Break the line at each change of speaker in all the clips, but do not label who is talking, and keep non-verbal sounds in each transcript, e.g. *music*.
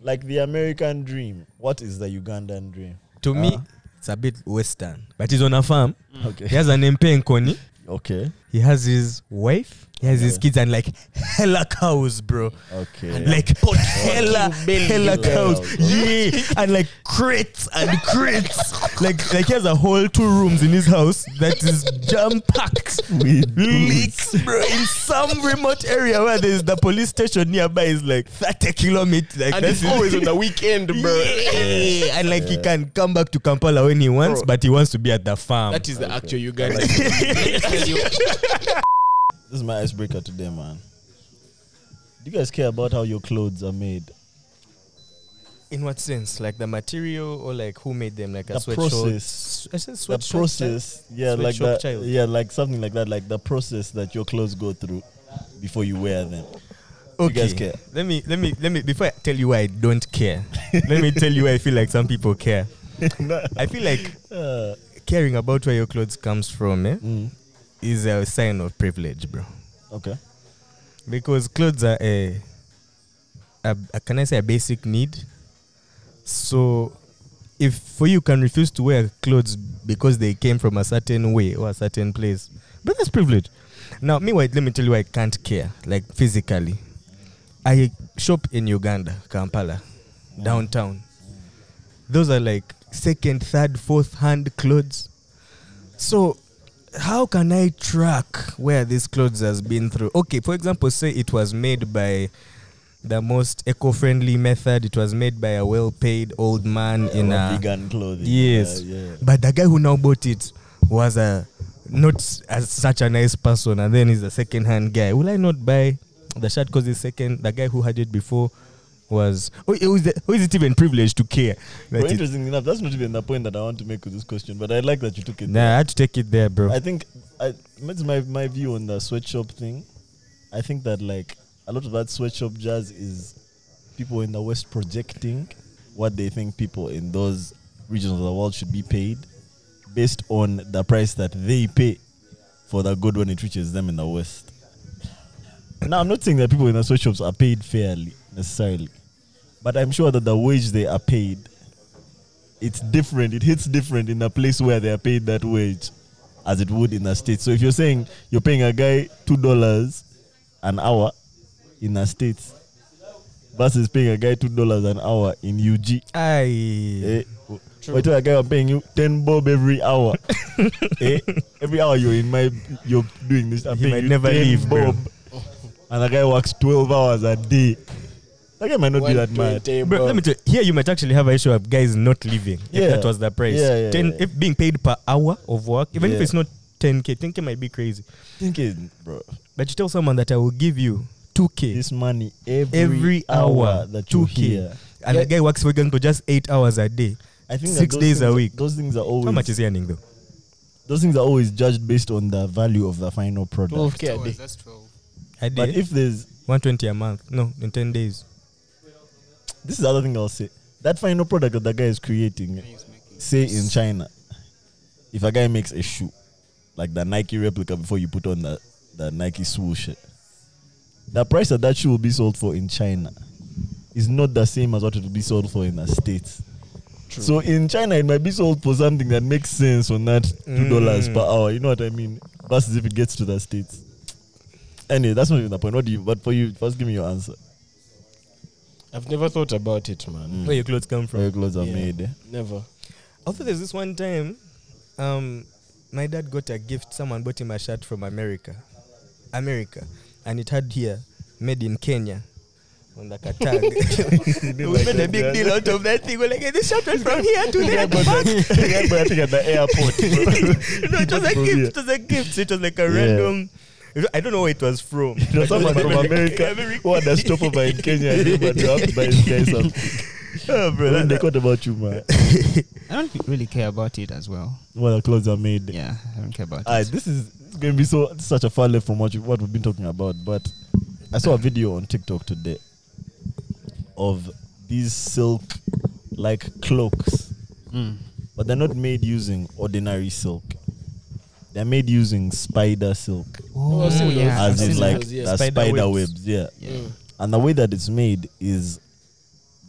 like the American dream. What is the Ugandan dream?
to me it's a bit western but he's on a farm
Uh-huh. Mm. Okay.
he has an empenkoni
Okay.
he has his wife he has his
Yeah.
kids and like hella cows bro
Okay.
like hella hella
billion
cows
cows.
yeah and like crates and crates like like he has a whole two rooms in his house that is jam packed
With
leaks bro in some remote area where there's the police station nearby is like 30 kilometers like
and
that's
it's
his-
always on the *laughs* weekend, bro.
yeah. and eh, like he can come back to Kampala when he wants,
Bro.
but he wants to be at the farm.
That is the actual *laughs* Uganda. Let me tell you.
This is my icebreaker today, man. Do you guys care about how your clothes are made?
In what sense? Like the material or like who made them? Like
The
a sweatshirt?
process.
I said
The
sweatshirt,
process, yeah, like
Sweatshop
that,
child.
yeah, like something like that, like the process that your clothes go through before you wear them.
sir? Okay.
You guys care.
Let me let me let me before I tell you why I don't care. let me tell you why I feel like some people
*laughs*
care. I feel like
Uh,
caring about where your clothes comes from eh,
mm,
is a sign of privilege, bro.
okay.
because clothes are a, a, a can I say a basic need. So if for you can refuse to wear clothes because they came from a certain way or a certain place, but that's privilege. Now, meanwhile, let me tell you, I can't care like physically. I shop in Uganda, Kampala, downtown. Those are like second, third, fourth hand clothes. So how can I track where these clothes has been through? Okay, for example, say it was made by the most eco-friendly method. It was made by a well-paid old man in
Or
a
vegan clothing.
yes,
Yeah, yeah.
but the guy who now bought it was a not as such a nice person, and then he's a second-hand guy. Will I not buy the shirt because it's second? The guy who had it before was who, who is the, who is it even privileged to care? that
Well,
it-
interesting enough, that's not even the point that I want to make with this question, but I like that you took it.
nah, I had to take it there, bro.
I think I, that's my my view on the sweatshop thing. I think that like a lot of that sweatshop jazz is people in the West projecting what they think people in those regions of the world should be paid based on the price that they pay for the good when it reaches them in the West. Now I'm not saying that people in the sweatshops are paid fairly necessarily, but I'm sure that the wage they are paid, it's different. It hits different in a place where they are paid that wage as it would in the States. So if you're saying you're paying a guy two dollars an hour in the States versus paying a guy two dollars an hour in UG,
Aye.
eh, why tell a guy I'm paying you ten bob every hour? eh, every hour you're in my you're doing this, I'm
He
paying
might
you
never
10
leave, bro.
bob, and the guy works twelve hours a day. That guy might not be that mad.
Bro, let me tell you, here you might actually have an issue of guys not living.
Yeah.
If that was the price.
Yeah, yeah,
Ten,
yeah.
If being paid per hour of work, even if
Yeah.
it's not 10K, 10K might be crazy.
Thinking, bro,
But you tell someone that I will give you 2K
this money every,
every
hour,
hour,
that you
2K.
hear.
And
Yeah.
the guy works for example just eight hours a day.
I think that
Six
those
days a
things-
week.
Those things are always
How much is he earning though?
those things are always judged based on the value of the final product.
12k a
hours,
day.
that's 12.
A
But
day?
if there's
120 a month. No, in 10 days.
this is the other thing I'll say. That final product that the guy is creating,
He's making
say in China, if a guy makes a shoe, like the Nike replica before you put on the, the Nike swoosh, the price that that shoe will be sold for in China is not the same as what it will be sold for in the States.
True.
So in China, it might be sold for something that makes sense on that two dollars
Mm.
per hour. You know what I mean? Versus if it gets to the states. Anyway, that's not even the point. What do you? But for you, first give me your answer.
I've never thought about it, man.
Where your clothes come
Where your
from.
clothes are
Yeah.
made. eh?
Never.
Also there's this one time, um, my dad got a gift, someone bought him a shirt from America. America. And it had here made in Kenya. On like a
*laughs*
tag. *laughs* We made a big deal out of that thing. We're like, "Hey, this shirt went from here
*laughs*
to there.
but I think at the airport.
no, it was a
From
gift.
here.
It was a gift. It was like a
Yeah.
random. I don't know where it was from.
You know, someone
But it
from
*laughs* was like-
America who had a stopover in Kenya and you but you have to buy this guy something.
Oh, bro,
What
that-
they caught about you, man?
I don't really care about it as well.
What the clothes are made.
Yeah, I don't care about
Alright,
it.
this is it's going to be so such a far left from what you, what we've been talking about. But I saw a video on TikTok today of these silk like cloaks, but they're not made using ordinary silk. They're made using spider silk,
Oh, I've seen
yeah.
those.
as
I've
in
seen
like
those, yeah.
the
Spider
spider
webs.
webs. Yeah,
yeah.
and the way that it's made is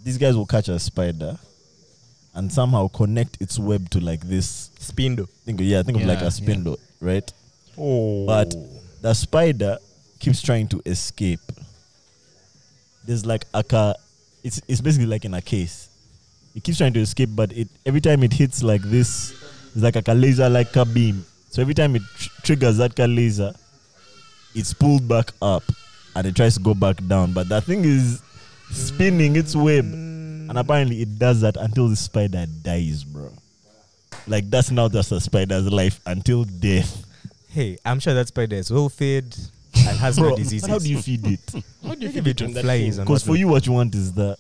these guys will catch a spider and somehow connect its web to like this
Spindo.
think yeah, think of like
Yeah,
a
yeah.
spindle, right?
Oh.
But the spider keeps trying to escape. There's like a ca- it's it's basically like in a case. It keeps trying to escape, but it every time it hits like this, it's like a laser like a beam. So every time it tr- triggers that ka laser, it's pulled back up and it tries to go back down. But the thing is spinning its web. And apparently it does that until the spider dies, bro. Like that's now just a spider's life until death.
Hey, I'm sure that spider is well fed *laughs* and has no
Bro,
diseases.
how do you feed
*laughs*
it?
How do you
Maybe
feed it
to
on that
flies
thing?
and
Because for
whatnot.
you, what you want is the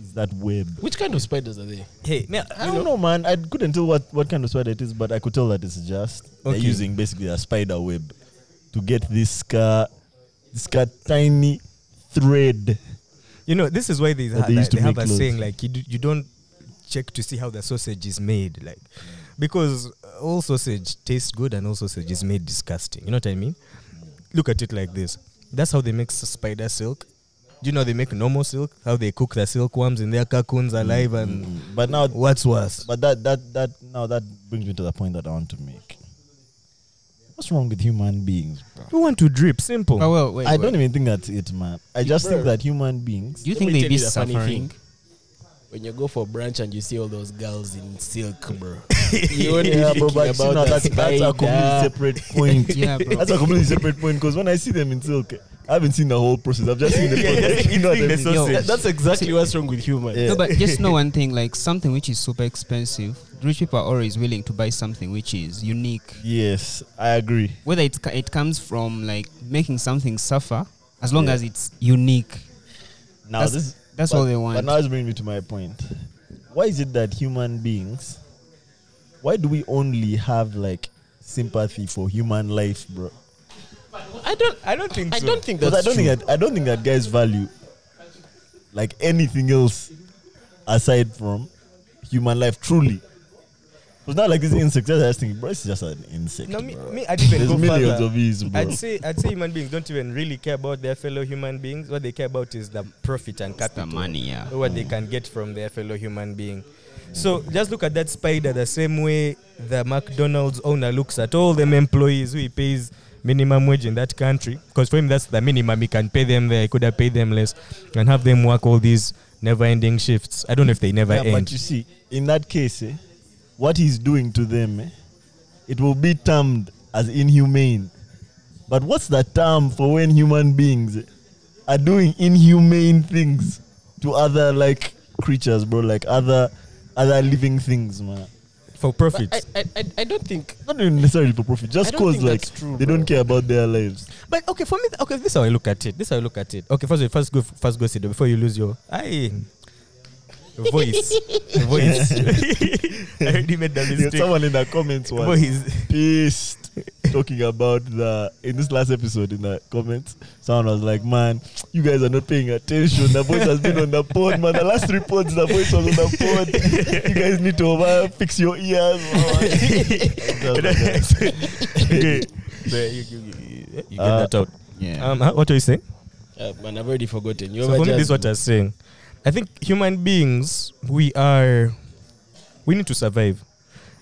is that web.
Which kind of spiders are they?
Hey, man,
I don't know, man. I couldn't tell what, what kind of spider it is, but I could tell that it's just
Okay.
they're using basically a spider web to get this car, this car tiny thread.
you know this is why they, ha-
they used
they,
to
have
make
a
clothes.
saying like you, do, you don't check to see how the sausage is made, like because uh, all sausage tastes good and all sausage is made disgusting. You know what I mean? Look at it like this. That's how they make s- spider silk. Do you know they make normal silk? How they cook the silkworms in their cocoons alive and
But now,
what's worse?
Mm. but that that that now that brings me to the point that I want to make. What's wrong with human beings?
You want to drip? Simple.
Oh well, wait.
I
wait.
don't even think that's it, man. I just think
Bro.
that human beings.
Do you
Let
think
me
they
tell
be
you the funny
suffering?
When you go for brunch and you see all those girls in silk, bro. *laughs* you only
Yeah,
thinking
bro, but you
about
know,
the
that's, that's a completely
*laughs* spider.
*laughs*
separate point.
Yeah, bro.
That's a completely separate point because when I see them in silk, I haven't seen the whole process. I've just *laughs* seen the
Yeah,
process.
yeah,
you know what I
seeing the
mean?
sausage.
That- That's exactly what's wrong with humans.
Yeah.
No, but just know one thing: like something which is super expensive, rich people are always willing to buy something which is unique.
Yes, I agree.
Whether it it comes from like making something suffer, as long
Yeah.
as it's unique,
Now
That's-
this
that's
but-
all they
But
want.
now it's bringing me to my point. Why is it that human beings? Why do we only have like sympathy for human life, bro?
I don't. I don't think. I don't think
Because
that's
I don't
true.
think that, I don't think that guys value like anything else aside from human life. Truly, because now like this insect, I just think, bro, it's just an insect.
No, me,
bro.
me I'd even
There's
go
millions
further.
of these, bro.
I'd say I'd say human beings don't even really care about their fellow human beings. What they care about is the profit and
the
capital,
money, yeah.
what they can get from their fellow human being. So just look at that spider the same way the McDonald's owner looks at all them employees who he pays minimum wage in that country. Because for him that's the minimum he can pay them there. He could have paid them less and have them work all these never-ending shifts. I don't know if they never
Yeah,
end.
but you see, in that case, eh, what he's doing to them, eh, it will be termed as inhumane. But what's the term for when human beings eh, are doing inhumane things to other like creatures, bro? Like other other living things, man.
for profit.
I, I, I, I don't think.
Not even necessarily for profit,
I
just
don't
cause
think
like
that's true,
they don't
bro.
care about their lives.
But okay, for me, th- okay, this is how I look at it. This is how I look at it. Okay, first, of all, first go, first go, Sido, before you lose your aye, your *laughs* voice, *laughs* Your voice. I already made *laughs* the
There's
mistake.
someone in the comments was
Voice.
pissed talking about the in this last episode in the comments. Someone was like, "Man, you guys are not paying attention. The voice has been on the pod, man. The last three pods, the voice was on the pod. You guys need to over fix your ears." *laughs*
okay, so
*laughs*
you, you, you, you get
Uh,
that out.
Yeah.
Um, huh, what are you saying?
Uh, man, I've already forgotten. You
So
ever
for me,
just-
this is what I was saying. I think human beings, we are, we need to survive,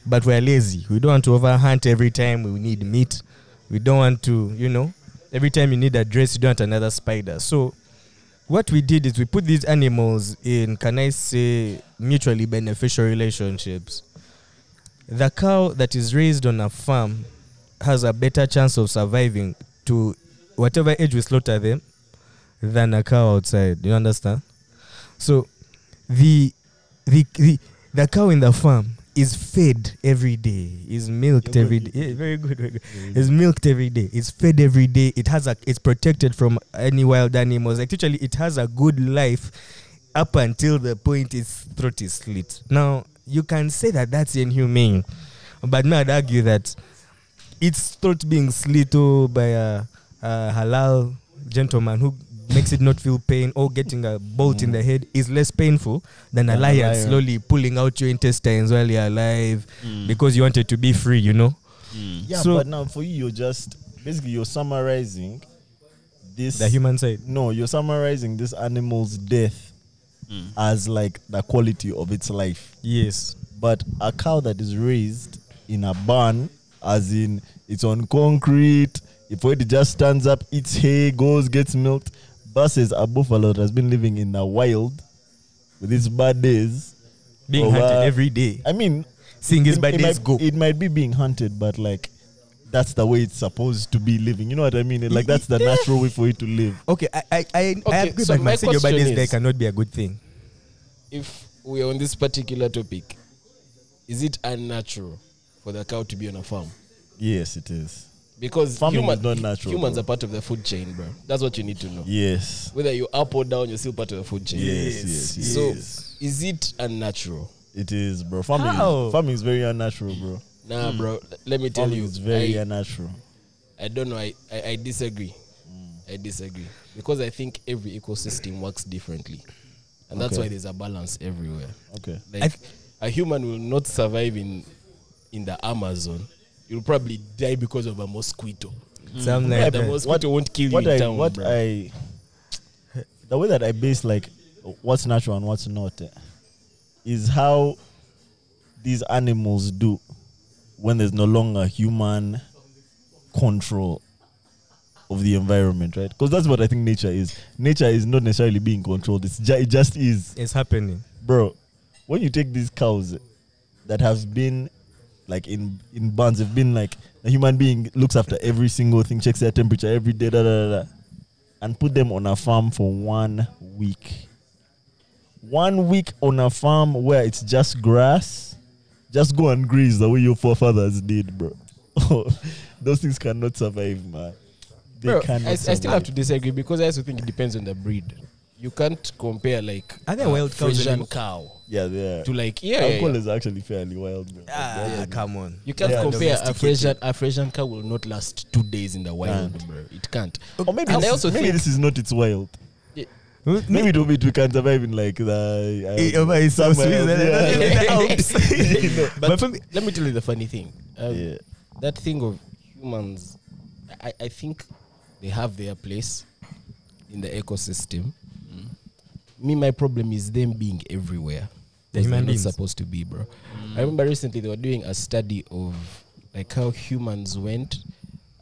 but we are lazy. We don't want to overhunt every time we need meat. We don't want to, you know, every time you need a dress, you don't want another spider. So what we did is we put these animals in, can I say, mutually beneficial relationships. The cow that is raised on a farm has a better chance of surviving to whatever age we slaughter them than a cow outside. You understand? So the the the, the cow in the farm is fed every day, is milked
You're
every
good.
day. Yeah, very good, very good. It's milked every day. It's fed every day. It has a it's protected from any wild animals. Like literally it has a good life up until the point its throat is slit. Now you can say that that's inhumane, but me I'd argue that its throat being slit oh, by a, a halal gentleman who makes it not feel pain or getting a bolt in the head is less painful Mm. than a
Than a
lion
lion.
slowly pulling out your intestines while you're alive because you wanted to be free, you know.
yeah,
So-
but now for you, you're just basically you're summarizing this
The human side.
No, you're summarizing this animal's death
Hmm.
as like the quality of its life.
Yes.
But a cow that is raised in a barn, as in it's on concrete, if it just stands up, eats hay, goes, gets milked, versus a buffalo that has been living in the wild with its bad days.
Being
Well,
hunted
uh,
every day.
I mean,
Seeing his
it-
bad
it
days
might,
go.
It might be being hunted, but like that's the way it's supposed to be living. You know what I mean? Like that's the natural way for it to live.
Okay, I I, I, I
Okay,
agree,
so
but
my
my saying your bad
question
days there
is-
cannot be a good thing.
If we're on this particular topic, is it unnatural for the cow to be on a farm?
Yes, it is.
Because
Farming
human-
is not natural,
Humans
bro.
are part of the food chain, bro. That's what you need to know.
Yes.
Whether you're up or down, you're still part of the food chain.
Yes, yes, yes.
So is it unnatural?
It is, bro. Farming,
How?
is, farming is very unnatural, bro.
Nah, bro. l- Let me tell
Hmm. Farming
you,
is very
I,
unnatural.
I don't know. I, I, I disagree.
Hmm.
I disagree because I think every ecosystem works differently, and that's
Okay.
why there's a balance everywhere.
Okay.
Like
I th-
a human will not survive in in the Amazon. You'll probably die because of a mosquito.
Something
Mm. Yeah,
like
the
that.
mosquito won't kill
What
you in
I,
town,
what
bro.
I, the way that I base like what's natural and what's not eh, is how these animals do when there's no longer human control of the environment, right? Because that's what I think nature is. Nature is not necessarily being controlled. It's ju- it just is.
It's happening.
bro when you take these cows that have been like in in barns have been like a human being looks after every single thing checks their temperature every day da, da, da, da, and put them on a farm for one week one week on a farm where it's just grass just go and graze the way your forefathers did bro *laughs* those things cannot survive man they
Bro,
cannot
I, I
survive.
still have to disagree because I also think it depends on the breed. You can't compare like
Are there
a
wild cows
Frisian
anymore?
cow
yeah they are
to like yeah, yeah,
alcohol
yeah.
is actually fairly wild bro
Ah,
They're
come on.
You can't
Yeah,
compare a
domesticated.
Frisian a Frisian cow will not last two days in the wild, bro. It can't.
Or maybe,
And I
this,
also
maybe
think-
this is not its wild.
Hmm?
Maybe it, will be- it we can survive in like the um, I don't
Eh,
know,
over in South
somewhere else.
*laughs*
*laughs*
Switzerland.
Yeah.
*laughs*
but
But for me-
let me tell you the funny thing. Um,
Yeah.
That thing of humans, I, I think they have their place in the ecosystem.
Mm.
Me, my problem is them being everywhere.
The
Because
human
they're
beings. Mm.
not supposed to be, bro. I remember recently they were doing a study of like how humans went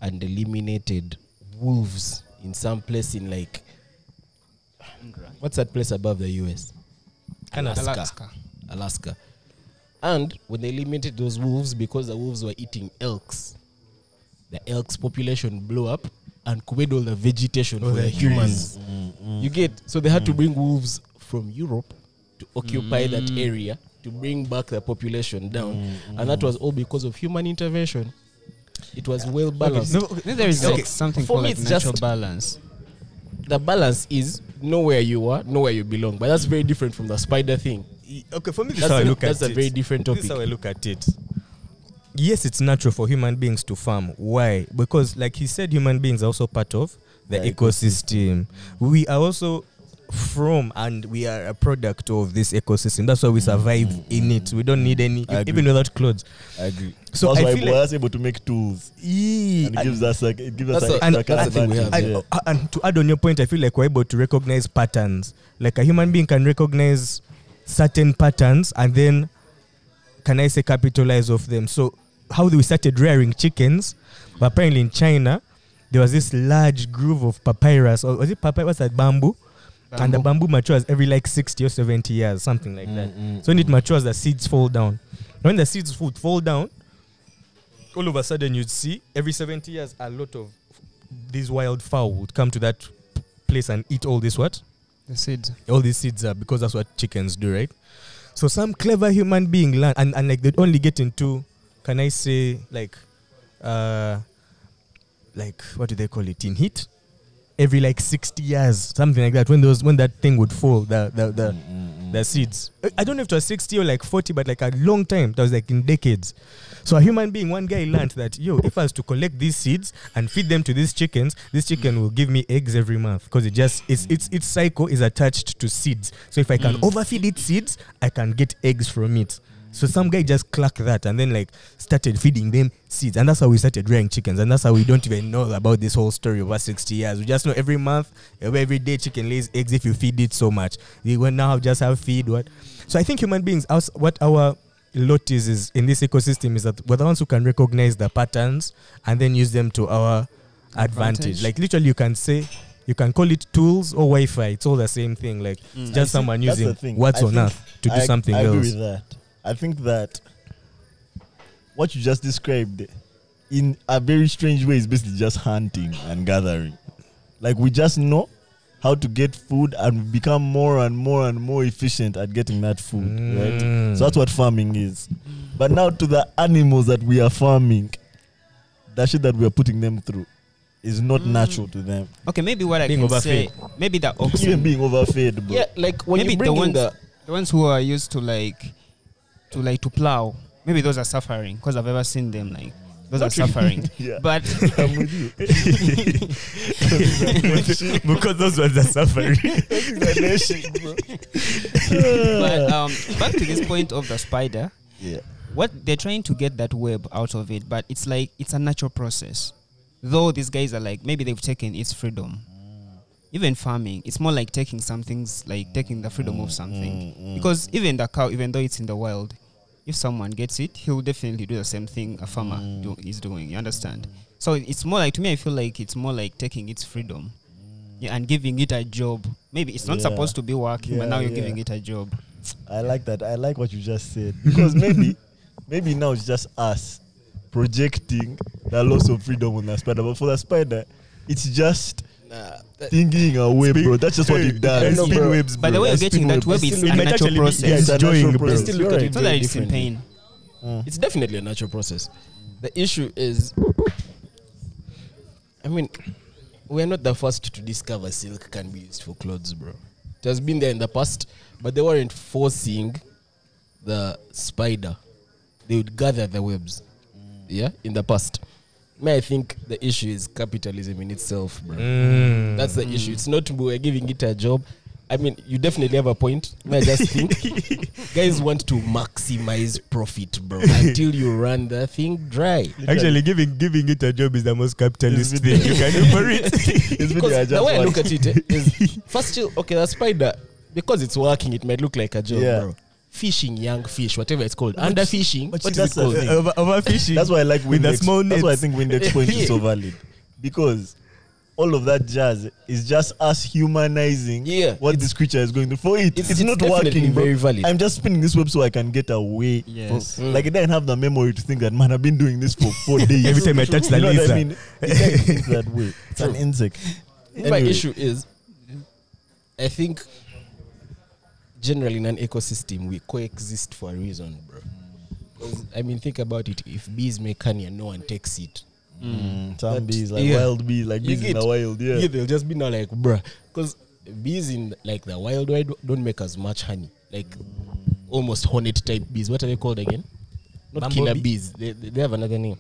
and eliminated wolves in some place in like what's that place above the US?
Alaska.
Alaska.
Alaska. And when they limited those wolves because the wolves were eating elks, the elks population blew up and covered all the vegetation
All
for
Oh, the
the
trees.
humans.
Mm-hmm.
You get so they had to bring wolves from Europe to occupy that
Mm.
area to bring back the population down, and
Mm-hmm.
that was all because of human intervention. It was well balanced.
No, okay.
Then there is
Okay,
like something
for
called
me
like
it's
natural
just-
balance.
The balance is know where you are, know where you belong, but that's very different from the spider thing.
Okay, for me, this is
That's
how I
a-
look
that's
at
a
it.
very different
This is how
topic.
I look at it. Yes, it's natural for human beings to farm. Why? Because, like he said, human beings are also part of the
The
ecosystem. We are also from and we are a product of this ecosystem. That's why we survive
Mm.
in it. We don't need any,
I
even
agree.
without clothes.
I agree.
So
So That's
I
why
feel
we
like-
was able to make tools.
Yee,
And it gives us like it gives us
That's
an
a-
extra
that's a thing we
advantage,
have.
and,
yeah.
uh, and to add on your point, I feel like we're able to recognize patterns. Like a human being can recognize certain patterns and then, can I say, capitalize off them. So, how we started rearing chickens, but apparently in China, there was this large grove of papyrus, or was it papyrus? What's that, bamboo? And the bamboo matures every like 60 or 70 years, something like that. So, when it matures, the seeds fall down. When the seeds would fall down, all of a sudden you'd see every 70 years a lot of these wild fowl would come to that p- place and eat all this what
The seeds.
all these seeds are because that's what chickens do right so some clever human being learned and, and like they only get into can i say like uh like what do they call it in heat every like 60 years something like that when those when that thing would fall the the, the the seeds. I- I don't know if it was 60 or like 40, but like a long time. That was like in decades. So a human being, one guy learned that, yo, if I was to collect these seeds and feed them to these chickens, this chicken will give me eggs every month because it just, it's, it's, its cycle is attached to seeds. So if I can overfeed it seeds, I can get eggs from it. So some guy just clacked that and then like started feeding them seeds, and that's how we started rearing chickens, and that's how we don't even know about this whole story over sixty years. We just know every month, every every day, chicken lays eggs if you feed it so much. They will now just have feed what. So I think human beings, us, what our lot is, is in this ecosystem is that we're the ones who can recognize the patterns and then use them to our advantage.
Advantage.
Like literally, you can say. You can call it tools or Wi-Fi. It's all the same thing. Like it's just someone
Mm. That's the
using
thing.
what's
I
on
think-
earth to do
I,
something
I
else.
agree with that. I think that what you just described in a very strange way is basically just hunting and gathering. Like we just know how to get food and become more and more and more efficient at getting that food,
Mm.
right? So that's what farming is. But now to the animals that we are farming, that shit that we are putting them through is not natural to them.
Okay, maybe what I
Being
can
overfed.
say, maybe
*laughs*
the
Even
oxen,
being overfed, bro.
Yeah, like when
Maybe
you
the
bring in
ones-
the
the ones who are used to like, to like to plow, maybe those are suffering because I've ever seen them like those
*laughs*
are suffering.
Yeah.
But
I'm with you.
because those ones are suffering.
but um, back to this point of the spider,
Yeah.
what they're trying to get that web out of it, but it's like it's a natural process. Though these guys are like maybe they've taken its freedom. Even farming, it's more like taking something's like taking the freedom of
Mm,
something. Because even the cow, even though it's in the wild, if someone gets it, he'll definitely do the same thing a farmer
Mm.
do, is doing. You understand? So it's more like to me, I feel like it's more like taking its freedom yeah, and giving it a job. Maybe it's not
Mm. Yeah.
supposed to be working, but
Yeah,
now you're
yeah.
giving it a job.
I like that. I like what you just said because maybe, maybe now it's just us projecting the loss of freedom on the spider. But for the spider, it's just
nah,
thinking away, bro. That's just what it does.
know, bro.
Speedwebs,
By the way,
bro.
you're getting that
*laughs*
web is
Still,
a
it might
natural
actually be-
process.
yeah,
it's a
enjoying,
natural
bro.
process.
Still
You're
look at
right.
it
so that
very
it's in
differently.
pain.
it's definitely a natural process. The issue is, I mean, we are not the first to discover silk can be used for clothes, bro. It has been there in the past, but they weren't forcing the spider. They would gather the webs, yeah, in the past. May I think the issue is capitalism in itself, bro. That's the issue. It's not we're giving it a job. I mean, you definitely have a point. May I just think guys want to maximize profit, bro, until you run the thing dry.
Actually, giving giving it a job is the most capitalist
It's
thing you can do for *laughs* it.
It's video I
Because
just
the way I
watched.
look at it eh,
*laughs*
is first, you, okay, the spider, because it's working, it might look like a job,
Yeah.
bro. Fishing young fish, whatever it's called, underfishing.
but uh,
What
see,
is it
that's a
called?
thing.
Over, overfishing.
That's why I like
with the
Windex.
small
That's why I
nets.
think Windex point
*laughs*
is so valid because all of that jazz is just us humanizing
Yeah.
what this creature is going to for it.
It's-
It's,
it's
not
definitely
working. bro.
very valid. Mm.
I'm just spinning this web so I can get away. from-
Yes.
Like it doesn't have the memory to think that man, I've been doing this for
*laughs*
four days.
Every time I touch the
you know what
laser.
I mean? It can't think that way.
*laughs*
It's an
True.
insect.
My
uh, Anyway.
issue is, I think generally in an ecosystem we coexist for a reason, bro. 'Cause, I mean, think about it. If bees make honey and no one takes it,
Mm, some
But-
bees, like
yeah.
wild bees, like
You
bees in
get-
the wild. Yeah.
yeah, they'll just be now like, bruh. Because bees in like the wild wide don't make as much honey. Like almost hornet type bees. What are they called again? Not
Bumblebee?
killer bees. They, they they have another name.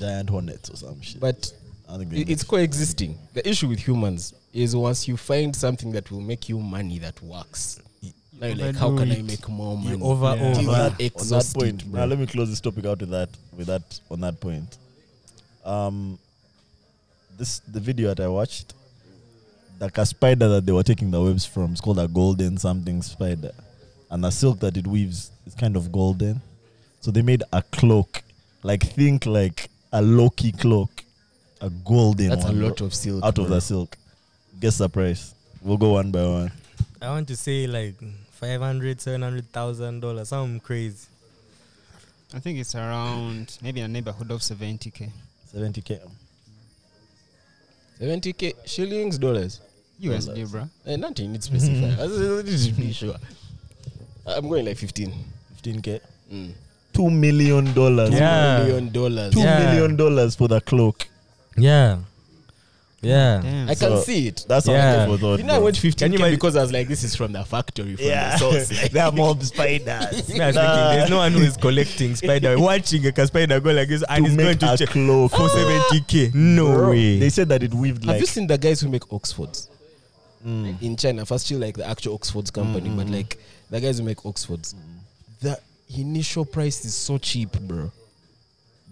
Giant hornets or some shit.
But
I think they
i- it's
make-
coexisting. The issue with humans is once you find something that will make you money that works. Now you're like, how
overdo
can I
it.
make more money?
You over,
Yeah.
on
Till
over.
that
that, on that
exhausts
point,
it,
now
bro.
let me close this topic out with that. With that on that point, um, this the video that I watched, like a spider that they were taking the webs from. It's called a golden something spider, and the silk that it weaves is kind of golden. So they made a cloak, like think like a Loki cloak, a golden.
That's a
one,
lot
bro,
of silk.
out of
bro.
the silk. Guess the price. We'll go one by one.
I want to say like 500 700000 dollars, something crazy.
I think it's around maybe a neighborhood of 70k
Seventy k.
70k shillings, dollars.
USD, bro.
Eh, nothing needs specify.
Hmm.
I just be sure. I'm going like 15.
Fifteen k.
Mm.
Two million dollars.
Yeah.
Million dollars.
Two-
Ah. Two
Yeah.
million dollars for the cloak.
Yeah. Yeah.
Damn.
I can
So,
see it.
That's
Yeah.
yeah. for thought.
You know, I went
bro.
15
Can you imagine-
because I was like, this is from the factory,
*laughs*
from
yeah, *laughs*
the source. Like,
they are mob
*laughs*
spiders.
Me, I was thinking, there's no one who is collecting *laughs* spider, watching a spider go like this, and
to
is going
make
to
a
*laughs* check
cloak.
for 70k. No
Bro,
way.
They said that it weaved
Have
like Hmm.
you seen the guys who make Oxfords? In China, first still like the actual Oxfords company, but like the guys who make Oxfords. The initial price is so cheap, bro.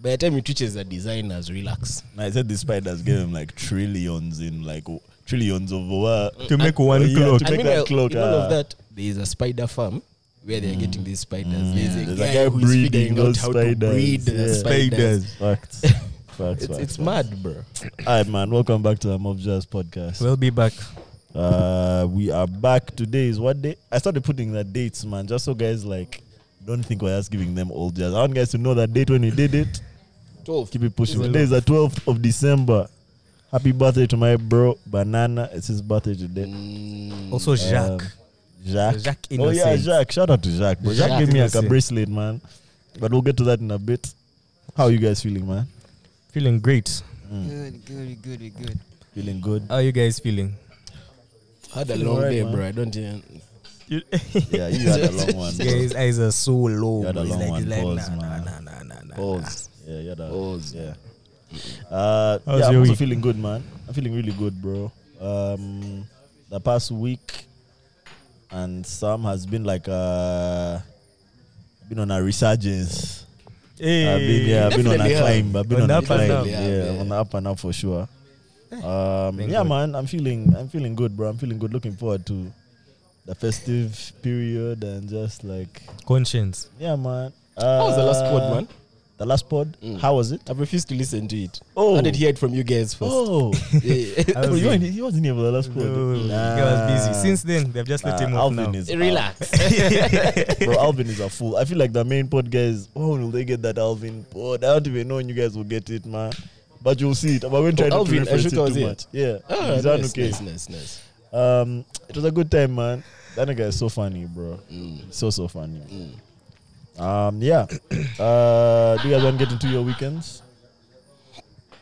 By the time it reaches the designers, relax.
And I said the spiders gave him like trillions in like w- trillions of over.
Mm.
to make one
yeah,
clock.
to- Take
And
that
meanwhile,
clock,
in all
ah.
of that, there is a spider farm where they're getting these spiders. There's, a
Mm. There's a
guy
guy
who's
breeding
figuring out
those
how to
spiders.
breed the
Yeah.
spiders.
Facts. Facts.
It's,
facts,
it's
facts.
mad, bro.
All right, man. Welcome back to the Mob Jazz podcast.
We'll be back.
Uh, we are back. Today is what day? I started putting the dates, man, just so guys like don't think we're just giving them old jazz. I want guys to know that date when we did it.
12.
Keep it pushing.
Well
Today is the 12th of December. Happy birthday to my bro Banana. It's his birthday today.
Also, Mm, Jacques.
Um, Jacques.
Jacques
oh yeah,
Innocent.
Jacques. Shout out to Jacques. Bro. Jacques,
Jacques
gave me like a
Innocent.
bracelet, man. But we'll get to that in a bit. How you guys feeling, man?
feeling great.
Good, good, good, good.
Feeling good.
How are you guys feeling?
Had a
Feeling
long
alright,
day,
man.
bro. I don't even.
*laughs*
Yeah, you had a long one.
yeah, his eyes are so low.
You had a
bro. He's
long
like,
one.
he's like,
Pause,
nah,
man.
nah, nah, nah, nah, nah.
Pause. Yeah, yeah, that.
Pause.
Yeah. Uh,
How's
yeah, I'm
your
also
week?
feeling good, man. I'm feeling really good, bro. Um, the past week and Sam has been like uh been on a resurgence. I've been, yeah, I've been on
Definitely
a
have.
climb. I've been
On
on,
the
a
up and
climb.
up.
Yeah,
Yeah, yeah.
on the up and up for sure. Um,
Thank
yeah,
God.
man, I'm feeling, I'm feeling good, bro. I'm feeling good. Looking forward to the festive period and just like,
Conscience.
yeah, man.
How was the last pod,
Uh,
man?
The last pod.
Mm.
How was it?
I've refused to listen to it.
Oh,
I did hear it from you guys first.
Oh,
*laughs*
*laughs*
Yeah.
I was
Bro,
*laughs*
Oh, you
in-
weren't- he wasn't here for the last pod.
No, the
Nah.
guy was busy. Since then, they've just let
Nah,
him off
Ah. Alvin
now.
is *laughs*
Relax. *laughs*
out. bro. Alvin is a fool. I feel like the main pod guys. When will they get that Alvin pod? I don't even know when you guys will get it, man. But you'll see it. But we not trying
Alvin,
to reference it
Ashoka was
too
here.
much. Yeah,
Ah,
he's
nice,
okay.
nice, nice, nice.
Um, it was a good time, man. That nigga is so funny, bro.
Mm.
So so funny. Um, yeah. *coughs* Uh, do you guys want to get into your weekends?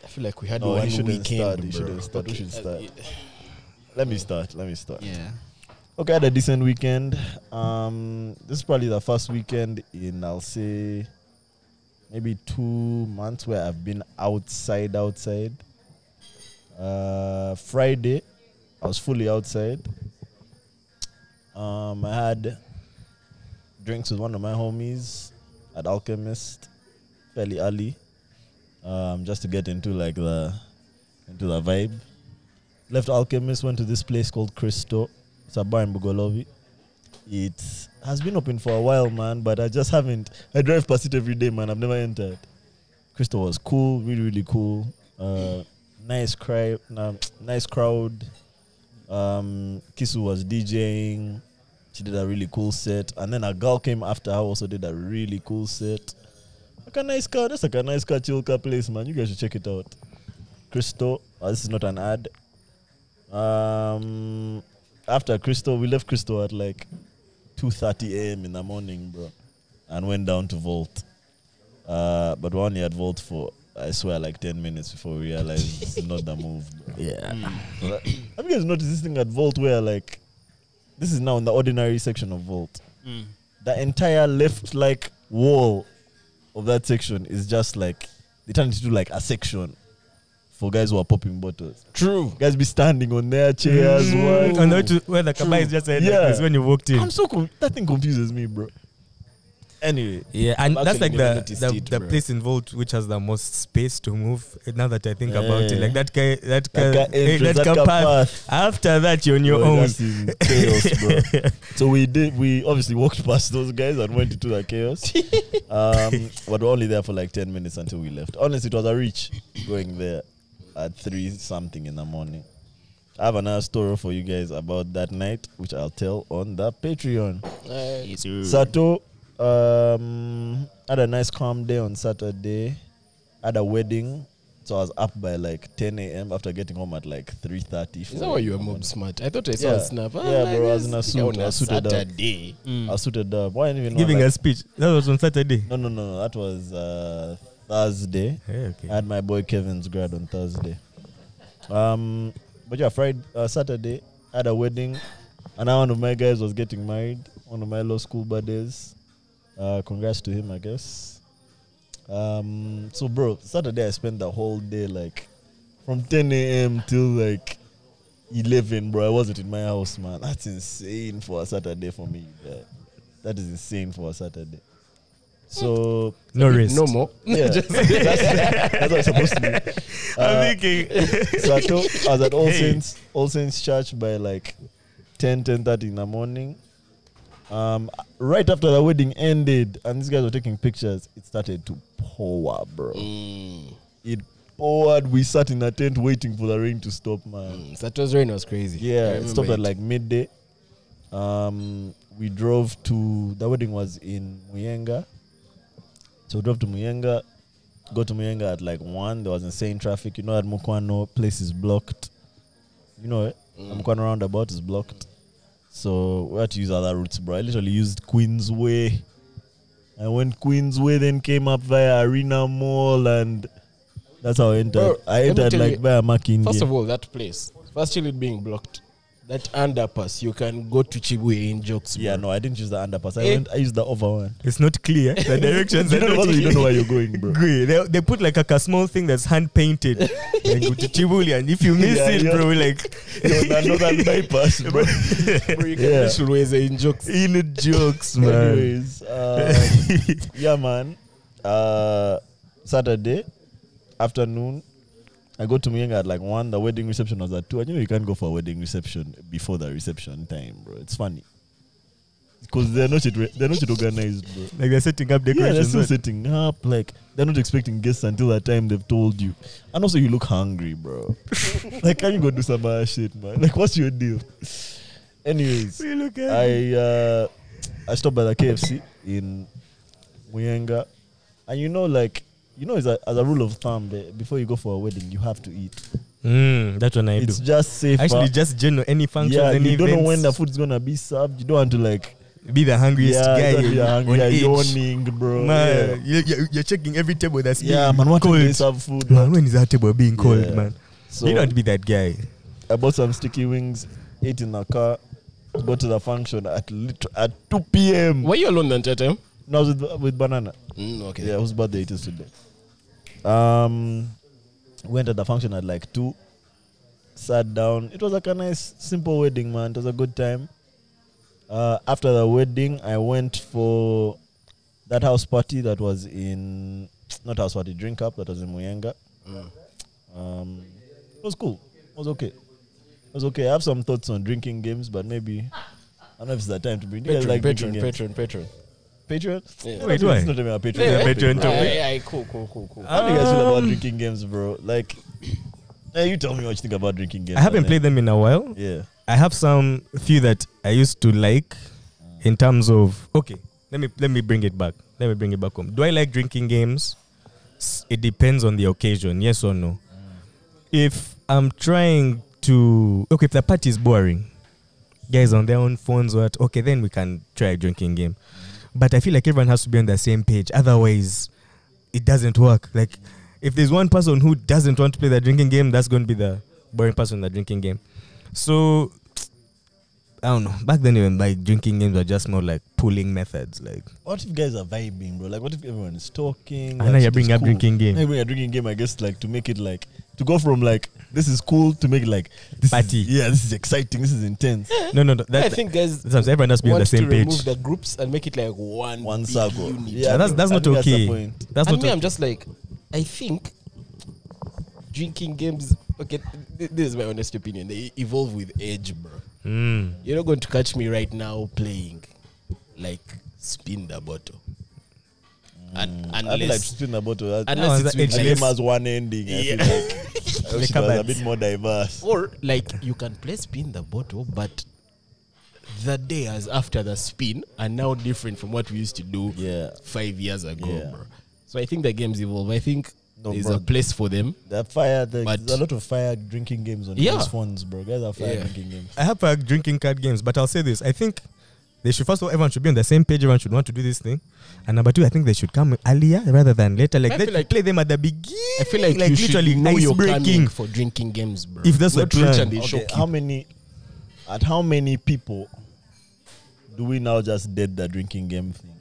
I feel like we had
No,
one
he shouldn't
weekend,
start. He
bro.
shouldn't start. We
Okay.
should
Uh,
start.
yeah.
Let me start. Let me start.
Yeah.
Okay, I had a decent weekend. Um, this is probably the first weekend in I'll say maybe two months where I've been outside. Outside. Uh, Friday, I was fully outside. Um, I had drinks with one of my homies at Alchemist fairly early, um, just to get into like the into the vibe. Left Alchemist, went to this place called Crystal. It's a bar in Bugolovi. It has been open for a while, man, but I just haven't. I drive past it every day, man. I've never entered. Crystal was cool, really, really cool. Uh, nice cry, nah, nice crowd. Um, Kisu was DJing. She did a really cool set, and then a girl came after her also did a really cool set. Like a nice car, that's like a nice car chill car place, man. You guys should check it out. Crystal, uh, this is not an ad. Um, after Crystal, we left Crystal at like 2:30 a.m. in the morning, bro, and went down to Vault. Uh, but we only at Vault for I swear like 10 minutes before we realized it's not the move. Bro. Yeah.
Mm.
Have you guys noticed this thing at Vault where like this is now in the ordinary section of Vault? The entire left like wall of that section is just like they turned it into like a section for guys who are popping bottles.
True.
Guys be standing on their chairs.
Mm.
what?
On the way to where the kaba is just ahead
Yeah.
like this when you walked in.
I'm so con- that thing confuses me, bro. Anyway,
Yeah, and
I've
that's like
actually never
the
noticed
the,
it,
the
bro.
place involved which has the most space to move. eh, Now that I think about it,
Yeah.
like that guy, that guy,
That guy
eh,
entrance,
that
that guy
guy path. After that, you're on your
bro,
own.
that's in chaos, bro.
*laughs*
so we did. We obviously walked past those guys and went into the
*laughs*
chaos. Um, but we're only there for like ten minutes until we left. Honestly, it was a reach going there at three something in the morning. I have another story for you guys about that night, which I'll tell on the Patreon.
Uh,
It's
Sato um, had a nice calm day on Saturday. Had a wedding, so I was up by like 10 a.m. after getting home at like 3:30.
is that why you were mob smart? I thought I saw
Yeah.
a snap. Ah,
Yeah, bro, I was
guess
in a
think
suit.
On
I
a
was suited up.
Saturday.
I was suited up. Why didn't even know
Giving
like-
a speech. That was on Saturday.
No, no, no, no. That was uh, Thursday.
Yeah, okay.
I had my boy Kevin's grad on Thursday. Um, but yeah, Friday, uh, Saturday, I had a wedding, and now one of my guys was getting married. One of my law school buddies. Uh, congrats to him, I guess. Um, so bro, Saturday I spent the whole day like from 10 a.m. till like 11, bro. I wasn't in my house, man. That's insane for a Saturday for me. yeah. That is insane for a Saturday. So
No risk.
No more.
*laughs*
yeah, that's, *laughs* that's what it's supposed to be. Uh,
I'm thinking.
*laughs* so I, told, I was at All
Hey.
Saints All Saints Church by like 10, 10.30 in the morning. Um, right after the wedding ended, and these guys were taking pictures, it started to pour, bro.
Mm.
It poured. We sat in a tent waiting for the rain to stop, man.
Mm. Sato's rain was crazy. I
Yeah, it
remember
stopped at
it.
like midday. Um, we drove to the wedding was in Muyenga, so we drove to Muyenga. Go to Muyenga at like one. There was insane traffic. You know at Mukwano place is blocked. You know it.
Mm.
Mukwano roundabout is blocked. So we had to use other routes, bro. I literally used Queensway. I went Queensway, then came up via Arena Mall, and that's how I entered.
Bro,
I
let me
entered
tell
like
you-
via Makindye.
First of all, that place. Firstly, it being blocked. That underpass, you can go to Chibwe in jokes.
Yeah,
bro.
no, I didn't use the underpass. I
Eh?
went. I used the over one.
it's not
*laughs*
clear. The *laughs* directions
You
are
don't, know,
not
also you
clear.
don't know where you're going, bro.
Agree. They, they put like a, ca- small thing that's hand
*laughs*
painted. and go to Chibuli, and if you miss
Yeah,
it,
yeah.
bro, like
You're on
*laughs*
another bypass, bro.
Bro, *laughs* you
Yeah.
can should raise in jokes.
in jokes, man.
Anyways, um,
*laughs*
yeah, man. Uh, Saturday afternoon, I go to Muyenga at like one. The wedding reception was at two. And you know you can't go for a wedding reception before the reception time, bro. It's funny because they're not yet re- they're not yet organized, bro.
Like they're setting up
Yeah, they're
decorations.
still
right?
setting up. Like they're not expecting guests until that time they've told you. And also, you look hungry,
*laughs*
bro. like, can you go do some other shit, man? Like, what's your deal? Anyways,
We look at
I
it.
uh, I stopped by the KFC in Muyenga, and you know, like you know, as a, as a rule of thumb, be- before you go for a wedding, you have to eat.
Mm, that's what I
it's
do.
just safer.
Actually, just general any functions,
yeah,
any
you don't know when the
events,
food's gonna be served. You don't want to like
be the hungriest
yeah,
guy
don't be hungry,
on
yeah,
edge.
yawning, bro.
Man,
yeah.
you- you- you're checking every table that's being
Yeah, man, what
cold.
time they serve food?
Man, when is that table being cold,
Yeah.
man?
So
you don't be that guy.
I bought some sticky wings, ate in the car, go to the function at lit- at 2 p.m.
Were you alone then, that time?
No, I was with, with Banana.
Mm, okay.
Yeah, whose birthday it is today. Um, went at the function at like 2, sat down. It was like a nice, simple wedding, man. It was a good time. Uh, after the wedding, I went for that house party that was in, not house party, drink up, that was in Muyenga.
Mm.
Um, it was cool. It was okay. It was okay. I have some thoughts on drinking games, but maybe I don't know if it's the time to bring. Do you guys
Patron,
like
patron,
drinking
patron, patron.
games? Patreon.
Yeah.
Wait,
It's
why?
not even a Patreon.
Yeah, Patreon
How
topic.
Aye, aye, aye, cool, cool, cool, cool.
do you guys feel about
Um,
drinking games, bro? Like, eh, you tell me what you think about drinking games.
I haven't
man.
played them in a while.
Yeah.
I have some few that I used to like in terms of okay, let me let me bring it back. Let me bring it back home. Do I like drinking games? S- It depends on the occasion, yes or no. If I'm trying to okay, if the party is boring, guys on their own phones or what, okay, then we can try a drinking game. But I feel like everyone has to be on the same page. Otherwise, it doesn't work. Like if there's one person who doesn't want to play the drinking game, that's going to be the boring person in the drinking game. So I don't know. Back then, even like drinking games were just more like pooling methods. Like
What if guys are vibing, bro? Like, what if everyone is talking?
I know
that
you're
shit is
bringing up
cool.
drinking game.
I bring a drinking game, I guess, like to make it like to go from like this is cool to make it like this is-
Party.
yeah, this is exciting. This is
*laughs*
intense.
No, no, no. That,
I think guys
that's everyone has to be on
want
the same
to remove
page.
the groups and make it like one
One
big
circle.
unit.
Yeah,
that's that's
I
not
think that's the
okay.
point.
That's
and
not
me,
okay.
I'm just like, I think drinking games. Okay, th- this is my honest opinion. They evolve with age, bro.
Hmm.
Mm.
You're not going to catch me right now playing like spin the bottle. And,
I feel Hmm. like
unless,
spin the bottle. that-
No,
unless
it's
it's
the
with
It
age
like,
uh, has one ending. I feel
Yeah.
like
*laughs*
I wish it was a
cupboards.
bit more diverse.
or like you can play spin the bottle, but the day as after the spin are now different from what we used to do
Yeah.
five years ago,
Yeah.
bro. So I think the games evolve. I think
No,
there's
bro.
a place for them.
The fire, the,
But-
there's a lot of fire drinking games on
Yeah.
those phones, bro. Guys are fire
Yeah.
drinking games.
I have uh, drinking card games, but I'll say this: I think they should first of all everyone should be on the same page. Everyone should want to do this thing, and number two, I think they should come earlier rather than later. Like
I
they
feel
should
like-
play them at the beginning.
I feel like, you
literally
should know
ice
you're coming
breaking.
for drinking games, bro.
If that's the
Not rich
plan.
and they
Okay,
shock you.
how many? At how many people do we now just dead the drinking game thing?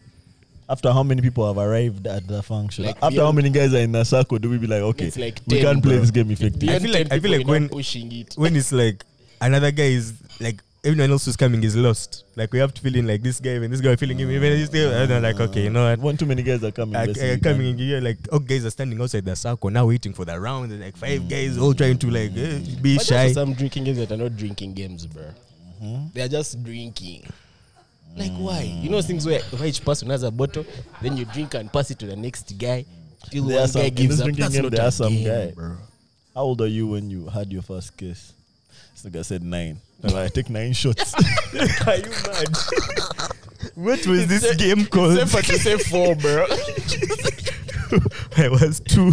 After how many people have arrived at the function?
Like
After how
beyond-
many guys are in a circle? Do we be like, okay,
It's like
we
10,
can't play
bro.
this game effectively?
Beyond
feel like-
10
I feel
people
like
are now
when-
pushing it.
when it's like another guy is like everyone else who's coming is lost. Like we have to fill in like this guy and this guy filling him. Even this guy, and I'm like, okay, you know what?
One too many guys are coming.
I,
let's
I
see.
coming in here like all guys are standing outside the circle now waiting for the round and like five guys all trying to like eh, be
But
*laughs*
also
shy
some drinking games that are not drinking games, bro.
Mm-hmm.
They are just drinking. Like why? You know things where where each person has a bottle, then you drink and pass it to the next guy. Till
There are
one
some-
guy
in
gives
this
up.
drinking
That's
game,
not
there
a
are some
game,
guy.
bro.
How old are you when you had your first kiss? This nigga said nine. I'm like, I take nine
*laughs*
shots.
are you mad what was this game called
Safer
*laughs*
to say four, bro.
I was
*laughs*
two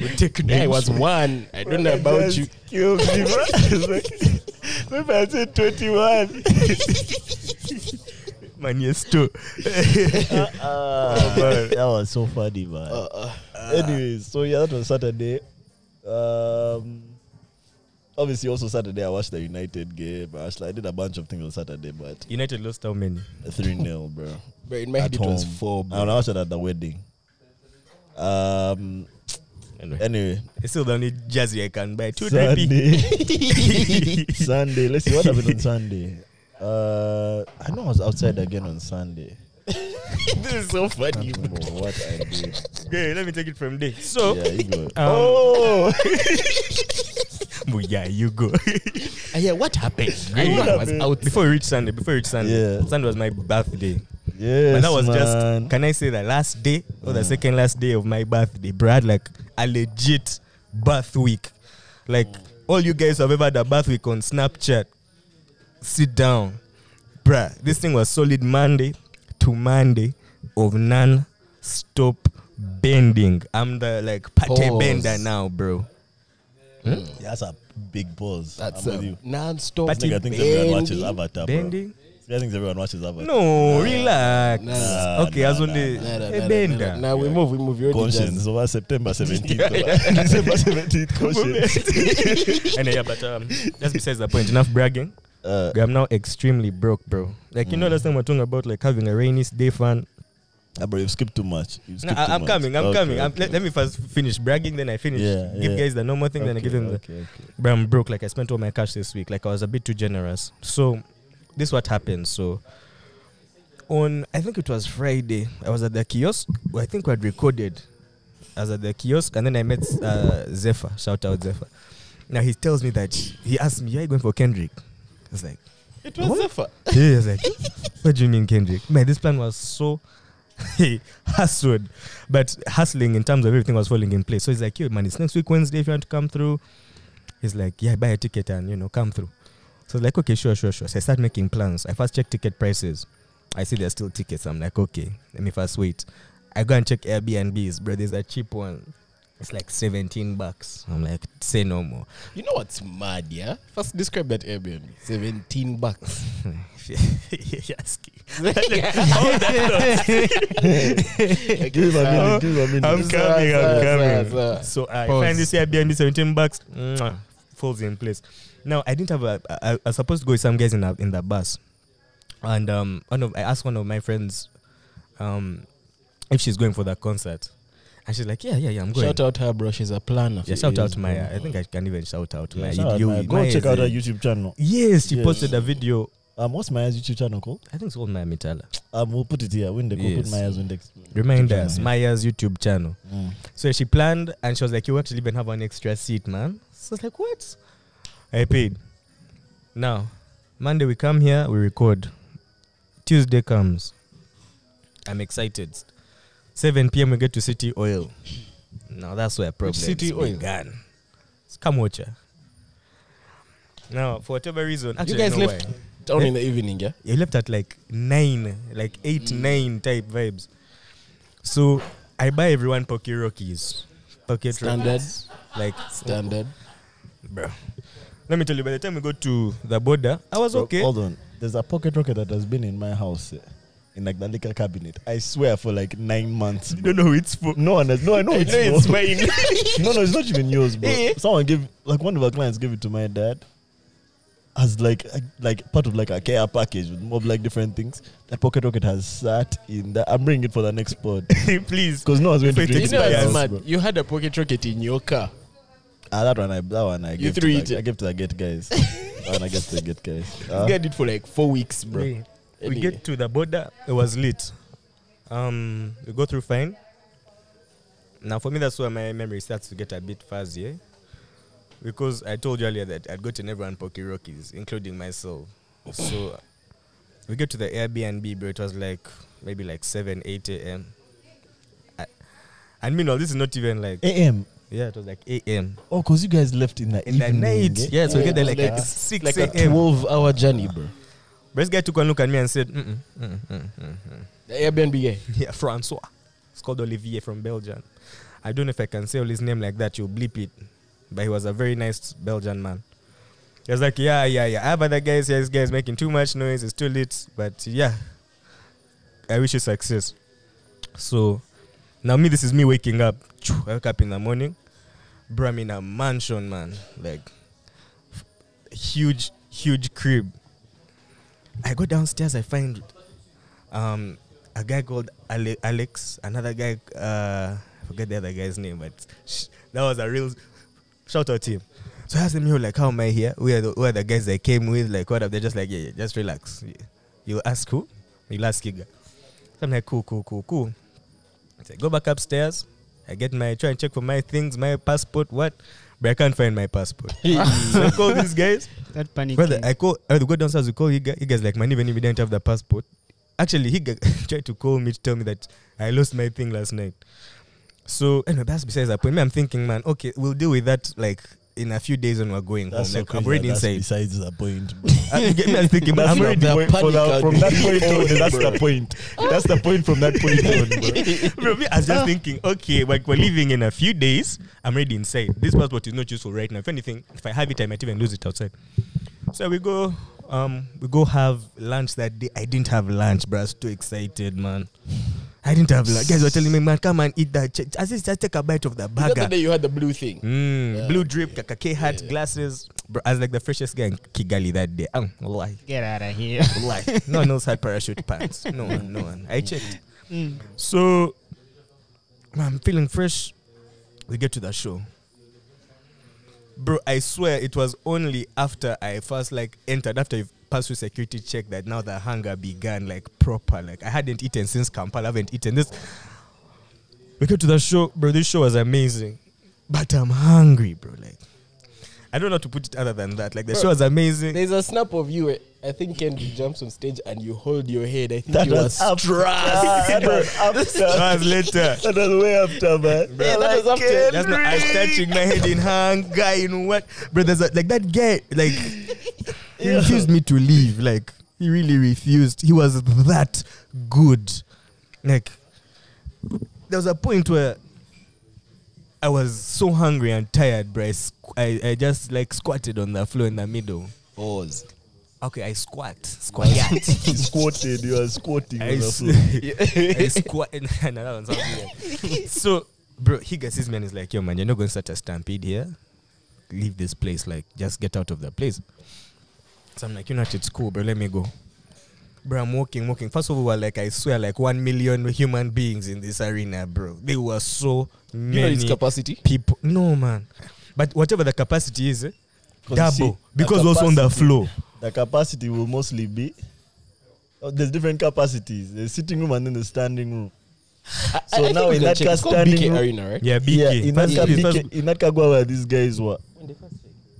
we take
Yeah, I
names.
was one. I don't know about you.
Killed me, bro. *laughs* It's like, maybe I said 21.
man yes two
Ah, man, *laughs* that was so funny, man.
Uh,
Anyways, so yeah, that was Saturday. Um, obviously, also Saturday, I watched the United game. I, watched, I did a bunch of things on Saturday, but
United lost how many
3
*laughs*
0, bro.
But in my head, it was four,
And
bro.
I watched it at the wedding. Um,
anyway
anyway,
it's still the only jersey I can buy two
Sunday. *laughs* Sunday. Let's see what happened
*laughs*
on Sunday. Uh, I know I was outside again on Sunday.
*laughs* this is so funny.
Can't remember what I did.
*laughs*
okay let me take it from there so
Yeah, you go.
oh *laughs* yeah you go
Ah, yeah, what happened? *laughs* I
What
was
happened?
out.
before we reach Sunday before we reach Sunday
Yeah.
Sunday was my birthday
Yes,
but that was
man.
just can I say the last day or
Mm.
the second last day of my birthday, bro? I had like a legit birth week. Like
Mm.
all you guys who have ever had a birth week on Snapchat. Sit down. Bruh, this thing was solid Monday to Monday of non stop bending. I'm the like pate
Pause.
bender now, bro.
That's a big pause.
That's
I'm with
a
you.
non-stop.
This nigga thinks everyone watches
bending.
Avatar. Bro. This
Bending?
guy thinks everyone watches Avatar.
No, relax.
Nah,
okay,
nah,
I was only
Nah, nah,
a
nah,
bender.
nah, nah, nah, we move, we move. You're
Conscience over September
*laughs*
17th. *laughs* December 17th, conscience.
and yeah, but um, that's besides the point. Enough bragging.
*laughs* Uh,
I'm now extremely broke, bro. Like
Mm.
you know, last time we we're talking about like having a rainy day fun.
ah, bro, you've skipped too much. You've
No,
skipped too
I, I'm
much.
coming. I'm
Okay,
coming. I'm,
okay.
let, let me first finish bragging, then I finish.
Yeah,
give
yeah.
guys the normal thing, then I
Okay,
give them the.
okay, okay.
But I'm broke. Like I spent all my cash this week. Like I was a bit too generous. So, this what happened. So, on I think it was Friday. I was at the kiosk. Well, I think we had recorded. I was at the kiosk, and then I met uh, Zephyr. Shout out Zephyr. Now he tells me that he asked me, "Are you going for Kendrick?" I was like.
It was Zephyr.
Yeah, I was like, what do you mean, Kendrick? Man, this plan was so *laughs* hustled, but hustling in terms of everything was falling in place. So he's like, yo, man, it's next week Wednesday if you want to come through. He's like, yeah, buy a ticket and you know come through. So I was like, okay, sure, sure, sure. So I start making plans. I first check ticket prices. I see there's still tickets. I'm like, okay, let me first wait. I go and check Airbnbs, bro. There's a cheap one. It's like 17 bucks. I'm like, say no more.
You know what's mad, yeah? First describe that Airbnb. 17 bucks.
*laughs* You're asking.
*laughs*
*laughs* Oh,
Give a minute. Give a minute.
*laughs* I'm
uh, Sir,
coming,
sir,
I'm
sir,
coming.
sir.
So I
Pause.
find this Airbnb 17 bucks, mwah, falls in place. Now I didn't have a. I, I- I was supposed to go with some guys in the in the bus, and um, one of I asked one of my friends, um, if she's going for that concert, and she's like, yeah, yeah, yeah, I'm going.
Shout out her, bro. She's a planner.
yeah, shout out Maya. I think I can even shout out Maya.
Yeah, shout out
You-
Maya. Go
Maya
check
is
out
a-
our YouTube channel.
Yes, she
Yes.
posted a video.
Um, what's Maya's YouTube channel called?
I think it's called Maya Mitala.
Um, we'll put it here. Windex. We'll put
Yes.
Maya's Windex.
Remind
YouTube
us,
channel.
Maya's YouTube channel.
Mm.
So she planned and she was like, You actually even have an extra seat, man. So I was like, What? I paid. Now, Monday we come here, we record. Tuesday comes. I'm excited. 7 p.m. we get to City Oil. Now that's where problems
City Oil?
began. It's Kamocha. Now, for whatever reason, actually,
You guys
no
left
why.
town in the evening, yeah?
You left at like nine, like eight, nine type vibes. So I buy everyone pocket rockies. Pocket
Standard.
Rockies. Like
Standard.
bro. Let me tell you, by the time we go to the border, I was
Bro,
okay.
Hold on. There's a pocket rocket that has been in my house, eh, in like the liquor cabinet. I swear for like nine months.
You
bro.
don't know who it's for.
No one has. No, I
*laughs*
know it's, *laughs*
it's
bro. no, no, it's not even yours, bro.
*laughs* Eh.
Someone gave like one of our clients gave it to my dad as like a- like part of like a care package with more like different things. That pocket rocket has sat in that. I'm bringing it for the next
*laughs*
pod
*laughs* Please.
because no one's going to
If it
drink
You
it.
know
in my
expires,
what's
house,
mad?
bro.
You had a pocket rocket in your car.
Ah, that one I that one I
You
gave
threw
to
*laughs*
it.
the, I gave to the gate guys. and I get to get guys. Ah.
This guy did for like four weeks, bro.
Hey, we
Anyway.
get to the border. It was lit. Um, we go through fine. Now for me, that's where my memory starts to get a bit fuzzy, eh? because I told you earlier that I'd gotten everyone Pocky Rockies, including myself. So we get to the Airbnb, bro. It was like maybe like seven, eight a.m. I- And meanwhile, this is not even like
Eh.
AM.
yeah, it was like a.m.
Oh, because you guys left in the
in the
evening,
night.
eh?
Yeah, so we
Yeah,
get there like,
like
at
a-
six
Like a
a.m.
12 hour journey, bro.
But this guy took one look at me and said, mm-mm, mm-mm, mm-mm, mm-mm.
The Airbnb guy.
*laughs* Yeah, Francois. It's called Olivier from Belgium. I don't know if I can say all his name like that. You'll bleep it. But he was a very nice Belgian man. He was like, yeah, yeah, yeah. I have other guys here. This guy's making too much noise. It's too late. But yeah, I wish you success. So now me, this is me waking up. I wake up in the morning. Bro, I'm in a mansion, man. Like f- huge, huge crib. I go downstairs. I find um, a guy called Ale- Alex, another guy, uh, I forget the other guy's name, but sh- that was a real shout out to him. So I asked him, Yo, like, how am I here? Who are, the, who are the guys I came with? Like, what up? They're just like, Yeah, yeah just relax. You ask who? You ask Giga. So I'm like, Cool, cool, cool, cool. So I go back upstairs. I get my, try and check for my things, my passport, what? But I can't find my passport. so I call these guys.
That panic.
Brother,
came.
I call. I had to go downstairs to call you guys. You guys like, man, even if you didn't have the passport. Actually, he g- *laughs* tried to call me to tell me that I lost my thing last night. So anyway, that's besides the point. Me, I'm thinking, man, okay, we'll deal with that like in a few days when we're going
That's
home.
so
Like I'm
crazy
already
that that's
inside.
Besides the *laughs* point, bro.
Uh, you get me? I'm thinking,
*laughs*
man,
That's
I'm
the point
already
for
panic
that-
at
from
the
that point
end,
on. eh? *laughs* That's
bro.
the point. That's the point from that point on. *laughs*
*laughs*
Bro.
Bro, me, I was just thinking, okay, like we're leaving in a few days. I'm already inside. This passport is not useful right now. If anything, if I have it, I might even lose it outside. So we go, um, we go have lunch that day. I didn't have lunch, bro. I was too excited, man. I didn't have lunch. Guys were telling me, man, come and eat that. Ch- I just, just take a bite of the
Is that the
burger.
day you had the blue thing?
Mm,
Yeah,
blue drip, kakake hat, glasses. Bro, I was like the freshest guy in Kigali that day. Um, lie,
Get out of here.
*laughs*
*laughs*
lie. No one else had parachute pants. No one, no one. I checked.
Mm.
So I'm feeling fresh. We get to the show. Bro, I swear it was only after I first like entered, after you passed through security check that now the hunger began like proper. Like I hadn't eaten since Kampala, I haven't eaten this. We get to the show, bro. This show was amazing. But I'm hungry, bro. Like I don't know how to put it other than that. Like the
Bro,
show was amazing.
There's a snap of you. eh, I think Kendrick jumps on stage and you hold your head. I think
That
you were
was after. That *laughs* was after.
That was later.
That was way after, *laughs* man.
Yeah, that was after.
That's not. I was touching my head in hunger in what, bro? There's a, like that guy. Like he refused me to leave. Like he really refused. He was that good. Like there was a point where I was so hungry and tired, bro. I, squ- I, I just like squatted on the floor in the middle.
Pause.
Okay, I squat, squat.
He squatted. You were squatting
I
on the
s-
floor. *laughs*
I squat and *laughs* and that one sounds weird. So, bro, he gets his man is like, yo, man, you're not going to start a stampede here. Leave this place. Like, just get out of the place. So I'm like, you know what? It's cool, bro. Let me go. Bro, I'm walking, walking. First of all, we're like I swear, like one million human beings in this arena, bro. They were so
You know
many
its capacity?
people. No, man. But whatever the capacity is, eh,
you see,
double
the
because also on the
capacity-
floor.
The capacity will mostly be. oh, there's different capacities. There's sitting room and then the standing room.
I-
So
I- I think
now
we
in
can
that
check. It's
cast
called
standing
BK
room-
Arena, right?
Yeah, BK.
Yeah, in that,
First-
Ka-
first-
BK in that Kagwa where these guys were,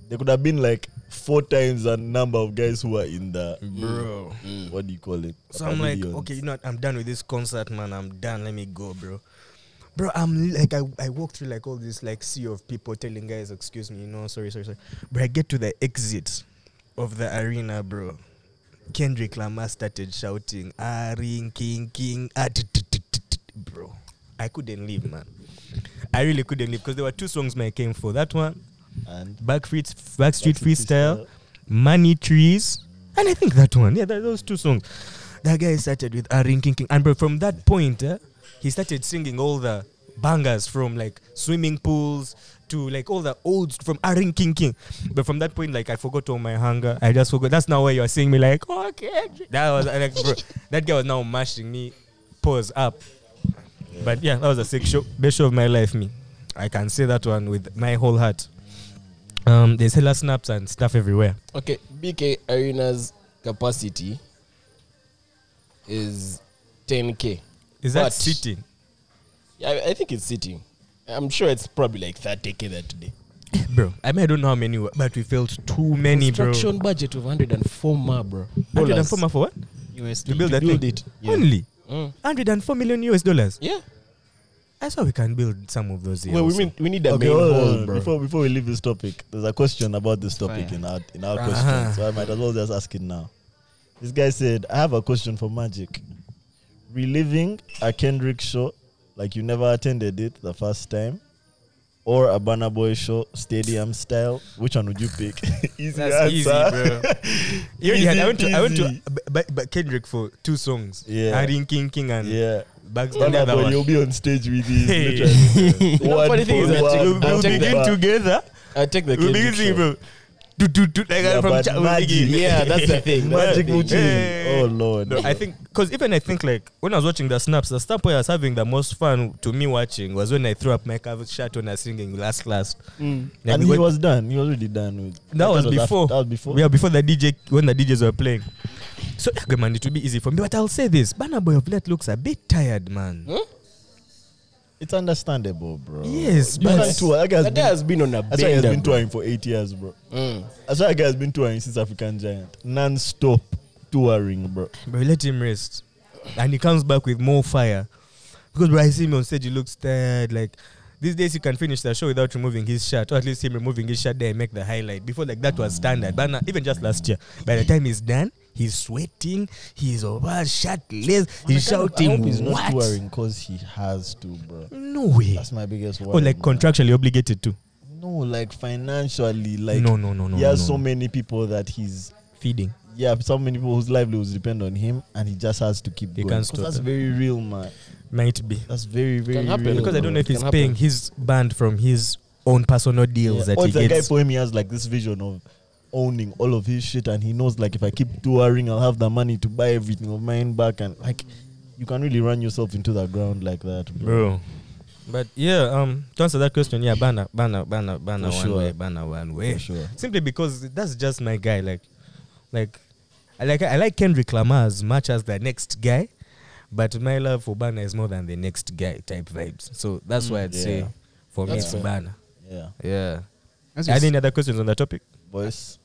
they could have been like four times the number of guys who were in the
bro.
what do you call it?
So I'm like,
Pavilions.
okay, you know what? I'm done with this concert, man. I'm done. Let me go, bro. Bro, I'm like, I, I walk through like all this like sea of people telling guys, excuse me, you know, sorry, sorry, sorry. But I get to the exit of the arena, bro. Kendrick Lamar started shouting, "Ah, ring, King, King, ah, t- t- t- t- t- bro. I couldn't leave, man. I really couldn't leave because there were two songs man, I came for. That one,
and
Backstreet, Backstreet
Backstreet
Freestyle,
Freestyle.
Money Trees, and I think that one. Yeah, tha- those two songs. That guy started with a ring king king, and bro, from that point, eh, he started singing all the bangers from like swimming pools to like all the old from a ring king king. But from that point, like I forgot all my hunger. I just forgot. That's now where you're seeing me like "Oh, okay. That was I like bro, that guy was now mashing me. Pause up. But yeah, that was a sick show. Best show of my life, me. I can say that one with my whole heart. Um, there's hella snaps and stuff everywhere.
Okay, BK Arena's capacity is 10k.
Is that
But-
sitting?
Yeah, I, I think it's sitting. I'm sure it's probably like 30k that day.
*coughs* Bro, I mean, I don't know how many, were, but we failed too many, bro.
Construction budget of 104 ma, bro.
104 ma for what?
USD.
To build that
build
thing?
it, yeah.
Only
Mm.
104 million US dollars.
Yeah.
That's how we can build some of those. here
Well, we
also.
mean we need a
okay,
main
hold on,
hall, bro.
before before we leave this topic, there's a question about this topic
Fire.
in our in our
Uh-huh.
question, so I might as well just ask it now. This guy said, "I have a question for Magic. Reliving a Kendrick show, like you never attended it the first time, or a Banner Boy show, stadium style. Which one would you pick? *laughs* easy
That's easy,
*laughs*
answer.
bro. *laughs* You already had- I went to, I went to
Easy,
but, but Kendrick for two songs.
Yeah.
Haring King King
*laughs*
and
yeah,
Bugs Bunny.
Banner
other
Boy,
one.
you'll be on stage with these.
Hey. *laughs*
literally.
No,
One
funny thing is
for
that
one,
you-
back
you
to
begin
back.
together.
I take the
We'll
Kendrick
begin
show.
singing, bro. Do, do, do, like
Yeah,
from
but
Cha- we'll
magic.
begin. *laughs*
Yeah, that's the thing. That's the
Magic
thing.
Mujin.
Hey.
Oh lord.
No, I think because even I think like when I was watching the snaps, the snap where I was having the most fun to me watching was when I threw up my cover shirt when I was singing last last.
Mm.
and he was done. He was already done with.
that was
after-
before.
that was before.
Yeah, before the DJ when the DJs were playing. So yeah, man, it would be easy for me. But I'll say this: Banner Boy of late looks a bit tired, man.
It's understandable, bro.
Yes,
You
but-
can't tour. That guy has
That guy
been,
has been on a
that's why he has
bender.
been
bro.
touring for eight years, bro.
Mm.
That's why that guy has been touring since African Giant, non-stop touring, bro.
But we let him rest, and he comes back with more fire. Because when I see him on stage, he looks tired. Like these days, he can finish the show without removing his shirt, or at least him removing his shirt there and make the highlight. Before, like that was standard. But now, even just last year, by the time he's done, he's sweating, he's over shirtless, he's
I
shouting,
hope he's not
"What?
touring because he has to, bro.
No way!"
That's my biggest worry.
Or Oh, like
bro.
contractually obligated to.
No, like financially, like
no, no, no, no.
he has
no,
so
no.
many people that he's
feeding.
yeah, so many people whose livelihoods depend on him, and he just has to keep
He
going.
can't
'Cause
stop
that's
it.
very real, man.
Might be.
That's very, very
happen.
real.
Because I
bro.
don't know if
It
he's
can
paying
happen.
his band from his own personal deals that
or
he
it's a guy
gets.
for him, he has like this vision of owning all of his shit, and he knows like if I keep touring, I'll have the money to buy everything of mine back, and like you can really run yourself into the ground like that, bro.
bro. But yeah, um, to answer that question, yeah, banner, banner, banner, banner,
For
one
sure.
way, banner, one way.
For sure.
Simply because that's just my guy. Like, like, I like I like Kendrick Lamar as much as the next guy, but my love for banner is more than the next guy type vibes. So that's why I'd say
Mm, yeah.
for me
That's
it's
fair.
banner.
Yeah,
Yeah.
As we, s-
Any other questions on the topic?
boys.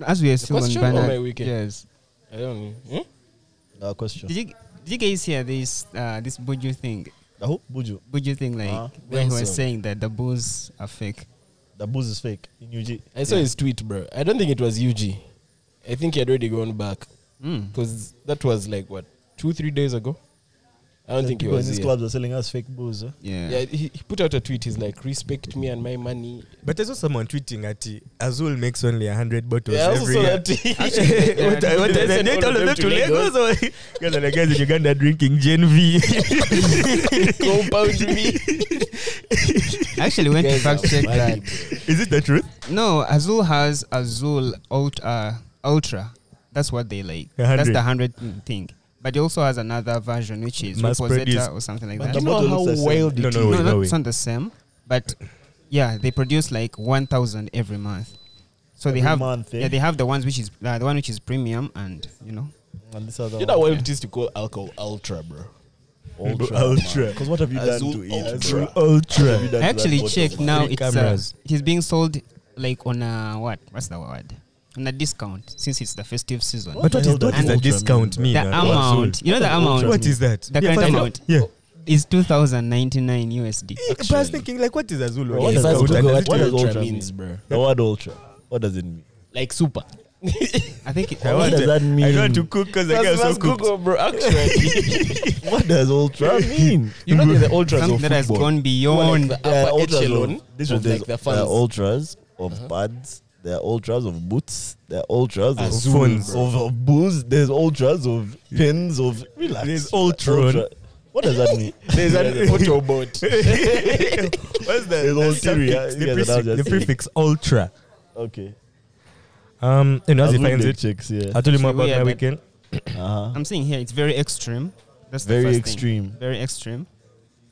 as we are still on
question or
banner.
my weekend?
Yes.
I don't know. Hmm?
Uh, question.
Did you did you guys hear this uh, this Buju thing?
The who? Buju.
Buju thing like
Uh-huh.
Uh,
where he
Benson.
was saying that the bulls are fake.
The booze is fake in UG.
I saw his tweet, bro. I don't think it was UG. I think he had already gone back
Mm.
because that was like what two, three days ago. I don't think he
people in
was
these
here.
clubs are selling us fake booze. eh? Huh?
Yeah.
Yeah, he, he put out a tweet. He's like, "Respect me and my money."
But I saw someone tweeting at the- Azul makes only hundred bottles
Yeah, I also
every
saw
year.
that
*laughs*
tweet. *laughs*
What-
Yeah.
what- they
They send
date
all
all of them to Lagos or guys are the guys in Uganda drinking Gen V. *laughs*
Compound me.
I actually went to
Guys are
fact check
funny,
that.
bro.
Is it the truth?
No, Azul has Azul Ultra. Ultra. That's what they like.
A hundred.
That's the hundred thing. But it also has another version which is
Mass produced.
Reposeta or something like
But
that.
the
You know
bottle
how
looks the same.
wild
No,
it
no, wait,
is?
no,
no,
not,
wait.
it's not the same. But yeah, they produce like one thousand every month. So
Every
they have
month, eh?
yeah they have the ones which is uh, the one which is premium and you know
And this other
You know how
one.
wild it is to call alcohol ultra, bro.
Ultra.
Ultra.
Because what have you done
Azul
to it?
Ultra.
bro? What have
Ultra.
you done to
I actually
that bottle,
checked
man?
now
Three
it's uh,
cameras.
he's being sold like on a what what's the word on a discount since it's the festive season
What
But what
the
is
hell
what
does
is the
Ultra
discount
mean,
mean?
the
uh, to
amount
Azul?
you know the amount
What is that?
The current
find out.
amount.
Yeah.
is 2099 USD
But I was thinking like what is Azul?
Bro, what does
First
Ultra-
Google what
what does
ultra
ultra
means,
mean?
bro.
The word ultra. What does it mean?
Like super.
I think it,
I want
does
to-
that
I don't want to
mean?
cook because I
First-
get so
first
cooked.
Google, bro.
*laughs*
Actually,
What does ultra mean? Uh,
you know they're the ultras
something
of
that has
football.
gone
Well,
beyond
like the upper
ultras
echelon
Of, this
of
was
like the
the
fans.
There are ultras of pads. There are ultras of boots. There are ultras of
Azul,
phones,
bro.
of, of booze. There's ultras of pins, of relax.
There's Ultron.
What does that *laughs* mean?
There's an autobot. *laughs*
What's
There's ulterior.
suffix?
Yeah, that I was
The
just saying.
prefix ultra.
Okay.
Um, you know, as he
Azul
finds
they
it,
checks, yeah.
I'll tell you more
So
about
we
my
are-
weekend.
Uh-huh.
I'm seeing here it's very extreme that's the
Very
first thing.
extreme.
very extreme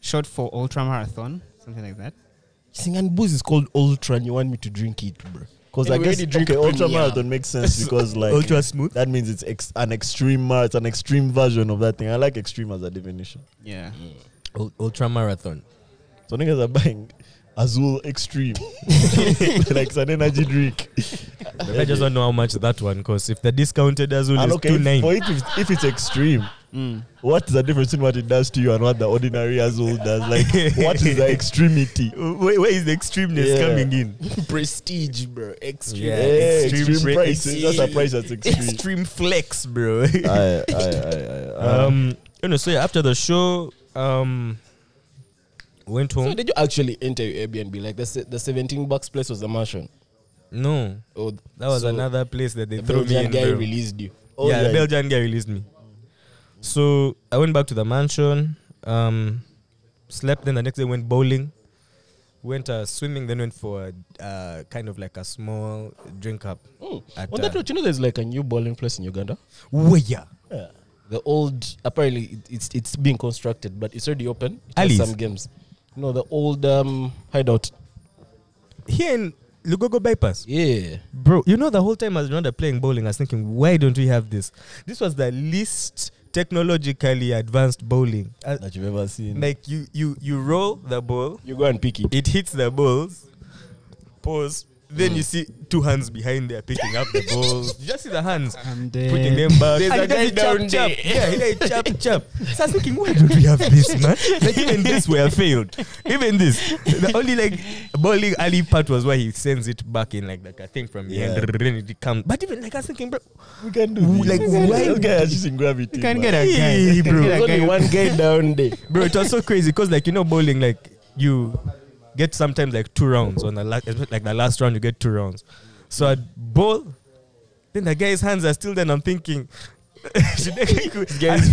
short for ultra marathon something like that
Singan booze is called ultra, and you want me to drink it, bro?
Because
And
I
we
guess
already drink
okay, ultra
premium.
marathon makes sense because like
Ultra smooth.
that means it's ex- an extreme mar- it's an extreme version of that thing. I like extreme as a definition.
Yeah.
Ul- Ultra marathon.
So niggas are buying Azul Extreme, *laughs* like it's an energy drink.
I just don't know how much that one costs. If the discounted Azul
And
is
okay,
two
if,
nine,
for it, if, if it's extreme, what's the difference in what it does to you and what the ordinary Azul does? Like, what is the extremity?
where, where is the extremeness
Yeah.
coming in?
Prestige, bro. Extreme.
Yeah,
Yeah,
extreme
extreme,
price.
prices. That's a price that's extreme.
Extreme flex, *laughs* bro.
uh,
aye, aye, aye, aye, aye.
um, you know, so yeah, after the show, um, went
So
home.
did you actually enter your Airbnb? Like the se- the 17 bucks place was the mansion.
No,
Oh,
that was
so
another place that they
The
threw me
Belgian
in.
guy
bro.
released you.
Oh,
yeah,
yeah.
the Belgian guy released me. So I went back to the mansion, um, slept. Then the next day went bowling, went uh, swimming. Then went for a, uh, kind of like a small drink up.
Mm.
At,
On that
uh,
note, you know there's like a new bowling place in Uganda.
Where yeah,
Yeah.
The old, apparently it, it's it's being constructed, but it's already open. It has
Ali's?
some games. No, the old um, hideout.
here in Lugogo bypass.
Yeah.
Bro, you know the whole time I was not playing bowling, I was thinking, why don't we have this? This was the least technologically advanced bowling. Uh,
That you've ever seen.
like you, you, you roll the ball,
You go and pick it.
it hits the balls, pause. Then you see two hands behind there picking up the balls. You just see the hands
I'm
putting them
dead.
back.
There's
And
a
he does it
guy
chap,
down
chap.
there.
Yeah, he does it chap, chap. So I was thinking, why don't we have this, man? Like even this we have failed. Even this. The only like bowling alley part was why he sends it back in like like a thing from behind.
Yeah.
Then it comes. But even like I was thinking, bro,
we can do this.
like, why-
This guy is using gravity.
You can
man.
get a guy.
Hey,
You can
bro.
get
There's
a guy
only
who-
one
*laughs*
guy down there.
bro, it was so crazy because like you know bowling like you get sometimes like two rounds on the last like the last round you get two rounds. So I bowl, then the guy's hands are still there, and I'm thinking. *laughs*
guy's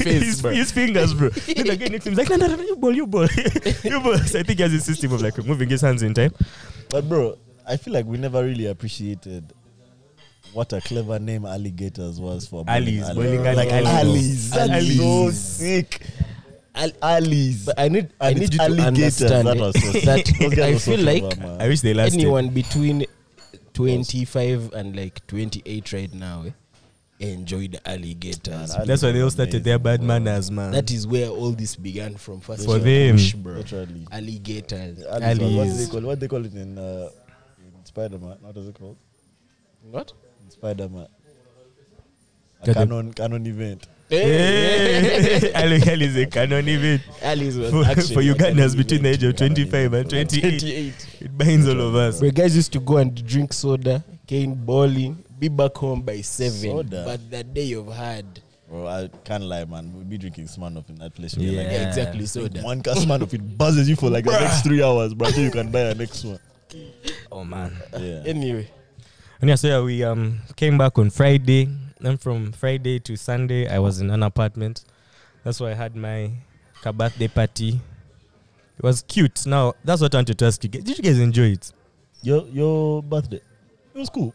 face,
his,
bro.
his fingers, bro. Then the guy next to him is like, no, no, no, no, you bowl, you bowl, *laughs* you bowl. So I think he has a system of like moving his hands in time.
But bro, I feel like we never really appreciated what a clever name alligators was for
Alleys, bowling
like
alley.
alleys. That
Alleys. Oh,
is so sick. Al- alleys.
But I need I
And
need
it's
you to
alligators.
understand
That was so- Those
that
guys
I
were so
feel like
clever, man.
I wish they lasted.
anyone between 25 and like 28 right now eh, enjoyed alligators.
Man,
That's why they all started their bad
Amazing,
manners, man.
That is where all this began from. First
For
of all,
them.
push, bro.
Literally.
Alligators.
Alleys. was- What do
Alleys.
they call? What they call it in, uh, in Spider Man? What is it called?
What?
In Spider Man. A
Got them.
canon canon event.
*laughs* Hey, Ali Ali is a canon event
*laughs* Allies was
for,
actually
for
a
Ugandans
canon
between the age
event.
of 25 and 28.
28.
It binds all of us.
Where guys used to go and drink soda, cane bowling, be back home by 7.
Soda?
But the day you've had,
Bro, I can't lie, man. We'll be drinking Smirnoff in that place. We'll be
Yeah.
like,
yeah, exactly, soda.
One cast man if it buzzes you for like the next three hours, bro. Until you can buy the next one.
Oh man.
Yeah.
*laughs*
Anyway,
And yeah, so yeah, we um came back on Friday. Then from Friday to Sunday, I was in an apartment. That's why I had my ka- birthday party. It was cute. Now that's what I wanted to ask you. guys. Did you guys enjoy it?
Your your birthday. It was cool.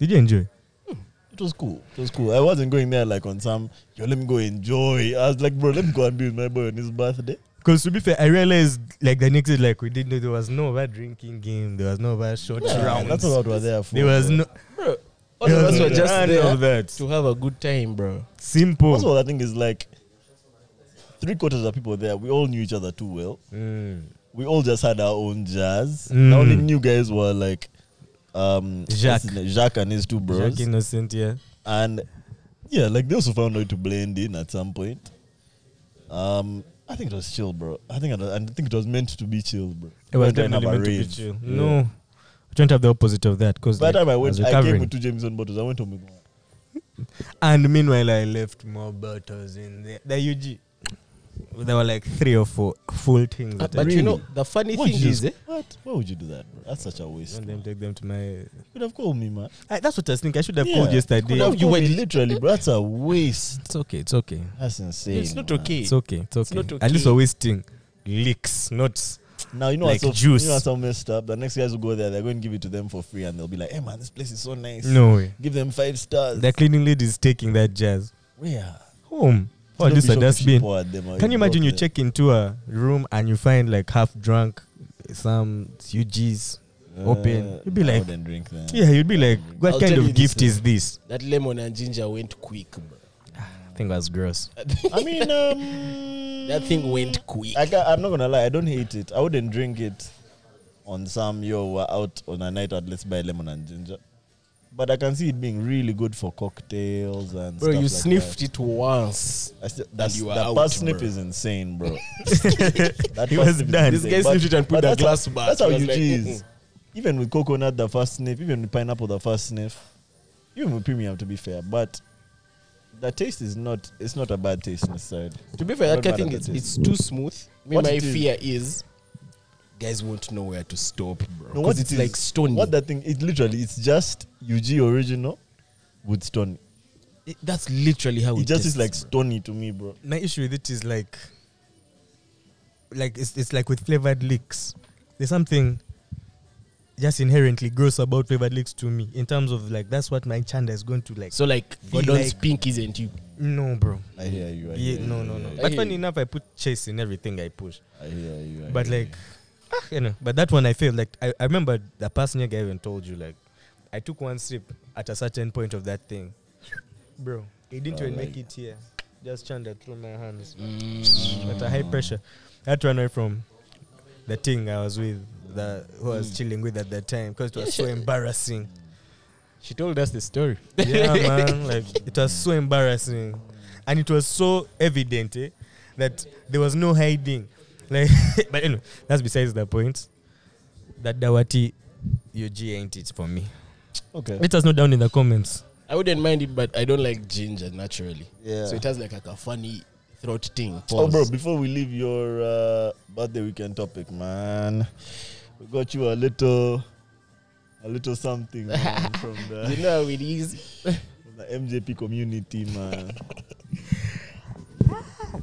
Did you enjoy?
It was cool. It was cool. I wasn't going there like on some yo, let me go enjoy. I was like, bro, let me go and be with my boy on his birthday.
Because to be fair, I realized like the next day, like we didn't know there was no bad drinking game. There was no bad short rounds.
That's what we're there for.
there was
bro.
no.
bro, all of us
there
were
was
just
none
there
of that.
to have a good time, bro.
Simple.
Also, I think is like three quarters of people there, we all knew each other too well.
Mm.
We all just had our own jazz.
Mm.
The only new guys were like um what's
Jacques.
his name? Jacques and his two bros.
Jack Innocent, yeah.
and yeah, like they also found a way to blend in at some point. Um, I think it was chill, bro. I think it was, I think it was meant to be chill, bro.
It was
We're trying
definitely
have a
meant to be
rave.
chill.
Yeah.
No, I don't have the opposite of that because
By the time I
was
went, I came
recovering.
with two Jameson bottles. I went home with one.
and meanwhile I left more bottles in the, the UG. There were like three or four full things.
But
that I
you know,
drank.
the funny
Why would
thing
you
is, eh,
just- what? Why would you do that, bro? That's such a waste.
And
man.
then take them to my.
You could have called me, man.
I, that's what I was thinking. I should have
Yeah.
called yesterday.
Could have
You
called
were
me
lit-
literally, bro. That's a waste.
It's okay. It's okay.
That's insane.
it's not
man.
okay.
It's okay. It's okay.
not
At least
okay.
we're wasting leaks, not.
Now you know
Like
what's so,
juice.
You know what's so messed up. The next guys will go there. They're going to give it to them for free, and they'll be like, "Hey, man, this place is so nice.
No way.
Give them five stars."
The cleaning lady is taking that jazz
Where?
home. Oh,
Don't
this
be
a
shocked if she
dustbin.
poured them out.
Can you imagine you
Okay.
check into a room and you find like half drunk some UGs open. You'd be like,
Uh, I wouldn't drink that.
yeah, you'd be like, what
I'll
kind
tell you
of
this,
gift is this? uh,
That lemon and ginger went quick, bro.
I think that's gross.
I mean, um,
That thing went quick.
I ca- I'm not gonna lie. I don't hate it. I wouldn't drink it on some yo. We're out on a night out. Let's buy lemon and ginger. But I can see it being really good for cocktails and.
bro,
stuff
you
like
sniffed it once.
That. I still, that's,
you were
that
out,
past sniff
bro.
is insane,
*laughs*
bro. that
He
first
was
sniff is
done.
insane.
This guy
But-
sniffed it and put
but
the
that's
glass
how,
back.
That's how
He was
you
like,
cheese. Even with coconut, the first sniff. Even with pineapple, the first sniff. Even with premium, to be fair, but the taste is not. It's not a bad taste necessarily.
To be fair,
Not
that guy
bad
thing
at
is
it.
it's too smooth. Me,
What
my
it is-
fear is guys won't know where to stop, bro.
No,
'Cause
what
it's
it is-
like stony.
What that thing? It literally, it's just UG original with stony.
It- that's literally how it,
It just
tastes,
is like
bro.
stony to me, bro.
My issue with it is like, like it's, it's like with flavored licks. There's something just inherently gross about flavored licks to me. In terms of like, that's what my chanda is going to like.
So like
Feel
Gordon's
like-
pink isn't you.
no, bro.
I hear you. I
Yeah,
hear
no,
you,
no,
I
no.
hear
But
hear
funny
you.
enough, I put chase in everything I push.
you, I hear you. I
But
hear
like, ah, you know. But that one I failed. Like I, I remember the past nigga even told you like, I took one sip at a certain point of that thing, bro. It didn't
Bro,
even
like-
make it here. Just chanda through my hands at a high pressure. That ran away from the thing I was with, the who I was
Hmm.
chilling with at that time, because it was so embarrassing.
She told us the story.
Yeah,
*laughs*
man. Like it was so embarrassing, and it was so evident eh, that there was no hiding. *laughs* Like, but anyway, that's besides the point. That Dawati UG ain't it for me.
you. Okay.
Let us know down in the comments.
I wouldn't mind it, but I don't like ginger naturally.
Yeah.
So it has like, a funny throat thing.
Oh, bro!
Pause.
Before we leave your uh, birthday weekend topic, man, we got you a little, a little something man, from
You
the,
know how it is.
from the MJP community, man.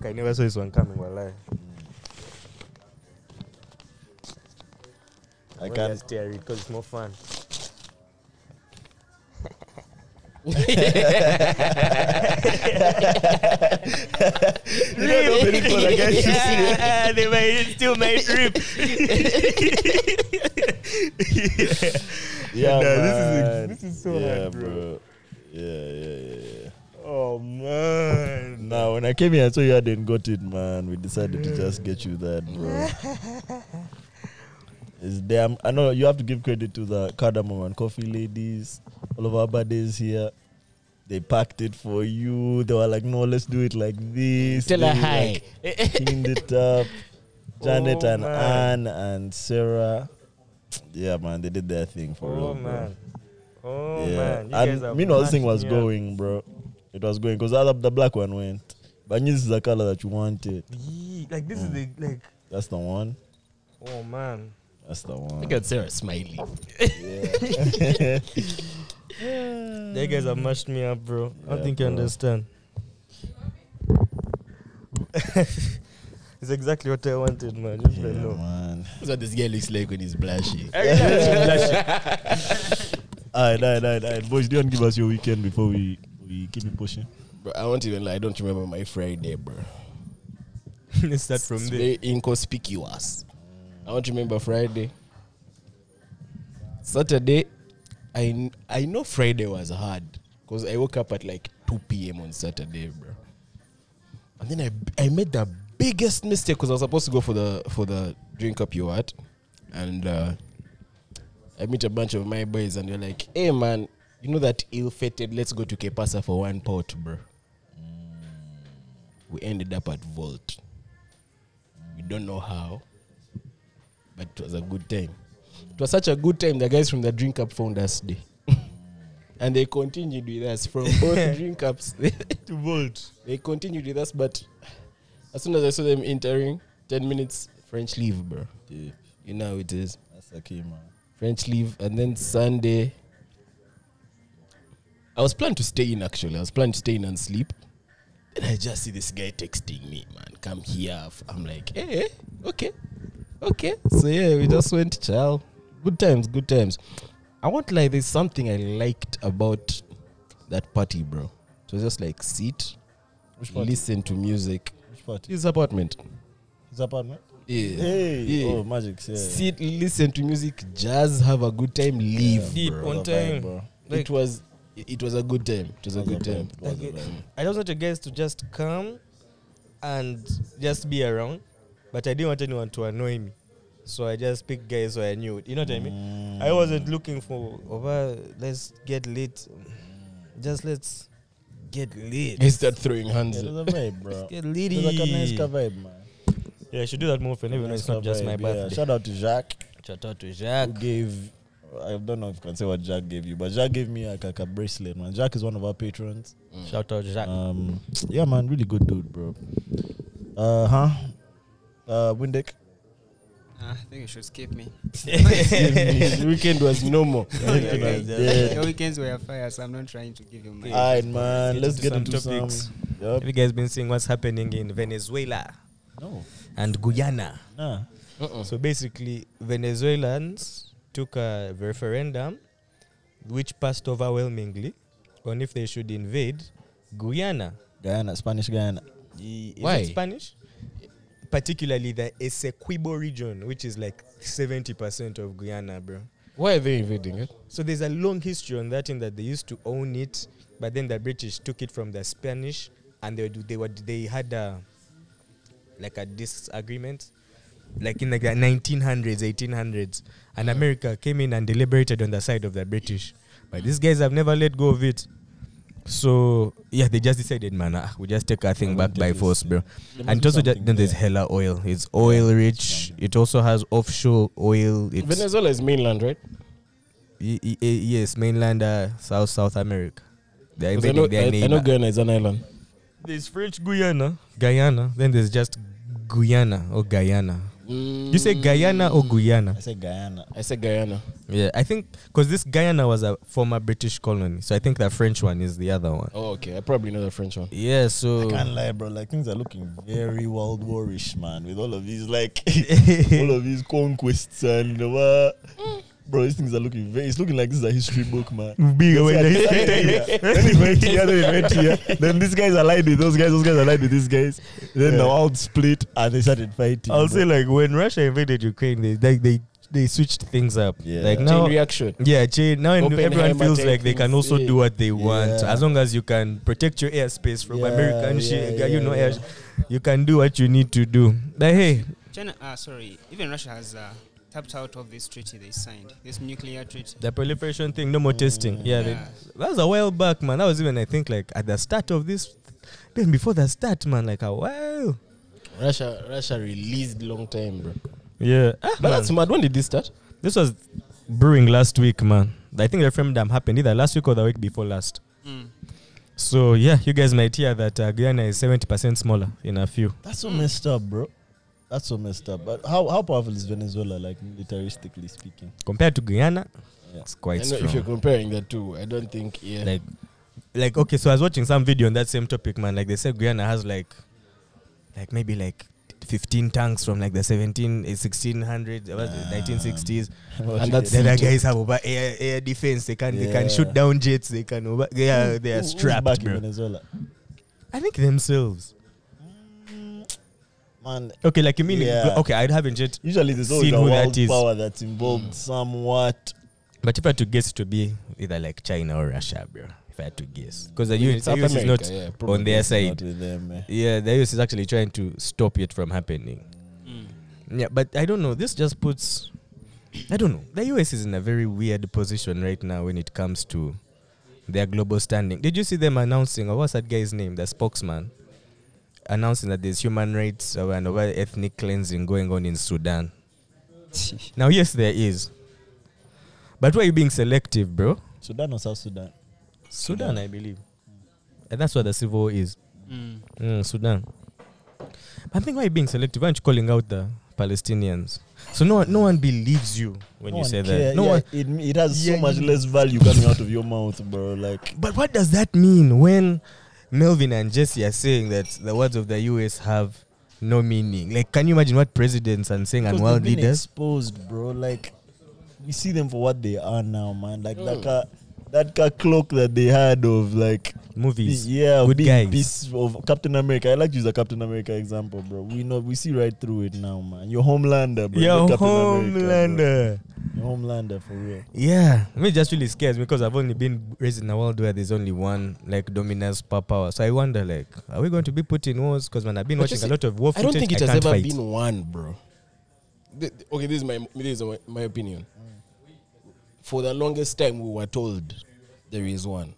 I never saw this one coming. Wallahi.
I can't.
tear it because it's
*laughs*
more fun.
You don't know many people that get you see.
they might still might rip.
Yeah,
Nah, this is-
man.
this is so
yeah,
hard, bro.
Yeah, yeah, yeah, yeah.
Oh man.
Now, when I came here, I saw you hadn't got it, man. We decided to just get you that, bro.
*laughs*
It's damn. I know you have to give credit to the cardamom and coffee ladies, all of our buddies here. They packed it for you. They were like, no, let's do it like this.
Tell her
They,
hi.
like, cleaned it
*laughs*
up. Janet
Oh,
and
man.
Anne and Sarah. Yeah, man, they did their thing *laughs* for real.
Oh
bro.
man. Oh
Yeah.
man. You guys are
and me know this thing
mashing
was
me up.
going, bro. It was going because the, the black one went. But I knew this is the color that you wanted.
Yee, Like this is the like
That's the one.
oh man.
That's the one.
Look at Sarah smiling.
*laughs* They guys have mashed me up, bro. I
Yeah,
don't think you
bro.
understand. *laughs* it's exactly what I wanted, man. Just
Yeah,
let know.
man.
That's what this guy looks like when he's blushing.
All right, all right, all right, all right. Boys, do you want to give us your weekend before we, we keep it pushing?
Bro, I won't even lie, I don't remember my Friday, bro.
*laughs* Let's start from
it's
there.
very inconspicuous. I don't remember Friday. Saturday, I kn- I know Friday was hard because I woke up at like 2 p.m. on Saturday, bro. And then I b- I made the biggest mistake because I was supposed to go for the for the drink up you at, and uh, I meet a bunch of my boys and they're like, "Hey man, you know that ill-fated? Let's go to Kepasa for one pot, bro." We ended up at Vault. We don't know how, but it was a good time. It was such a good time. The guys from the drink up found us day. *laughs* and they continued with us from both drink ups. *laughs*
To Volt.
they continued with us, but as soon as I saw them entering, 10 minutes, French leave, bro.
Yeah,
You know how it is.
that's the key, man.
French leave, and then Sunday. I was planning to stay in actually. I was planning to stay in and sleep. Then I just see this guy texting me, man, come here. I'm like, hey, okay, okay. So yeah, we just went, chill. Good times, good times. I won't lie, there's something I liked about that party, bro. It was just like sit,
Which party?
listen to music.
Which party?
His apartment.
His apartment?
Yeah.
Hey,
Yeah.
oh, magic. Yeah.
Sit, listen to music, jazz, have a good time, leave.
Yeah,
Deep
bro,
on
the vibe,
time.
bro.
Like-
it was it was a good time. It was a good time.
It was a
Like,
vibe.
I just want you guys to just come and just be around, but I didn't want anyone to annoy me. So I just picked guys who I knew. You know what I mean? I wasn't looking for over. Let's get lit. Just let's get lit.
They start throwing hands.
It was a vibe, bro.
Get
It was like a nice
litty.
vibe, man.
Yeah, I should do that more often. Even though
Nice
it's not just
vibe,
my
yeah.
birthday.
Shout out to Jacques.
Shout out to
who
Jacques.
gave I don't know if you can say what Jack gave you, but Jack gave me like, like a bracelet, man. Jack is one of our patrons.
Shout
*laughs*
out Jacques.
Um, yeah, man, really good dude, bro. Uh huh. Uh, Windick.
Ah, I think you should skip me.
The weekend was normal.
Okay,
okay.
yeah.
*laughs* Your weekends were fire, so I'm not trying to give you my.
Alright, man. Let's get into some.
topics.
Yup.
*laughs* Have you guys been seeing what's happening in Venezuela
No.
and Guyana?
Nah.
So basically, Venezuelans took a referendum which passed overwhelmingly on if they should invade Guyana.
Guyana, Spanish Guyana.
I- Is
Why?
it Spanish? Particularly the Essequibo region, which is like 70% of Guyana, bro.
Why are they invading it?
So there's a long history on that in that they used to own it, but then the British took it from the Spanish, and they would- they were they had a like a disagreement, like in like the 1900s, 1800s, and America came in and deliberated on the side of the British, but these guys have never let go of it. So yeah, they just decided, man, ah, we just take our thing back by force, bro. And it also just, then there's hella oil. It's oil rich. It also has offshore oil. It's
Venezuela is mainland, right?
Y- y- y- eh, yes, mainland uh, South South America. They're
'Cause I know,
invading their uh,
I, I know
neighbor.
Guyana is an island.
There's French Guyana, Guyana. Then there's just Guyana or Guyana. You say Guyana or Guyana?
I said Guyana.
Mm, I said Guyana.
Yeah, I think because this Guyana was a former British colony, so I think the French one is the other one.
Oh, okay. I probably know the French one.
Yeah,
I
so
can't lie, bro. Like things are looking very world warish, man. With all of these like
*laughs*
all of these conquests and what, bro. These things are looking very. It's looking like this is a history book,
*laughs*
man.
big
It's like he started here, then he went here, then he went here. Then these guys allied with those guys. Those guys allied with these guys. Then the world split and they started fighting.
I'll
bro.
say like when Russia invaded Ukraine, they they they, they switched things up.
Yeah.
Like
Chain
now,
Chain reaction.
Yeah, Jay, now in- everyone
Oppenheimer
feels
type
like they can
things,
also
yeah.
do what they want
Yeah.
as long as you can protect your airspace from
Yeah,
American
yeah,
shit.
yeah,
you know,
yeah.
air- you can do what you need to do. But hey,
China, ah, sorry, even Russia has uh, tapped out of this treaty they signed, this nuclear treaty.
the proliferation thing, no more testing.
Mm.
Yeah,
Yeah.
they- that was a while back, man. That was even I think like at the start of this, even before the start, man, like a while.
Russia, Russia released long time, bro.
Yeah, Ah,
But
man.
that's mad. When did this start?
this was brewing last week, man. I think the referendum happened either last week or the week before last.
Mm.
So yeah, you guys might hear that uh, Guyana is seventy percent smaller in a few.
that's so messed up, bro. That's so messed up. But how how powerful is Venezuela, like militaristically
*laughs*
speaking?
compared to Guyana,
Yeah.
it's
I
quite
know if you're
strong.
comparing the two, I don't think. Yeah.
Like, like okay, so I was watching some video on that same topic, man. Like they said, Guyana has like, like maybe like 15 tanks from like the 17, 1600, what was it, 1960s.
And that's-
The other guys have over air, air defense. They can they can shoot
Yeah.
down jets. They can over. They are they
Who-
are
who's
strapped,
back in
bro.
Venezuela.
I think themselves.
Man,
Okay, like you mean
Yeah.
okay? I'd haven't yet.
usually there's always
Seen
a
who that
world
is. Mm.
power that's involved somewhat.
But if I had to guess, it would be either like China or Russia, bro. If I had to guess, because the US,
It's
the
South
US is not
America, yeah,
on
probably.
their
Not
side.
with them, eh.
Yeah, the US is actually trying to stop it from happening. Yeah, but I don't know. This just puts, I don't know. The US is in a very weird position right now when it comes to their global standing. Did you see them announcing, or what's that guy's name, the spokesman, announcing that there's human rights uh, and over ethnic cleansing going on in *laughs* Sudan? Now, yes, there is. But why are you being selective, bro?
Sudan or South Sudan?
Sudan, I believe. And that's what the civil war is.
Mm.
Mm, Sudan. But I think why you being selective? Why aren't you calling out the Palestinians? So no one, no one believes you when
No
you
one
say
care.
that. No
Yeah,
one.
it, it has
Yeah,
so much
you-
less value coming out of your mouth, bro. Like,
But what does that mean when Melvin and Jesse are saying that the words of the US have no meaning? Like, can you imagine what presidents and saying and
because
world
they've been
leaders?
Mm.
exposed, bro. Like, we see them for what they are now, man. Like, like uh, that ca- cloak that they had of like
Movies.
yeah,
Good
big
guys.
piece of Captain America. I like to use a Captain America example, bro. We know we see right through it now, man. Your Homelander, bro.
Yo,
Your Captain America, bro.
Homelander.
Your Homelander for real.
Yeah, I mean, it just really scares me because I've only been raised in a world where there's only one like dominant superpower. So I wonder, like, are we going to be put in wars? Because when I've been
But you
watching
see,
a lot of war
I
footage,
don't think it has
can't
ever
fight.
been one, bro. Th- th- Okay, this is my this is my, my opinion. For the longest time, we were told there is one,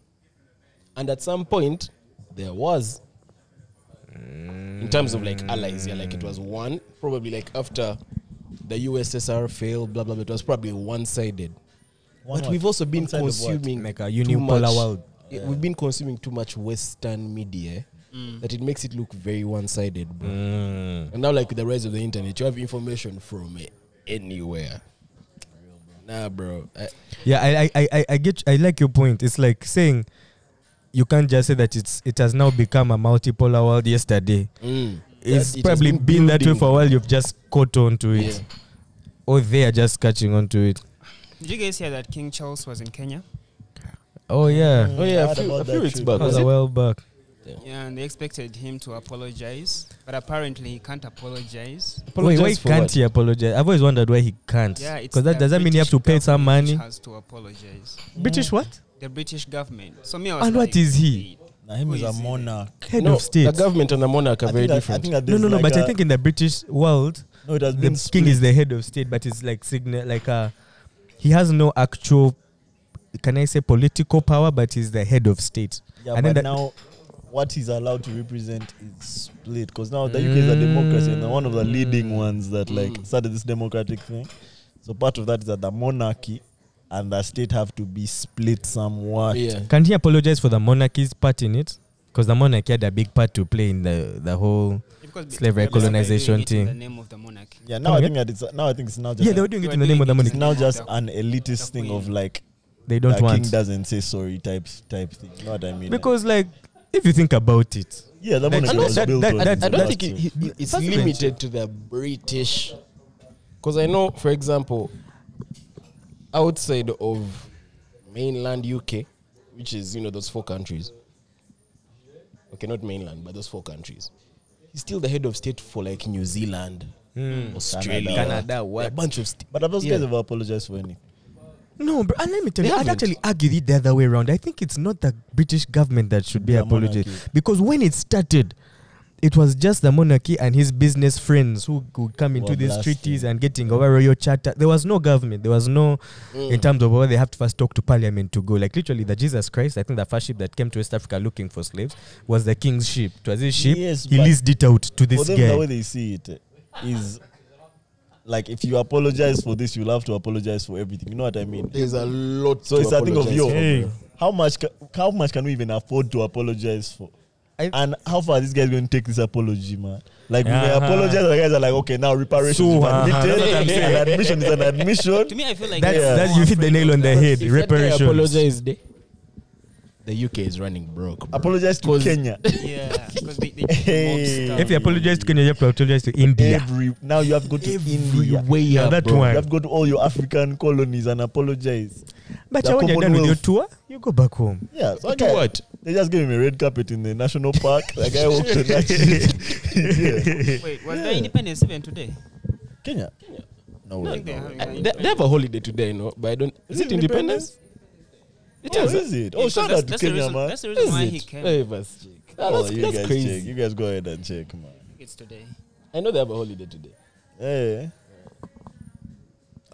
and at some point, there was. In terms of like allies, yeah, like it was one. Probably like after the USSR failed, blah blah blah. It was probably one-sided.
One
but
what?
we've also been
One side of what?
consuming
Like a
too
unipolar
much-
world.
Yeah, Mm. We've been consuming too much Western media that it makes it look very one-sided, bro.
Mm.
And now, like with the rise of the internet, you have information from eh, anywhere. Nah, bro. I,
Yeah, I, I, I, I get. I like your point. It's like saying you can't just say that it's it has now become a multipolar world. Yesterday,
mm,
it's
That- it has
probably been, that way
building.
for a while. You've just caught on to it,
Yeah.
or they are just catching on to it.
Did you guys hear that King Charles was in Kenya?
Oh yeah,
Oh yeah,
I
a few,
heard
a
about
few
that
weeks
too.
back.
that was
Was
a
it?
while back.
Yeah, and they expected him to apologize, but apparently he can't apologize.
Wait, why
Apologize for
can't
what?
he apologize? I've always wondered why he can't.
Yeah, it's
because that
the
does that mean you have to
British
pay some
government which Mm.
money?
Has to apologize.
British what?
The British government. So me, I was
And what
like,
is he?
Now him
Who
is a
is he?
monarch.
Head
no,
of state.
The government and the monarch are
I
very
think that- I
different.
think that
no,
there's
no, no.
like
but
a,
I think in the British world,
no, it has
the
been
king
split.
is the head of state, but it's like signal like uh he has no actual can I say political power, but he's the head of state.
Yeah,
and then
but
that-
now what he's allowed to represent is split because now the UK is
Mm.
a democracy and they're one of the leading ones that like started this democratic thing. So part of that is that the monarchy and the state have to be split somewhat.
yeah.
Can't he apologize for the monarchy's part in it? Because the monarchy had a big part to play in the the whole.
Because be-
Slavery,
they were doing
colonization
it in
thing.
The name of the monarch.
Yeah, now I think that it's now I think it's now just
Yeah, they were
it's
doing
They
it
were
in the name of the
doing it
monarchy.
in
now
the
just
name of
an elitist
the
thing of
queen.
like
They don't
the king
want
doesn't say sorry type type thing. You know what I mean?
because like if you think about it,
yeah, the
Like,
monarchy
and
was
that-
built
that-
on
that-
I don't
That's
think it,
too.
it- it's
That's
limited to the British. Because I know, for example, outside of mainland UK, which is, you know, those four countries. Okay, not mainland, but those four countries. He's still the head of state for like New Zealand, Australia,
Hmm. Canada, what?
a bunch of st-
But have those
Yeah.
guys ever apologized for anything?
No, bro, and let me tell
They
you, I'd
haven't.
actually argue it the other way around. I think it's not the British government that should be
The
apologized
monarchy.
because when it started, it was just the monarchy and his business friends who could come into
Were
these
blasting.
treaties and getting over royal charter. There was no government. There was no, in terms of where they have to first talk to parliament to go. Like literally, the Jesus Christ, I think the first ship that came to West Africa looking for slaves was the king's ship. It was his ship.
Yes,
he
but
leased it out to
for
this
them, the way
guy.
they see it eh, is like if you apologize for this, you'll have to apologize for everything. You know what I mean?
There's a lot.
So
to
it's a thing of
apologize
yo.
for,
Hey.
bro.
How much? Ca- how much can we even afford to apologize for?
I-
and how far are these guys going to take this apology, man? Like when
Uh-huh.
they apologize, the guys are like, okay, now reparations
So,
is
uh-huh.
admitted,
That's what I'm saying.
an admission is an
To
admission.
me, I feel like
That's,
they're
that's
more
you hit the
afraid
nail
of
on the
that.
head.
If that guy
Reparations.
apologized, eh, the UK is running broke. bro.
Apologize to
'Cause- *laughs*
Kenya.
*laughs*
Yeah, because they, they
Hey.
mob
If you
stuff.
apologize to Kenya, you have to apologize to India.
Every now you have to go to India.
Way
Yeah,
up,
that
bro.
one.
You have to go to all your African colonies and apologize.
But
The
when you're done with your
Commonwealth.
tour, you go back home.
Yeah, so
To
okay.
what?
They just gave him a red carpet in the national park. *laughs* The guy walked on that shit.
*laughs*
Yeah.
Wait, was there independence even today?
Kenya. No
I
way.
think they're having
Uh,
an
oh,
They, they have a holiday today, you know, but I don't. Is, it independence? It
Oh,
is.
is it?
Yeah,
Oh,
'cause
shout
that's-
out to
that's the
Kenya,
reason-
man.
That's the reason
Is
why
it?
he came.
Hey, first check. Ah,
Oh,
that's
you
that's
guys
crazy.
check. You guys go ahead and check, man.
It's today.
I know they have a holiday today.
Hey.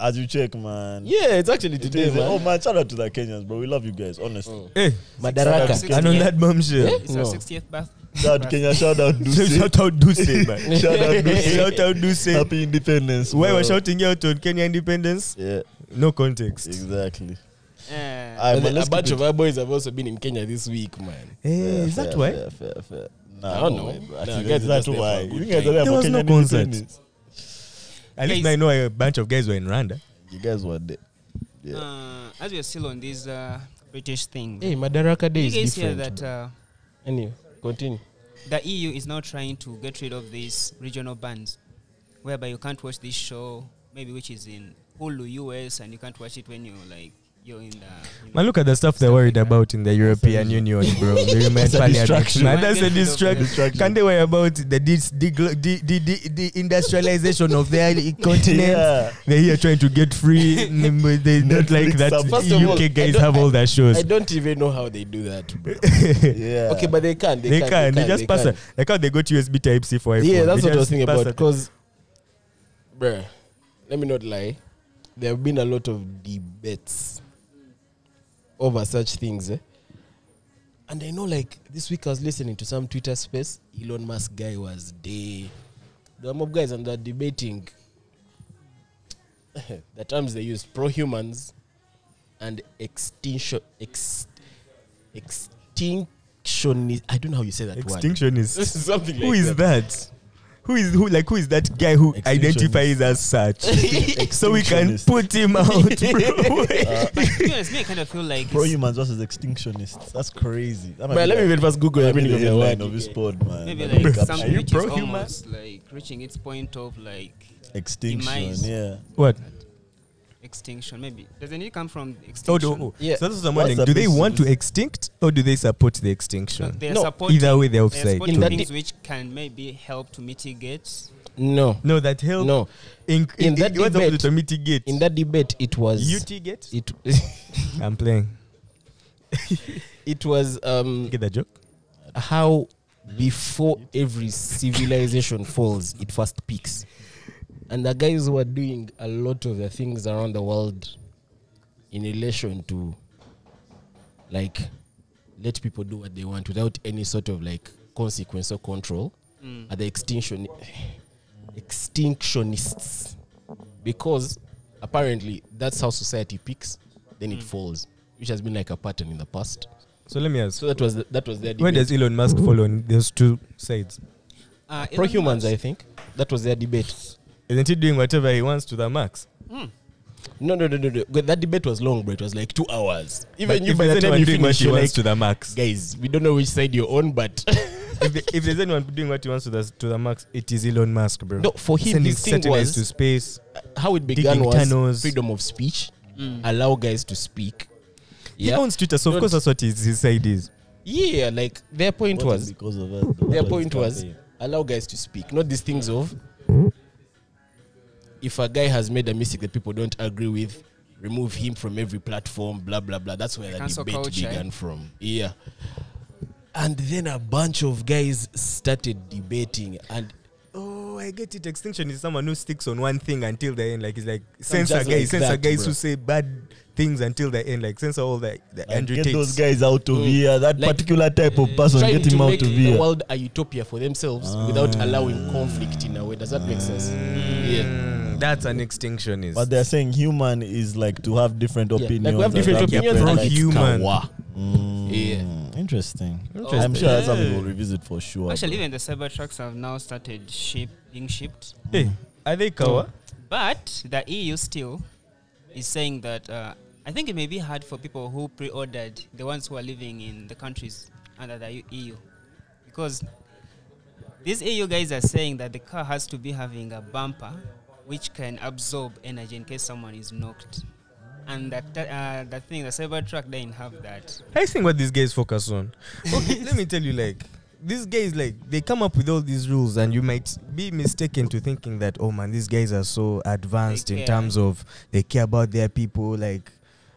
As you check, man.
Yeah, it's actually
It
today,
is.
man.
Oh, man, shout out to the Kenyans, bro. We love you guys, honestly.
Oh.
Hey,
Madaraka.
Six-
and on Eh, that bombshell,
It's
No.
our 60th birth.
Shout out Kenya,
*laughs*
shout out Duce.
shout out Duce, *laughs* man.
shout out Duce.
Shout out Duce.
Happy independence.
Why
bro.
we're shouting out on Kenya independence?
Yeah,
No context.
exactly.
Uh,
Aye,
And
man,
then a
let's keep
bunch
it
of our boys have also been in Kenya this week, man.
Hey,
Fair,
Eh, is that
fair,
why?
Fair, fair, fair. Nah,
I don't know.
way, bro.
Nah,
I think that's
guys are
that's
just there for
why.
a good
You guys are there
There
for
was no
Kenyan
concert.
independence.
At least
Guys.
I know a bunch of guys were in Rwanda.
You guys were
*laughs*
there. Yeah.
uh, as we're still on this uh, British thing,
Hey, Madaraka Day
you
is
guys hear
different.
that uh,
Anyway, continue.
the EU is now trying to get rid of these regional bans, whereby you can't watch this show, maybe which is in Hulu US, and you can't watch it when you're like you're in the.
Man, look at the stuff they're worried about in the European Union, *laughs* bro. They remain
It's a
funny
distraction.
addiction. Man, That's a distraction.
Distraction.
Can't they worry about the dis- de- de- de- de- de- industrialization of *laughs* their continent?
Yeah.
They're here trying to get
*laughs*
free. n- but they not
Netflix
like that.
up.
First of all,
UK
I
guys
don't-
have all their
I
shows.
don't even know how they do that, bro.
*laughs*
Yeah.
Okay, but they can. They,
They
can,
can. They just
they
pass.
can.
a- Like how they got USB Type C for iPhone.
Yeah, that's
They
what I was
just
thinking
pass
about.
a-
Because, bruh, let me not lie, there have been a lot of debates over such things. eh. And I know, like, this week I was listening to some Twitter space. Elon Musk guy was day. There are mob guys and they're debating *laughs* the terms they use pro humans and extinction. Ex, extinction. I don't know how you say that word.
Extinction is.
*laughs* Something like
Who is that? Who is who? Like who is that guy who
Extinction.
identifies as
*laughs*
such? so we can
Extinctionist.
put him out, bro. *laughs*
*laughs*
But to be honest, me, I kind of feel like.
Pro
it's-
humans versus extinctionists. That's crazy. That might
But
be
let me
like-
even first Google.
that
I
might
mean,
be the
the
headline
word.
of this pod, man.
Maybe
That might
like
be
Are
something
caption.
you
which is
pro-human?
almost like reaching its point of like
extinction.
demise.
Yeah.
what?
extinction. Maybe doesn't it come from
Oh,
extinction?
do, oh.
Yeah.
So that's what I'm
What's
wondering.
the
Do they
best
want to
solution?
extinct or do they support the
No,
extinction?
they're
No,
supporting,
Either way, they're
they're
offside.
supporting
In that
things
di-
which can maybe help to mitigate.
No,
No, that help.
no.
In,
In
in,
that
that what's up
debate-
to mitigate?
In that debate, it was
UT
*laughs* it
I'm playing.
it was um
Get the joke?
how before every civilization falls, it first peaks, and the guys who are doing a lot of the things around the world in relation to like let people do what they want without any sort of like consequence or control are the extinction extinctionists because apparently that's how society peaks then it falls which has been like a pattern in the past
So let me ask.
so that was the, that was their
Where
debate
does Elon Musk fall on those two sides?
Uh,
pro
Elon
humans
Musk-
i think that was their debate
Isn't he doing whatever he wants to the max?
no no no no, no. But that debate was long bro it was like 2 hours even
But
you
if
by the
there's
time
anyone
you
doing what
finish
he
you're like
wants to the max,
guys we don't know which side you're on but *laughs*
if, the- if there's anyone doing what he wants to the to the max, it is Elon Musk, bro.
no for him
Sending
his thing
satellites
was
to space.
how it began
digging
was
tunnels.
freedom of speech allow guys to speak
He
yeah
owns Twitter, so of
Don't-
course that's what his, his side is.
yeah like their point
What is
was
because of that.
Their
What is
point was
campaign?
allow guys to speak, not these things of if a guy has made a mistake that people don't agree with, remove him from every platform, blah blah blah. That's where the
Cancel
debate
culture, eh?
began from. Yeah. And then a bunch of guys started debating and
Oh, I get it. Extinction is someone who sticks on one thing until the end. Like it's like censor
just
guys,
like
censor
that,
guys
bro.
who say bad things until the end. Like censor all the, the
Like,
Andrew
get those
Tates.
guys out of
Mm.
here. That
Like, uh,
particular type of person,
trying
get him
to
out
make
of
the
here.
world a utopia for themselves without
Ah.
allowing conflict in a way. Does that make sense? Yeah.
Mm, that's an extinctionist.
But they're saying human is like to have different
Yeah.
opinions.
Like we have
and
different
have
opinions
different
and
pro
likes.
it's
human.
kawa. Yeah.
Mm, Interesting.
Interesting.
I'm sure that's something
Yeah.
we'll revisit for sure.
Actually,
bro.
even the Cybertrucks have now started ship, being shipped.
Hey, are they kawa?
But the EU still is saying that uh, I think it may be hard for people who pre ordered, the ones who are living in the countries under the E U- EU. Because these EU guys are saying that the car has to be having a bumper which can absorb energy in case someone is knocked. And that uh, the thing, the Cybertruck didn't have that.
I think what these guys focus on. Okay, let me tell you, like these guys, like they come up with all these rules, and you might be mistaken to thinking that oh man, these guys are so advanced
They
in
care.
terms of they care about their people, like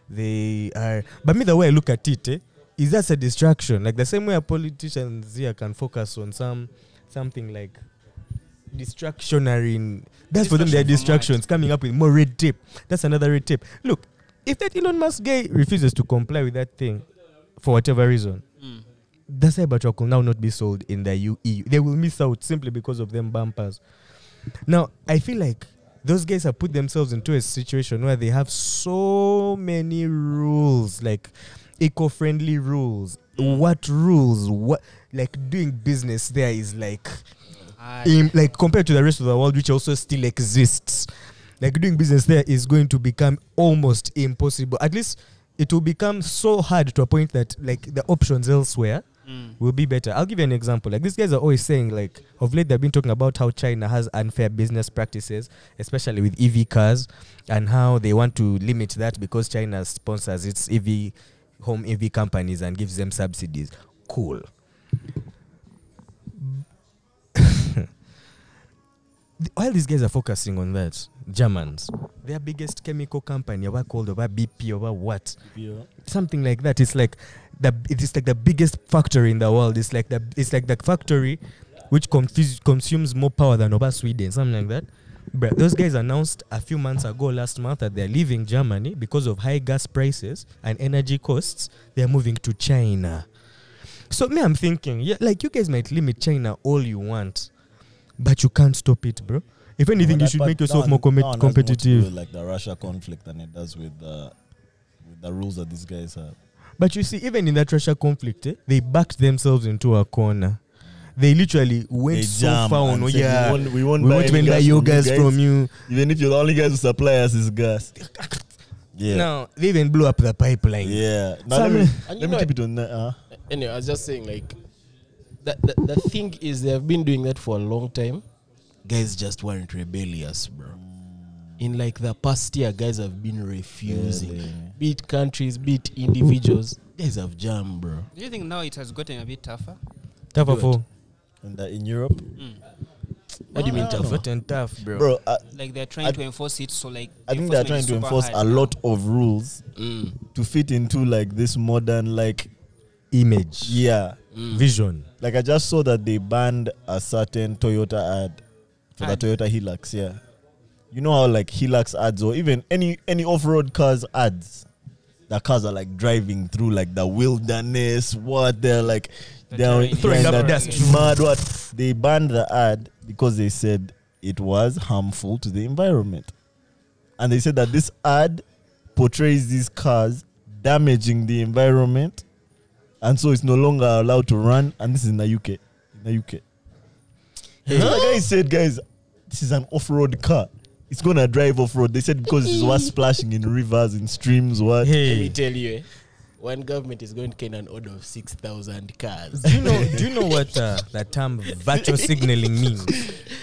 they are. But me, the way I look at it, eh, is that's a distraction. Like the same way a politicians here can focus on some something like distractionary. In, that's for them. They're
Distraction
distractions coming up with more red tape. That's another red tape. Look, if that Elon Musk guy refuses to comply with that thing for whatever reason,
Hmm.
the Cybertruck will now not be sold in the U- EU. They will miss out simply because of them bumpers. Now, I feel like those guys have put themselves into a situation where they have so many rules, like eco-friendly rules. What rules? What like doing business there is like
I-
in, like compared to the rest of the world, which also still exists, like doing business there is going to become almost impossible. At least it will become so hard to a point that like the options elsewhere
Hmm.
will be better. I'll give you an example. Like these guys are always saying, like of late, they've been talking about how China has unfair business practices, especially with EV cars, and how they want to limit that because China sponsors its EV home EV companies and gives them subsidies. Cool. The- While these guys are focusing on that, Germans, their biggest chemical company, over called over BP, over what,
Yeah.
something like that. It's like the it's like the biggest factory in the world. It's like the it's like the factory which confuse, consumes more power than over Sweden, something like that. But those guys announced a few months ago, last month, that they're leaving Germany because of high gas prices and energy costs. They're moving to China. So me, I'm thinking, yeah, like you guys might limit China all you want, but you can't stop it, bro. If anything, you
But
should
that-
make
but
yourself
that
more
one-
com-
that one has more to do
competitive.
with, like the Russia conflict than it does with the with the rules that these guys have.
But you see, even in that Russia conflict, eh, they backed themselves into a corner. They literally went
They
so
jam
far on, oh,
and say,
yeah,
we won't, we
we
won't buy
won't
any
even buy
gas
your
from you
gas
guys,
from you.
even if you're the only guys who supply us is
*laughs*
gas. Yeah,
Now, they even blew up the pipeline.
yeah. Now, let
Some-
me,
And you
let me
know-
keep it on that. Uh,
Anyway, I was just saying, like, the, the, the thing is, they have been doing that for a long time. Guys just weren't rebellious, bro. In like the past year, guys have been refusing.
Yeah.
Be it countries, be it individuals. Guys have jammed, bro.
Do you think now it has gotten a bit tougher?
Tough
Good.
for
in, the, in Europe,
What do you mean,
tough
tough?
and tough, bro.
bro. I,
Like they're trying
I-
to enforce it, so like
I think they're
enforcement
trying
is
to
super
enforce a
hard now.
lot of rules
Mm.
to fit into like this modern like
Image,
yeah.
vision.
Like I just saw that they banned a certain Toyota ad for
Ad.
the Toyota Hilux. Yeah, you know how like Hilux ads or even any any off road cars ads. The cars are like driving through like the wilderness. What they're like,
The
they're
terrain.
Throwing
they're
up
in the
dust.
Mad what? They banned the ad because they said it was harmful to the environment, and they said that this ad portrays these cars damaging the environment, and so it's no longer allowed to run. And this is in the UK. In the UK. So the guy said, guys, this is an off-road car. It's gonna drive off-road. They said because it's worth splashing in rivers, in streams, what?
Let me
Hey,
tell you, eh, one government is going to get an order of 6,000 cars. *laughs*
do you know? Do you know what uh, the term virtual signaling means?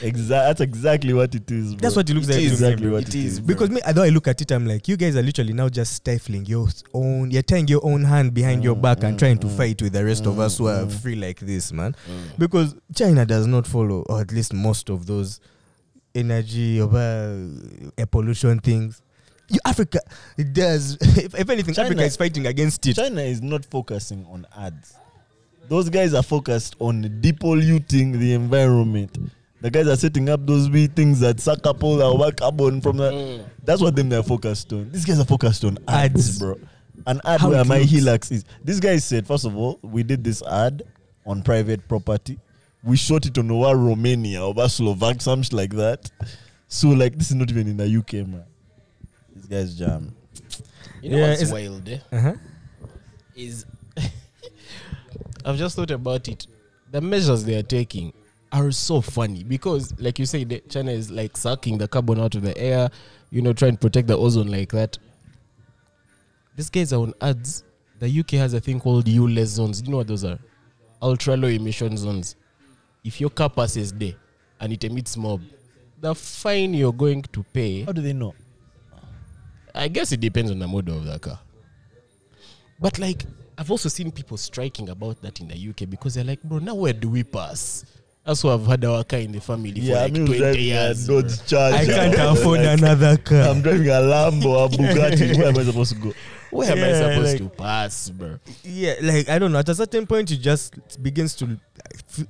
Exactly. That's exactly what it is. Bro.
That's what it looks like. to me,
exactly
bro.
what it
It is,
is.
Because me, although I look at it, I'm like, you guys are literally now just stifling your s- own, you're tying your own hand behind your back and trying to
Mm-hmm.
fight with the rest of us who are free like this, man. Because China does not follow, or at least most of those energy or uh, air pollution things. You, Africa, it does. *laughs* if, if anything,
China-
Africa is fighting against it.
China is not focusing on ads. Those guys are focused on depolluting the environment. The guys are setting up those wee things that suck up all our carbon from the. That's what them they're focused on. These guys are focused on ads,
Ads.
bro. An ad
How
where
it
my
looks.
Hilux is. This guy said, first of all, we did this ad on private property. We shot it on over Romania, over Slovak, something like that. So like, this is not even in the UK, man. This guy's jam.
You know
Yeah,
what's
it's-
wild, eh?
Uh-huh.
is *laughs* I've just thought about it. The measures they are taking are so funny because, like you say, the- China is like sucking the carbon out of the air, you know, trying to protect the ozone like that. These guys are on ads. The UK has a thing called ULEZ zones. Do you know what those are? Ultra low emission zones. If your car passes there and it emits mob, the fine you're going to pay
How do they know?
I guess it depends on the model of the car. But like, I've also seen people striking about that in the UK because they're like, bro, now where do we pass? That's why I've had our car in the family
Yeah,
for
I'm
like 20
driving
years.
a
bro.
Dodge Charger.
I
*laughs*
can't
Like,
afford another car.
I'm driving a Lambo, a
*laughs*
Bugatti. Where am I supposed to go?
Where am I
Yeah,
supposed
like-
to pass, bro?
yeah like i don't know at a certain point it just begins to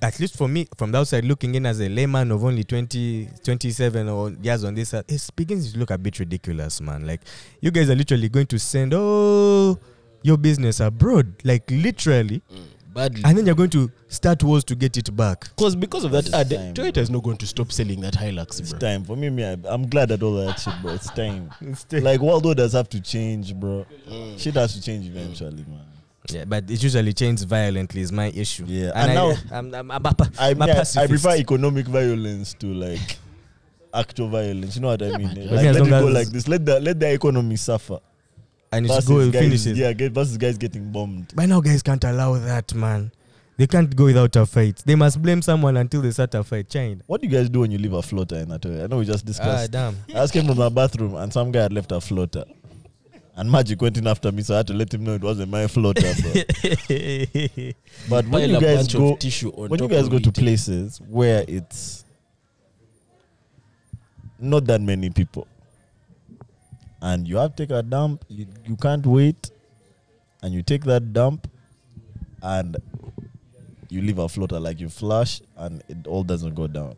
at least for me from the outside looking in as a layman of only 20 27 or years on this it begins to look a bit ridiculous man like you guys are literally going to send oh your business abroad like literally
Mm.
Badly.
and then you're going to start wars to get it back
Because because of that
It's
ad,
time,
uh, Toyota is not going to stop selling that Hilux,
It's
bro.
time for me. me I, I'm glad that all that shit, bro. It's time. Like world orders have to change, bro.
Mm.
Shit has to change eventually, man.
*laughs* yeah but it usually changes violently is my issue
Yeah, and
and, I,
now-
I'm, I'm, I'm a, pa-
I,
I'm a
mean, I, I
pacifist.
prefer economic violence to like actual violence. You know what I mean? Like,
as
let it
long
go
as-
like this. Let the let the economy suffer.
and it should
Versus
go and
guys,
finishes
yeah, get, versus guys getting bombed.
By now, guys can't allow that, man. They can't go without a fight. They must blame someone until they start a fight. China.
What do you guys do when you leave a floater in that way? I know we just
Ah,
discussed.
*laughs* damn.
I just came from my bathroom and some guy had left a floater. And Magic went in after me, so I had to let him know it wasn't my floater.
*laughs*
Bro. but
Pile
when you
a
guys
bunch
go,
of tissue on
when you
top
guys
of
go to
it.
places where it's not that many people and you have to take a dump you, you can't wait and you take that dump and you leave a floater like you flush and it all doesn't go down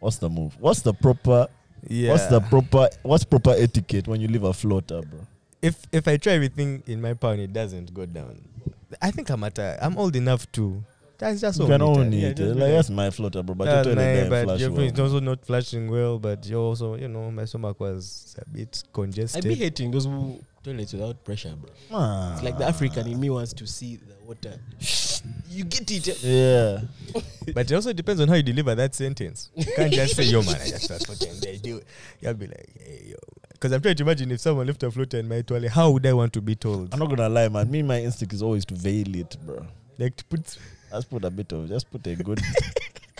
what's the move what's the proper
yeah.
what's the proper what's proper etiquette when you leave a floater bro
if if I try everything in my power and it doesn't go down, I think I'm at a, I'm old enough to. That's just
you
own
can
it,
own
yeah,
it
just
eh?
be
like that's my floater bro but
"Ah,
you
my,
tell
but
flush
your
well."
it's also not flashing well, but you're also you know my stomach was a bit
I
congested.
be hating those who toilets without pressure, bro.
Man.
It's like the African in me wants to see the water. You get it.
yeah
But it also depends on how you deliver that sentence. You can't just say, yo, man, I just was floating. They do. You'll be like, hey, yo. Because I'm trying to imagine if someone left a floater in my toilet, how would I want to be told?
I'm not gonna lie, man. Me, my instinct is always to veil it, bro.
Like, to put.
Just put a bit of, just put a
*laughs*
good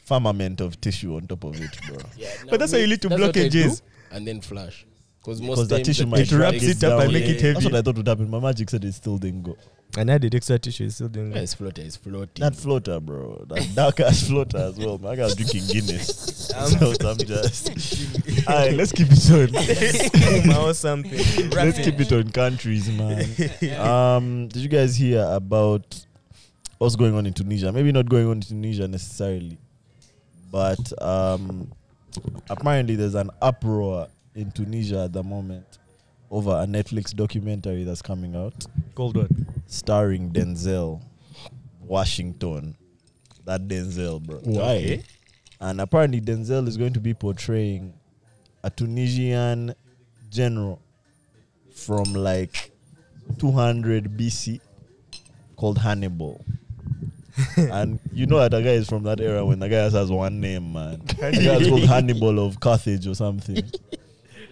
firmament of tissue on top of it, bro.
Yeah,
But that's how you lead to
that's what I do,
blockages.
And then flush. Because
Because
most
the
times
tissue
the
might
It wraps
drag
it up and
down.
make it
That's
heavy.
what I thought would happen. My magic said it still didn't go.
And I did extra tissue, it still didn't
Yeah,
go.
it's floater, it's floating.
That floater, bro. That dark ass floater as well. Man, I was drinking Guinness. *laughs*
*laughs*
so I'm just. All right, let's keep it on.
or something.
let's keep it on countries, man. Um, did you guys hear about what's going on in Tunisia? Maybe not going on in Tunisia necessarily, but um, apparently there's an uproar in Tunisia at the moment over a Netflix documentary that's coming out
Cold one.
starring Denzel Washington. That Denzel, bro.
*laughs* Why?
And apparently Denzel is going to be portraying a Tunisian general from like 200 BC called Hannibal. and you know that the guy is from that era when the guy just has one name, man. the guy is called Hannibal of Carthage or something.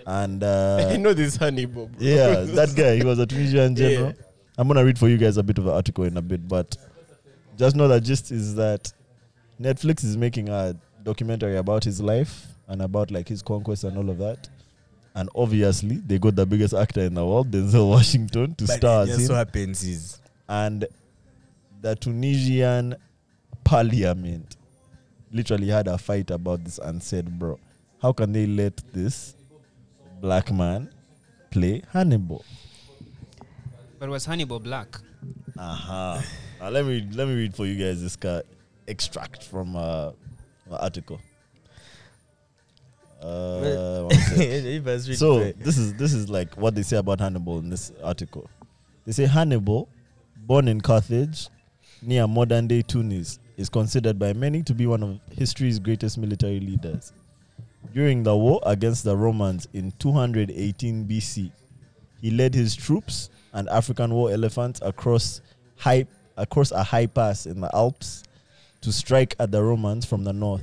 And uh,
know this honey, Bob. *laughs*
yeah, that guy. He was a Tunisian
Yeah.
general. I'm gonna read for you guys a bit of the article in a bit, but just know that gist is that Netflix is making a documentary about his life and about like his conquest and all of that. And obviously, they got the biggest actor in the world, Denzel Washington, to star as
just so
him.
happens *laughs* is
And the Tunisian parliament literally had a fight about this and said, "Bro, how can they let this black man play Hannibal?"
But was Hannibal black?
Uh-huh. Now let me let me read for you guys this guy extract from uh, an article. Uh, one sec.
If I was really
so
fair.
this is this is like what they say about Hannibal in this article. They say Hannibal, born in Carthage, near modern day Tunis, is considered by many to be one of history's greatest military leaders. During the war against the Romans in 218 BC, he led his troops and African war elephants across high across a high pass in the Alps to strike at the Romans from the north.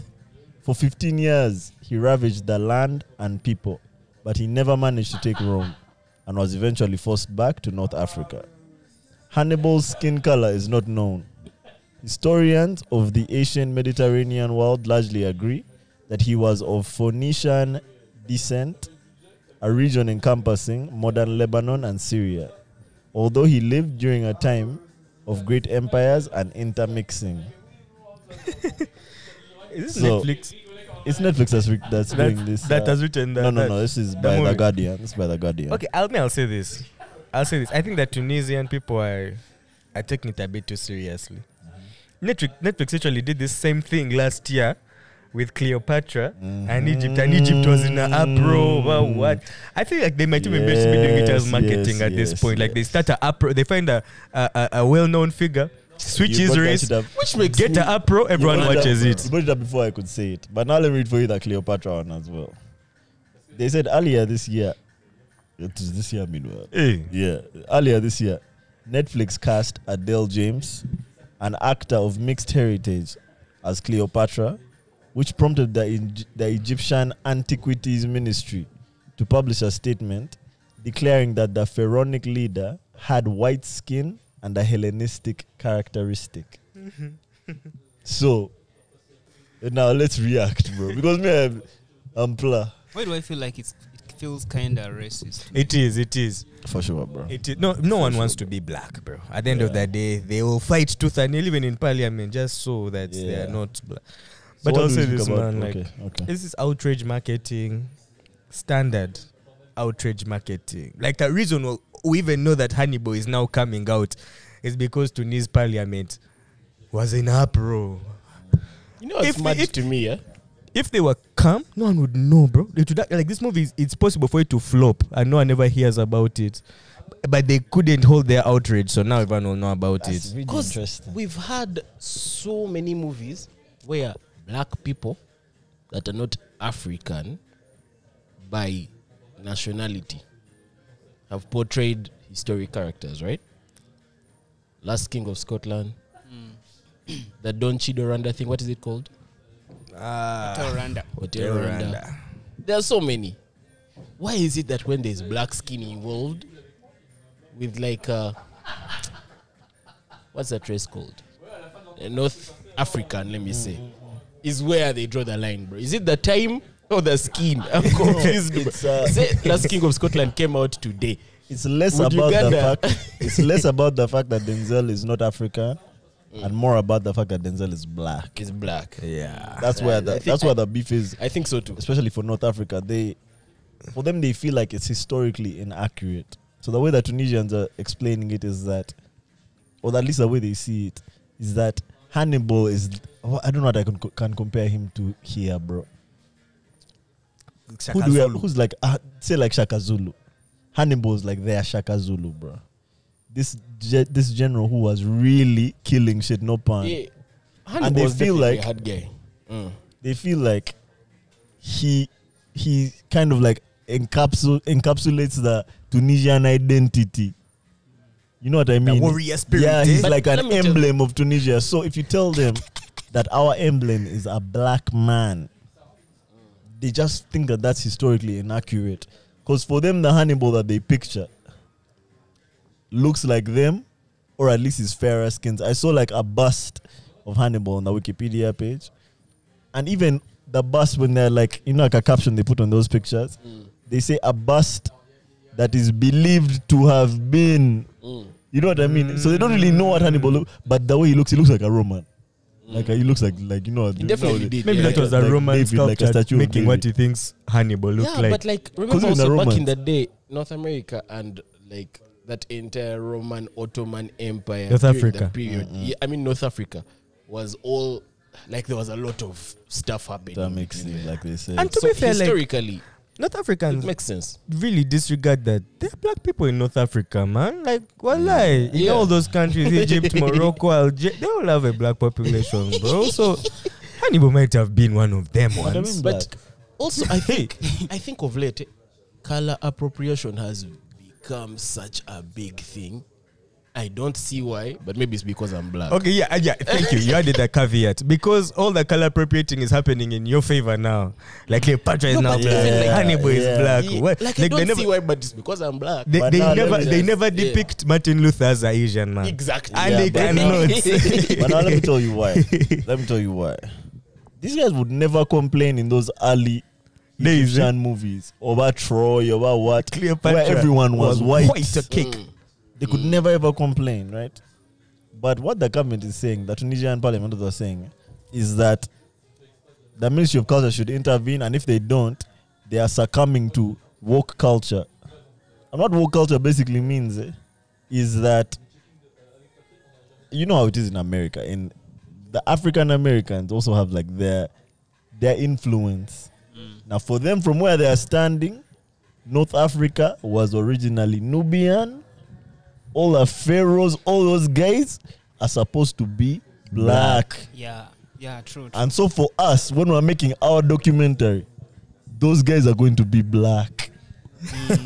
For 15 years, he ravaged the land and people, but he never managed to take Rome and was eventually forced back to North Africa. Hannibal's skin color is not known. Historians of the Asian Mediterranean world largely agree that he was of Phoenician descent, a region encompassing modern Lebanon and Syria, although he lived during a time of great empires and intermixing.
Is this
so-
Netflix?
It's Netflix that's, re- that's doing
That,
this.
that
uh,
has written that.
no, no,
that-
no. This is
the
by the,
movie.
Guardian. This is by the Guardian.
Okay, I'll, I'll say this. I'll say this. I think that Tunisian people are, are taking it a bit too seriously.
Mm-hmm.
Netflix, Netflix actually did the same thing last year with Cleopatra
Mm-hmm.
and Egypt, and Egypt was in an uproar. Well, what? I think like they might even be doing it as
Yes,
marketing
yes,
at this
yes,
point. Like they start a uproar, they find a a, a, a well-known figure, switch
You
his
brought that
race,
shit up.
which makes get a uproar, everyone
You brought
watches
up-
it.
You brought it up before I could say it. But now let me read for you the Cleopatra one as well. They said earlier this year, it is this year, meanwhile.
Eh.
Yeah, earlier this year, Netflix cast Adele James, an actor of mixed heritage, as Cleopatra, which prompted the, Egy- the Egyptian Antiquities Ministry to publish a statement declaring that the pharaonic leader had white skin and a Hellenistic characteristic.
Mm-hmm.
So now let's react, bro. Because me, I'm, I'm pla.
Why do I feel like it's, it feels kind of racist? to me?
It is. It is.
For sure, bro.
It is. No, no one wants to be black, bro. At the end of
Yeah.
the day, they will fight tooth and nail, even in parliament, just so that they
Yeah.
are not black.
So
But
what
I'll
do
say
we
this,
think about-
man. Like,
okay, okay.
this is outrage marketing, standard outrage marketing. Like the reason we- we even know that Hannibal is now coming out is because Tunis parliament was in uproar.
You know what's
If-
mad
if-
to me, yeah?
If they were calm, no one would know, bro. It would, like this movie, is, it's possible for it to flop, and no one ever hears about it. But they couldn't hold their outrage, so now everyone will know about it.
Because we've had so many movies where black people that are not African by nationality have portrayed historic characters, right? Last King of Scotland, *clears throat* the Don Chidoranda thing, what is it called?
Ah.
Tell Randa.
Hotel Rwanda. There are so many. Why is it that when there's black skin involved, with like uh, what's that race called? Uh, North African, let me say, is where they draw the line, bro. Is it the time or the skin?
*laughs*
I'm confused. bro.
it's, uh,
Say Last King of Scotland came out today.
It's less
Would
about the
Uganda-
fact. It's less about the fact that Denzel is not African, and more about the fact that Denzel is black.
It's black.
Yeah.
That's where the,
I think
that's where
I-
the beef is,
I think so too.
especially for North Africa. They, for them, they feel like it's historically inaccurate. So the way that Tunisians are explaining it is that, or at least the way they see it, is that Hannibal is. oh, I don't know what I can co- can compare him to here, bro. Who do we have, who's like uh, say like Shaka Zulu? Hannibal's like their Shaka Zulu, bro. This ge- this general who was really killing shit, no pun.
Yeah.
they
Hannibal's
feel
definitely a
like-
hard guy. Mm.
they feel like he he kind of like encapsul- encapsulates the Tunisian identity. You know what I mean?
warrior spirit,
Yeah, he's
eh?
like
But let
an
me tell-
emblem of Tunisia. So if you tell them that our emblem is a black man, they just think that that's historically inaccurate. Because for them, the Hannibal that they picture looks like them, or at least is fairer skins. I saw like a bust of Hannibal on the Wikipedia page, and even the bust when they're like you know like a caption they put on those pictures,
Mm.
they say a bust that is believed to have been.
Mm.
You know what I mean? So they don't really know what Hannibal look, but the way he looks, he looks like a Roman. Like he looks like like you know.
He definitely did.
Maybe
yeah.
that was a
Like
Roman
David, like a
sculpture
statue of
making what
David.
he thinks Hannibal look
yeah,
like.
but like remember
even the
also back in
Romans-
the day, North America and like that entire Roman Ottoman Empire,
North
during
Africa.
that period. Yeah, I mean North Africa was all like there was a lot of stuff happening.
That makes it like they say.
And to
so
be fair, like
historically,
North
it
Africans
makes sense.
really disregard that there are black people in North Africa, man. Like, wallahi, in
Yeah.
all those countries, Egypt,
*laughs*
Morocco, Algeria, they all have a black population, bro. So Hannibal might have been one of them
But I
once.
mean,
But
black.
also,
*laughs*
I think I think of late, eh, color appropriation has become such a big thing. I don't see why, but maybe it's because I'm black.
Okay, yeah, uh, yeah. Thank you. You added a caveat because all the color appropriating is happening in your favor now. Like Cleopatra is
No,
now
but
black,
even like-
Hannibal
Yeah.
is black.
Yeah,
What?
Like, I don't
they
see
never,
why, but it's because I'm black.
they,
But
they
now let
never,
me
they
just-
never
yeah.
depict Martin Luther as an Asian man.
Exactly.
And
Yeah,
they
but *laughs* *laughs*
cannot.
but now let me tell you
*laughs*
why. Let me tell you why. These guys would never complain in those early
Days, eh?
Egyptian movies about Troy, about what,
Cleopatra
where everyone was, white.
White a cake.
Mm.
They could never ever complain, right? But what the government is saying, the Tunisian parliament are saying, is that the Ministry of Culture should intervene, and if they don't, they are succumbing to woke culture. And what woke culture basically means eh, is that you know how it is in America. In the African Americans also have like their their influence. Now, for them, from where they are standing, North Africa was originally Nubian. All the pharaohs, all those guys are supposed to be black.
Yeah. Yeah,
*laughs*
true. true.
And so for us, when we're making our documentary, those guys are going to be black.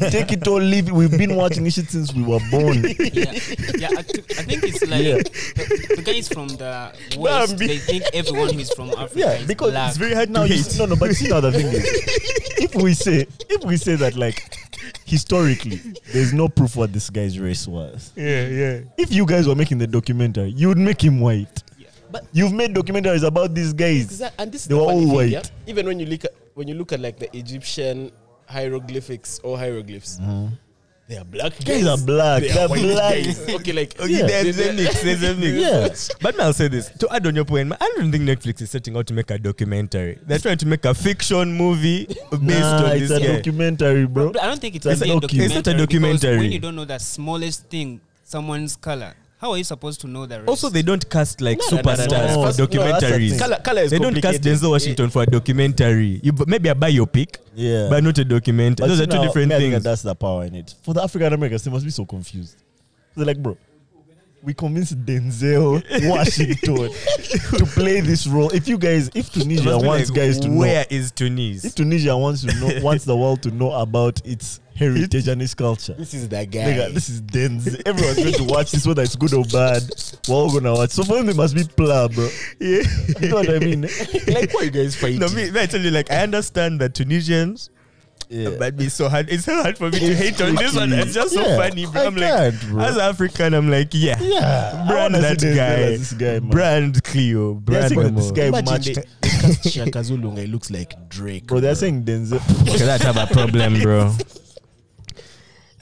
Take it or leave it. We've been watching this shit since we were born.
yeah, yeah I, t- I think it's like
Yeah.
the, the guys
*laughs*
from the West,
Bambi.
they think everyone who's
*laughs*
from Africa
yeah,
is
because
black.
it's very hard now. You see, no, no, but see now the thing is, if we say if we say that like historically, there's no proof what this guy's race was.
Yeah, yeah.
If you guys were making the documentary, you would make him white.
Yeah.
But-
You've made documentaries about these guys.
Exact- And this is
They
the
were
funny
all
thing,
white.
yeah? Even when you look at when you look at like the Egyptian hieroglyphics or hieroglyphs, they are black guys.
Mm-hmm. Guys are black.
They
They're
are white
black.
guys. Okay, like
*laughs*
Okay,
Yeah.
Oh, there's a mix. There's a mix.
Yeah.
But now I'll say this to add on your point. I don't think Netflix is setting out to make a documentary. They're trying to make a fiction movie based
Nah,
on
it's
this
a
guy.
documentary, bro.
I don't think it's,
It's
really a
not docu-
documentary.
it's
not a
because
documentary.
When you don't know the smallest thing, someone's color, how are you supposed to know the race?
Also, they don't cast like
No, no, no, no,
superstars
no.
for
No, that's the
documentaries.
thing.
Color- color is
they don't cast
complicated.
Denzel Washington for a documentary. You, b- maybe a biopic,
Yeah.
but not a documentary.
But
Those
you
are two
know,
different
me, I think
things.
That's the power in it. For the African Americans, they must be so confused. They're like, bro, we convinced Denzel
*laughs*
Washington to play this role. If you guys, if
It
Tunisia
must be
wants
like,
guys to know,
where is
if
Tunis?
Tunisia wants to
*laughs*
know, wants the world to know about its heritage and its culture.
this is the guy.
Nigga, this is Denzel. Everyone's going to watch this, whether it's good or bad. We're all gonna watch. So for them, it must be pla, bro.
Yeah.
You know what I
*laughs*
mean?
like why you guys fighting?
No, me, me, I tell you, like I understand that Tunisians,
Yeah.
but it's so hard. It's so hard for me to hate on this one. It's just so
Yeah,
funny. Bro.
I
I'm like,
can't, bro.
as African, I'm like, yeah,
yeah,
brand
I wanna
that
see Denzel
guy,
as This guy, man.
brand Cleo,
They're
brand
saying that this
Momo. *laughs*
guy
Imagine
matched
they, they cast Shaka Zulunga, he looks like Drake.
Bro, they're saying Denzel.
Okay, that's have a problem, bro.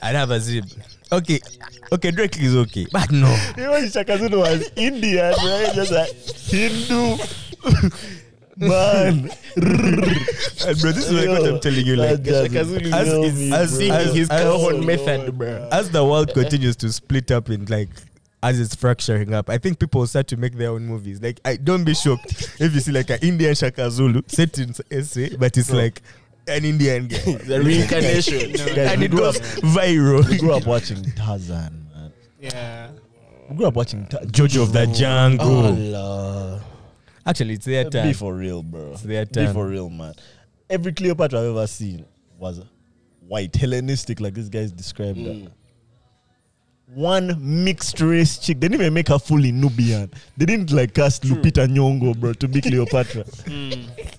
I'd have a zip. Okay, okay, Drake is okay, but no.
Even Shaka Zulu was Indian, right? Just a Hindu *laughs* man.
And bro, this is like what I'm telling you. Like,
Shaka Zulu
as
Yo,
is-
me,
as
bro.
he- as his
Yo,
Calhoun
yo,
method,
bro.
as the world continues to split up in like as it's fracturing up, I think people will start to make their own movies. Like, I don't be shocked if you see like an Indian Shaka Zulu set in SA, but it's like an Indian guy, *laughs*
the reincarnation.
Guys,
and
we
it
grew up,
goes viral.
we grew up watching Tarzan, man.
yeah.
We grew up watching Oh, Tarzan.
Jojo of the Jungle.
Allah.
Actually, it's their
Be
time.
for real, bro.
their
Be
turn.
for real, man. Every Cleopatra I've ever seen was white, Hellenistic, like this guy's described
Mm.
her. One mixed race chick. They didn't even make her fully Nubian. They didn't like cast Lupita Nyong'o, bro, to be
*laughs*
Cleopatra.
Mm.
*laughs*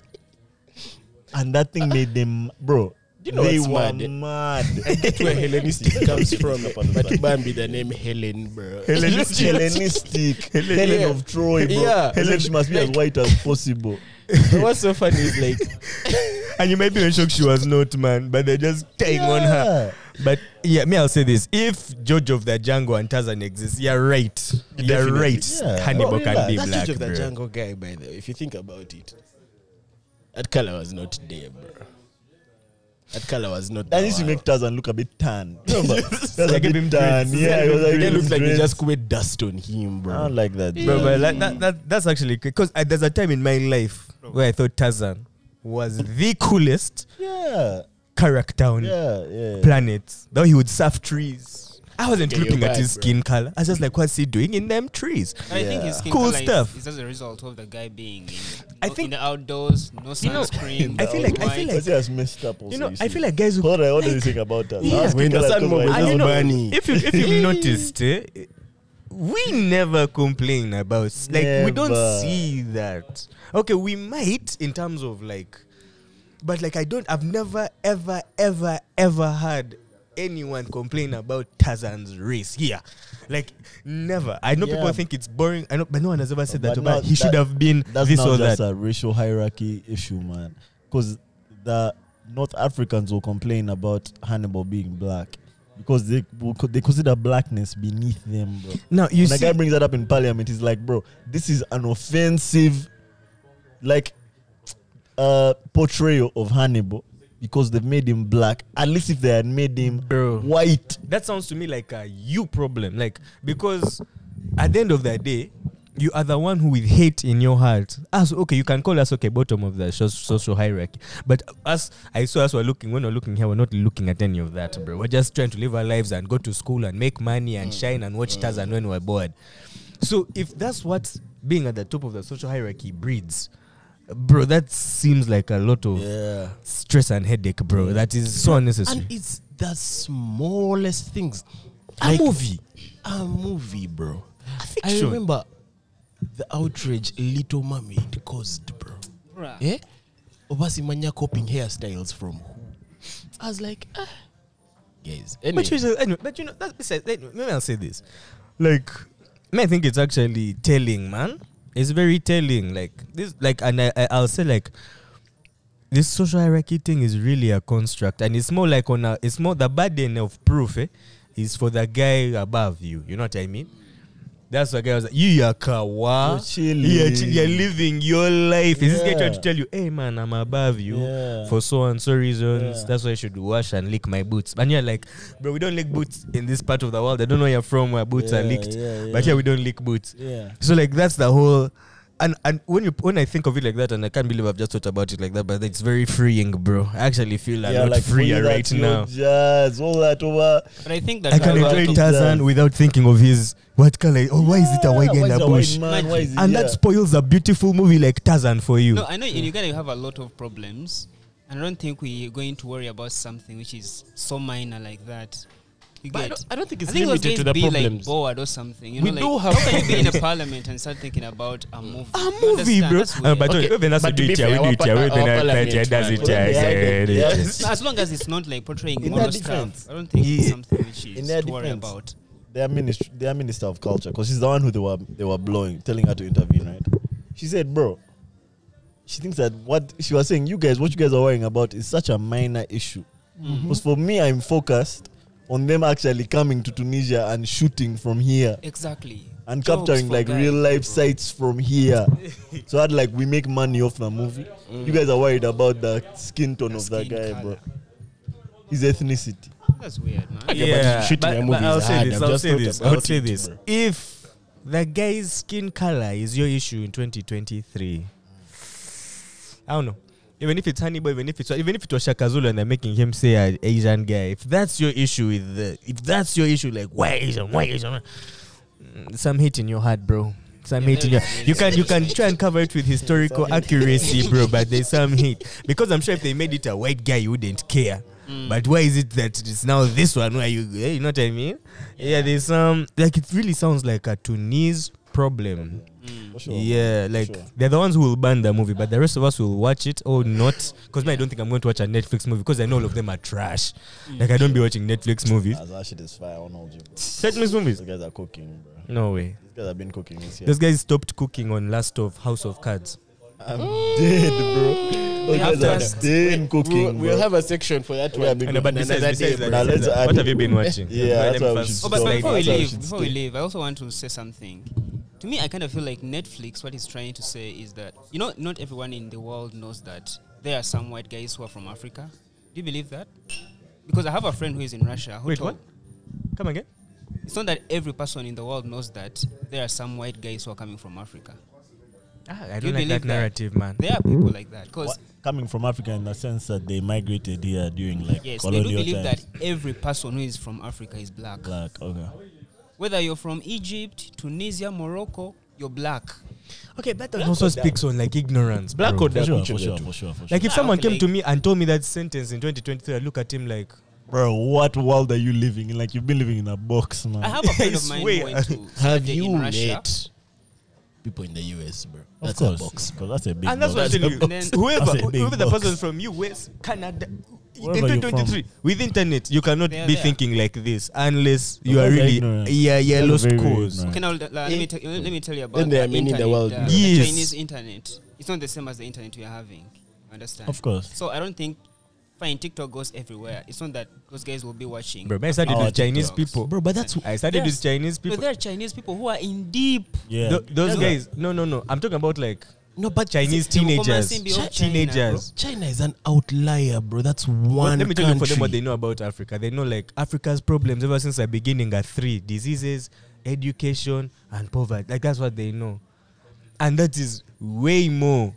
And that thing made them, bro.
Do you know
they
what's
were
mad? *laughs*
mad.
That's where Hellenistic comes
*laughs*
from. But Bambi, the name Helen, bro.
Hellenistic, Hellenistic. Helen,
Yeah.
of Troy, bro.
Yeah.
Helen, she must be as white as possible.
*laughs* What's so funny is like
And you might be in shock she was not, man, but they're just tying on her.
Yeah.
But yeah, me, I'll say this. If Jojo of the Jungle and Tarzan exist, you're right. You're
Definitely.
right.
Yeah.
Hannibal
Well,
can be
yeah,
black.
That's of the
bro.
Jungle guy, by the way. If you think about it, that color was not there, bro. That color was not.
That
the
used to
one.
make Tarzan look a bit
*laughs*
tan. Remember? *laughs* Tarzan
Like
a bit
a bit
tan.
dreads.
Yeah, it was like
It
it
looks like they just quit dust on him,
I
bro.
Ah,
don't like that.
Bro,
bro.
but like, that, that, that's actually because there's a time in my life where I thought Tarzan was the coolest
Yeah,
character on
yeah, yeah.
planet. Though he would surf trees. I wasn't
Yeah, you're
looking at
bad,
his
bro.
skin color. I was just like, what's he doing in them trees?
I think his
Yeah.
skin
Cool
color is-
stuff.
Is, as a result of the guy being in,
I
no-
think-
in the outdoors, no sunscreen.
I feel like- I feel
white.
like-
But he has messed up. Also,
You know, I feel like guys who
What I already think about that.
Yeah.
Ask
When the
Kikala
sun
because
moves,
my
And
Without
you know,
money.
if you
*laughs*
if you've noticed, eh, we never complain about like we
Never.
don't see that. Okay, we might in terms of like, but like I don't. I've never ever ever ever heard anyone complain about Tarzan's race here. Like never. I know
Yeah.
people think it's boring. I know, but no one has ever said
But
that.
now
about he should
that-
have been
That's
this
not
or
just
that.
a racial hierarchy issue, man. Because the North Africans will complain about Hannibal being black because they will co- they consider blackness beneath them, bro.
Now you
when a guy
see,
brings that up in parliament, he's like, bro, this is an offensive, like, uh, portrayal of Hannibal because they've made him black. At least if they had made him
bro.
white,
that sounds to me like a you problem like because at the end of the day you are the one who with hate in your heart us okay you can call us okay bottom of the so- social hierarchy but us i saw us were looking when we're looking here we're not looking at any of that bro we're just trying to live our lives and go to school and make money and shine and watch stars and when we're bored so if that's what being at the top of the social hierarchy breeds bro that seems like a lot of
yeah.
stress and headache bro that is so unnecessary
And it's the smallest things.
a movie
A movie, bro. I
fiction.
remember the outrage Little Mermaid caused, bro.
Bruh.
Yeah? Obasimanya copying hairstyles from who? I was like, ah. Guys, anyway,
But you just, anyway, but you know, that's besides, let- maybe I'll say this. Like, me, I think it's actually telling, man, It's very telling. Like this, like, and I, I, I'll say like, this social hierarchy thing is really a construct, and it's more like on a. It's more the burden of proof eh, is for the guy above you. You know what I mean? That's why guy was like, you are kawa,
You're chilling.
You're, chi- you're living your life. Is this guy trying to
Yeah.
tell you, hey man, I'm above you
Yeah.
for so and so reasons.
Yeah.
That's why I should wash and lick my boots. And you're like, bro, we don't lick boots in this part of the world. I don't know where you're from where boots are
Yeah,
licked,
yeah,
but
yeah.
here we don't lick boots.
Yeah.
So like that's the whole. And, and when you when I think of it like that, and I can't believe I've just thought about it like that, but it's very freeing, bro. I actually feel a
yeah,
lot
like fully
freer
that
right now.
Jazz, all that over.
But I think that
I can
Yeah,
enjoy
but-
Tarzan without thinking of his what color. Oh, why is it a white guy
Yeah,
in
Ah, why
a
is it
bush?
white man? Why is it-
And
yeah.
that spoils a beautiful movie like Tarzan for you.
No, I know in Uganda you have a lot of problems, and I don't think we're going to worry about something which is so minor like that. You
But I
get?
don't, I don't think
I
it's
think it was
limited
going
to
to
the
be like
problems.
bored or something. You
We
know,
do
like
have
how can you be in a parliament and start thinking about a movie?
a
You
Ah, movie, bro.
understand? That's
Uh, but
weird.
Okay,
even that's
but
what
to
do
be
it here, we
fair,
do
our
it here, we
par-
do
our
it
parliament,
here, does it
man.
here,
Yeah,
yeah,
yeah,
yeah.
yeah.
No, as long as it's not like portraying
In
moral
their defense.
stuff, I don't think it's
Yeah.
something which
In
is
their
to worry
defense.
about.
their minister, their minister of culture, because she's the one who they were they were blowing, telling her to intervene, right? She said, "Bro, she thinks that what she was saying, you guys, what you guys are worrying about, is such a minor issue.
Mm-hmm.
Because for me, I'm focused on them actually coming to Tunisia and shooting from here."
Exactly.
And
Jobs
capturing
for
like
guys,
real life
bro.
sites from
*laughs*
here, so that like we make money off the movie. You guys are worried about the skin tone
Mm. The
of that
skin
guy, bro.
color.
His ethnicity.
That's weird, man.
Yeah, but shooting a movie
I'll
is
say
hard.
this.
I've
I'll
just
say
thought
this.
about
I'll say
it,
this.
bro.
If the guy's skin color is your issue in 2023, I don't know. Even if it's Hannibal, even if it's even if it was Shaka Zulu and they're making him say an Asian guy, if that's your issue with the, if that's your issue, like why Asian, why Asian, Mm, some hate in your heart, bro. Some
Yeah,
hate in your.
there is-
You can you can try and cover it with historical accuracy, bro. But there's some hate because I'm sure if they made it a white guy, you wouldn't care. But why is it that it's now this one where you, eh, you know what I mean? Yeah. there's some like it really sounds like a Tunis problem.
For sure.
yeah, like
sure.
they're the ones who will ban the movie, but the rest of us will watch it or not. Because I don't think I'm going to watch a Netflix movie because I know all of them are trash. Like I don't be watching Netflix movies.
As that shit is fire on all you.
Netflix movies?
These guys are cooking, bro.
No way.
These guys have been cooking this year.
Those guys stopped cooking on Last of House of Cards.
I'm
Mm,
dead, bro. Those guys
have trust.
have been cooking.
We'll, we'll
bro.
have a section for that
Yeah,
one.
big-
I know, but
Another
besides,
day,
besides,
bro.
besides
Now let's-
that,
I
what
mean-
have you
*laughs*
been watching?
Yeah,
Let
that's
me
why we
first
should So
Oh, but
I
before
think
we
that's how it
leave,
should
before we
stay.
leave, I also want to say something. To me, I kind of feel like Netflix. What it's trying to say is that you know, not everyone in the world knows that there are some white guys who are from Africa. Do you believe that? Because I have a friend who is in Russia. Who
Wait,
told-
what? Come again?
It's not that every person in the world knows that there are some white guys who are coming from Africa.
Ah, I
Do
don't like that
you believe that?
narrative, man.
There are people like that.
What-
Because
Coming from Africa in the sense that they migrated here during like
yes, they do
colonial
believe
times.
that every person who is from Africa is black.
Black, okay.
Whether you're from Egypt, Tunisia, Morocco, you're black.
Okay, but that also speaks on like ignorance.
Black
bro.
or
For
dark,
sure,
which
for
of the
sure,
two?
for sure, for sure.
Like if
Yeah,
someone
okay,
came to
like-
me and told me that sentence in 2023, I look at him like,
Bro, what world are you living in? Like you've been living in a box, man.
I
*laughs*
have a friend of
I
mine
swear.
who went to
Have
study
you
in Russia.
met people in the US, bro?
of
That's a
course,
box.
because that's a big.
and "Ah, that's what
box.
I'm telling you.
And then-
Whoever,
That's a big
whoever the
box.
person from US, Canada,
Wherever
in
you're
2023, with internet, you cannot
They are
be
there.
thinking like this unless you
Those
are
are
really,
ignorant.
yeah, yeah,
Those
lost
are very, very
cause.
ignorant.
Okay, now uh, let, let, me tell you, let me tell you about
Then there
the
are many in the
internet,
world,
uh,
bro.
the
Yes.
Chinese internet. It's not the same as the internet we are having. You Understand?
Of course.
So I don't think fine TikTok goes everywhere. It's not that those guys will be watching.
Bro, I started
Our
with Chinese
TikToks.
people.
Bro, but that's
I started with Chinese
But
people.
there are Chinese people who are in deep.
yeah.
Tho- those
Yeah.
guys, no, no, no. I'm talking about like
No, but
Chinese
They will come and
teenagers,
sing beyond China, bro.
teenagers.
oh, China is an outlier, bro. That's
Well,
one.
let me tell you for them what they
country.
know about Africa. They know like Africa's problems ever since the beginning are three diseases, education, and poverty. Like that's what they know. And that is way more,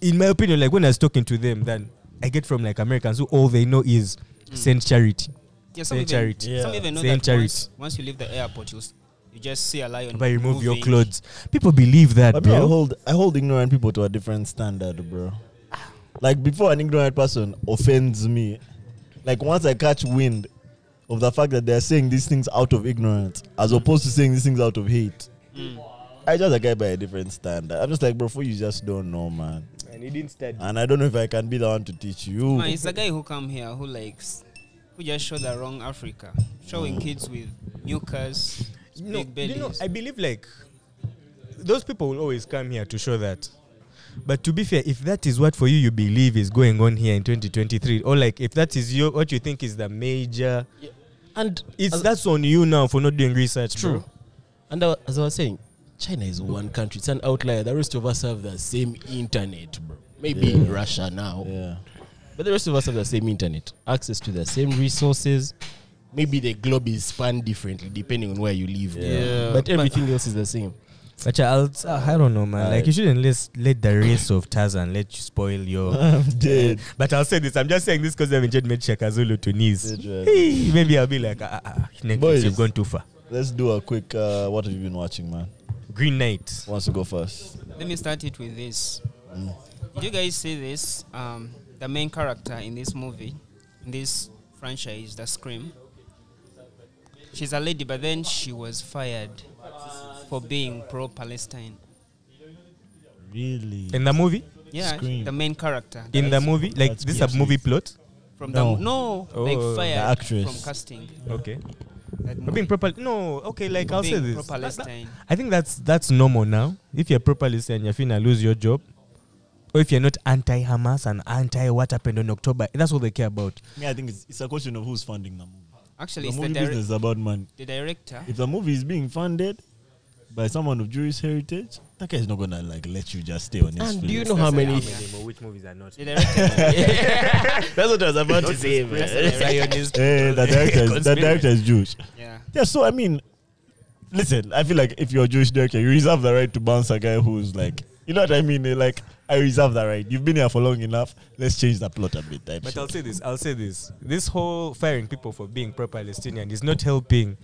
in my opinion, like when I was talking to them, than I get from like Americans who all they know is
Hmm.
send charity.
Yeah, some
Same
even,
charity.
Some
Yeah.
even know
Same
that once,
charity.
once you leave the airport, you s- you just see a lion.
But remove your
moving.
clothes. People believe that,
But me, I
bro.
hold I hold ignorant people to a different standard, bro. Like before an ignorant person offends me, like once I catch wind of the fact that they're saying these things out of ignorance, as opposed to saying these things out of hate, I judge a guy by a different standard. I'm just like, bro, for you just don't know, man.
And he didn't study.
And I don't know if I can be the one to teach you.
Man, it's the guy who come here who likes, who just show the wrong Africa, showing kids with new cars,
Mm. No,
big bellies.
you know, I believe like those people will always come here to show that. But to be fair, if that is what for you you believe is going on here in 2023, or like if that is your what you think is the major,
And
it's
as-
that's on you now for not doing research.
True.
True.
And I- as I was saying, China is one country. It's an outlier. The rest of us have the same internet, bro. Maybe in Russia now,
Yeah.
but the rest of us have the same internet, access to the same resources. Maybe the globe is spanned differently depending on where you live. bro.
Yeah.
But
But-
everything else is the same.
But I'll, I don't know, man.
Aye.
Like you shouldn't let let the race of Tarzan let you spoil
*laughs*
your. uh,
I'm dead.
But I'll say this. I'm just saying this because I've enjoyed made Shaka Zulu to knees.
Dead,
Hey, maybe I'll be like, ah, ah, ah, Netflix,
Boys.
you've gone too far.
Let's do a quick. Uh, what have you been watching, man?
Green Knight.
Who wants to go first?
Let me start it with this.
Mm.
Did you guys see this? Um, the main character in this movie, in this franchise, The Scream, she's a lady, but then she was fired for being pro Palestine.
Really?
In the movie?
Yeah,
Scream.
the main character.
In the
is
movie? Like
That's
this
me,
a movie plot?
From
No.
the, no
Oh,
like
the
fired
actress.
from casting.
Okay.
That
For being
movie.
proper no, okay, like I'll say this.
Being pro
That- that-
Palestine.
I think that's that's normal now. If you're properly saying you're finna lose your job. Or if you're not anti Hamas and anti what happened on October, that's all they care about.
Me, I think it's, it's a question of who's funding the movie.
Actually,
The
it's the,
movie
dir-
business is about money.
the director.
If the movie is being funded by someone of Jewish heritage, that guy is not gonna like let you just stay on his
And
film.
do you know how many?
Which movies are not?
The director.
That's what I was about to say,
*laughs*
*laughs*
Eh, the director, is, the director is Jewish.
yeah.
Yeah, so I mean, listen, I feel like if you're a Jewish director, you reserve the right to bounce a guy who's like, you know what I mean? Eh, Like, I reserve the right. You've been here for long enough. Let's change the plot a bit. type
But
shit.
I'll say this. I'll say this. This whole firing people for being pro-Palestinian is not helping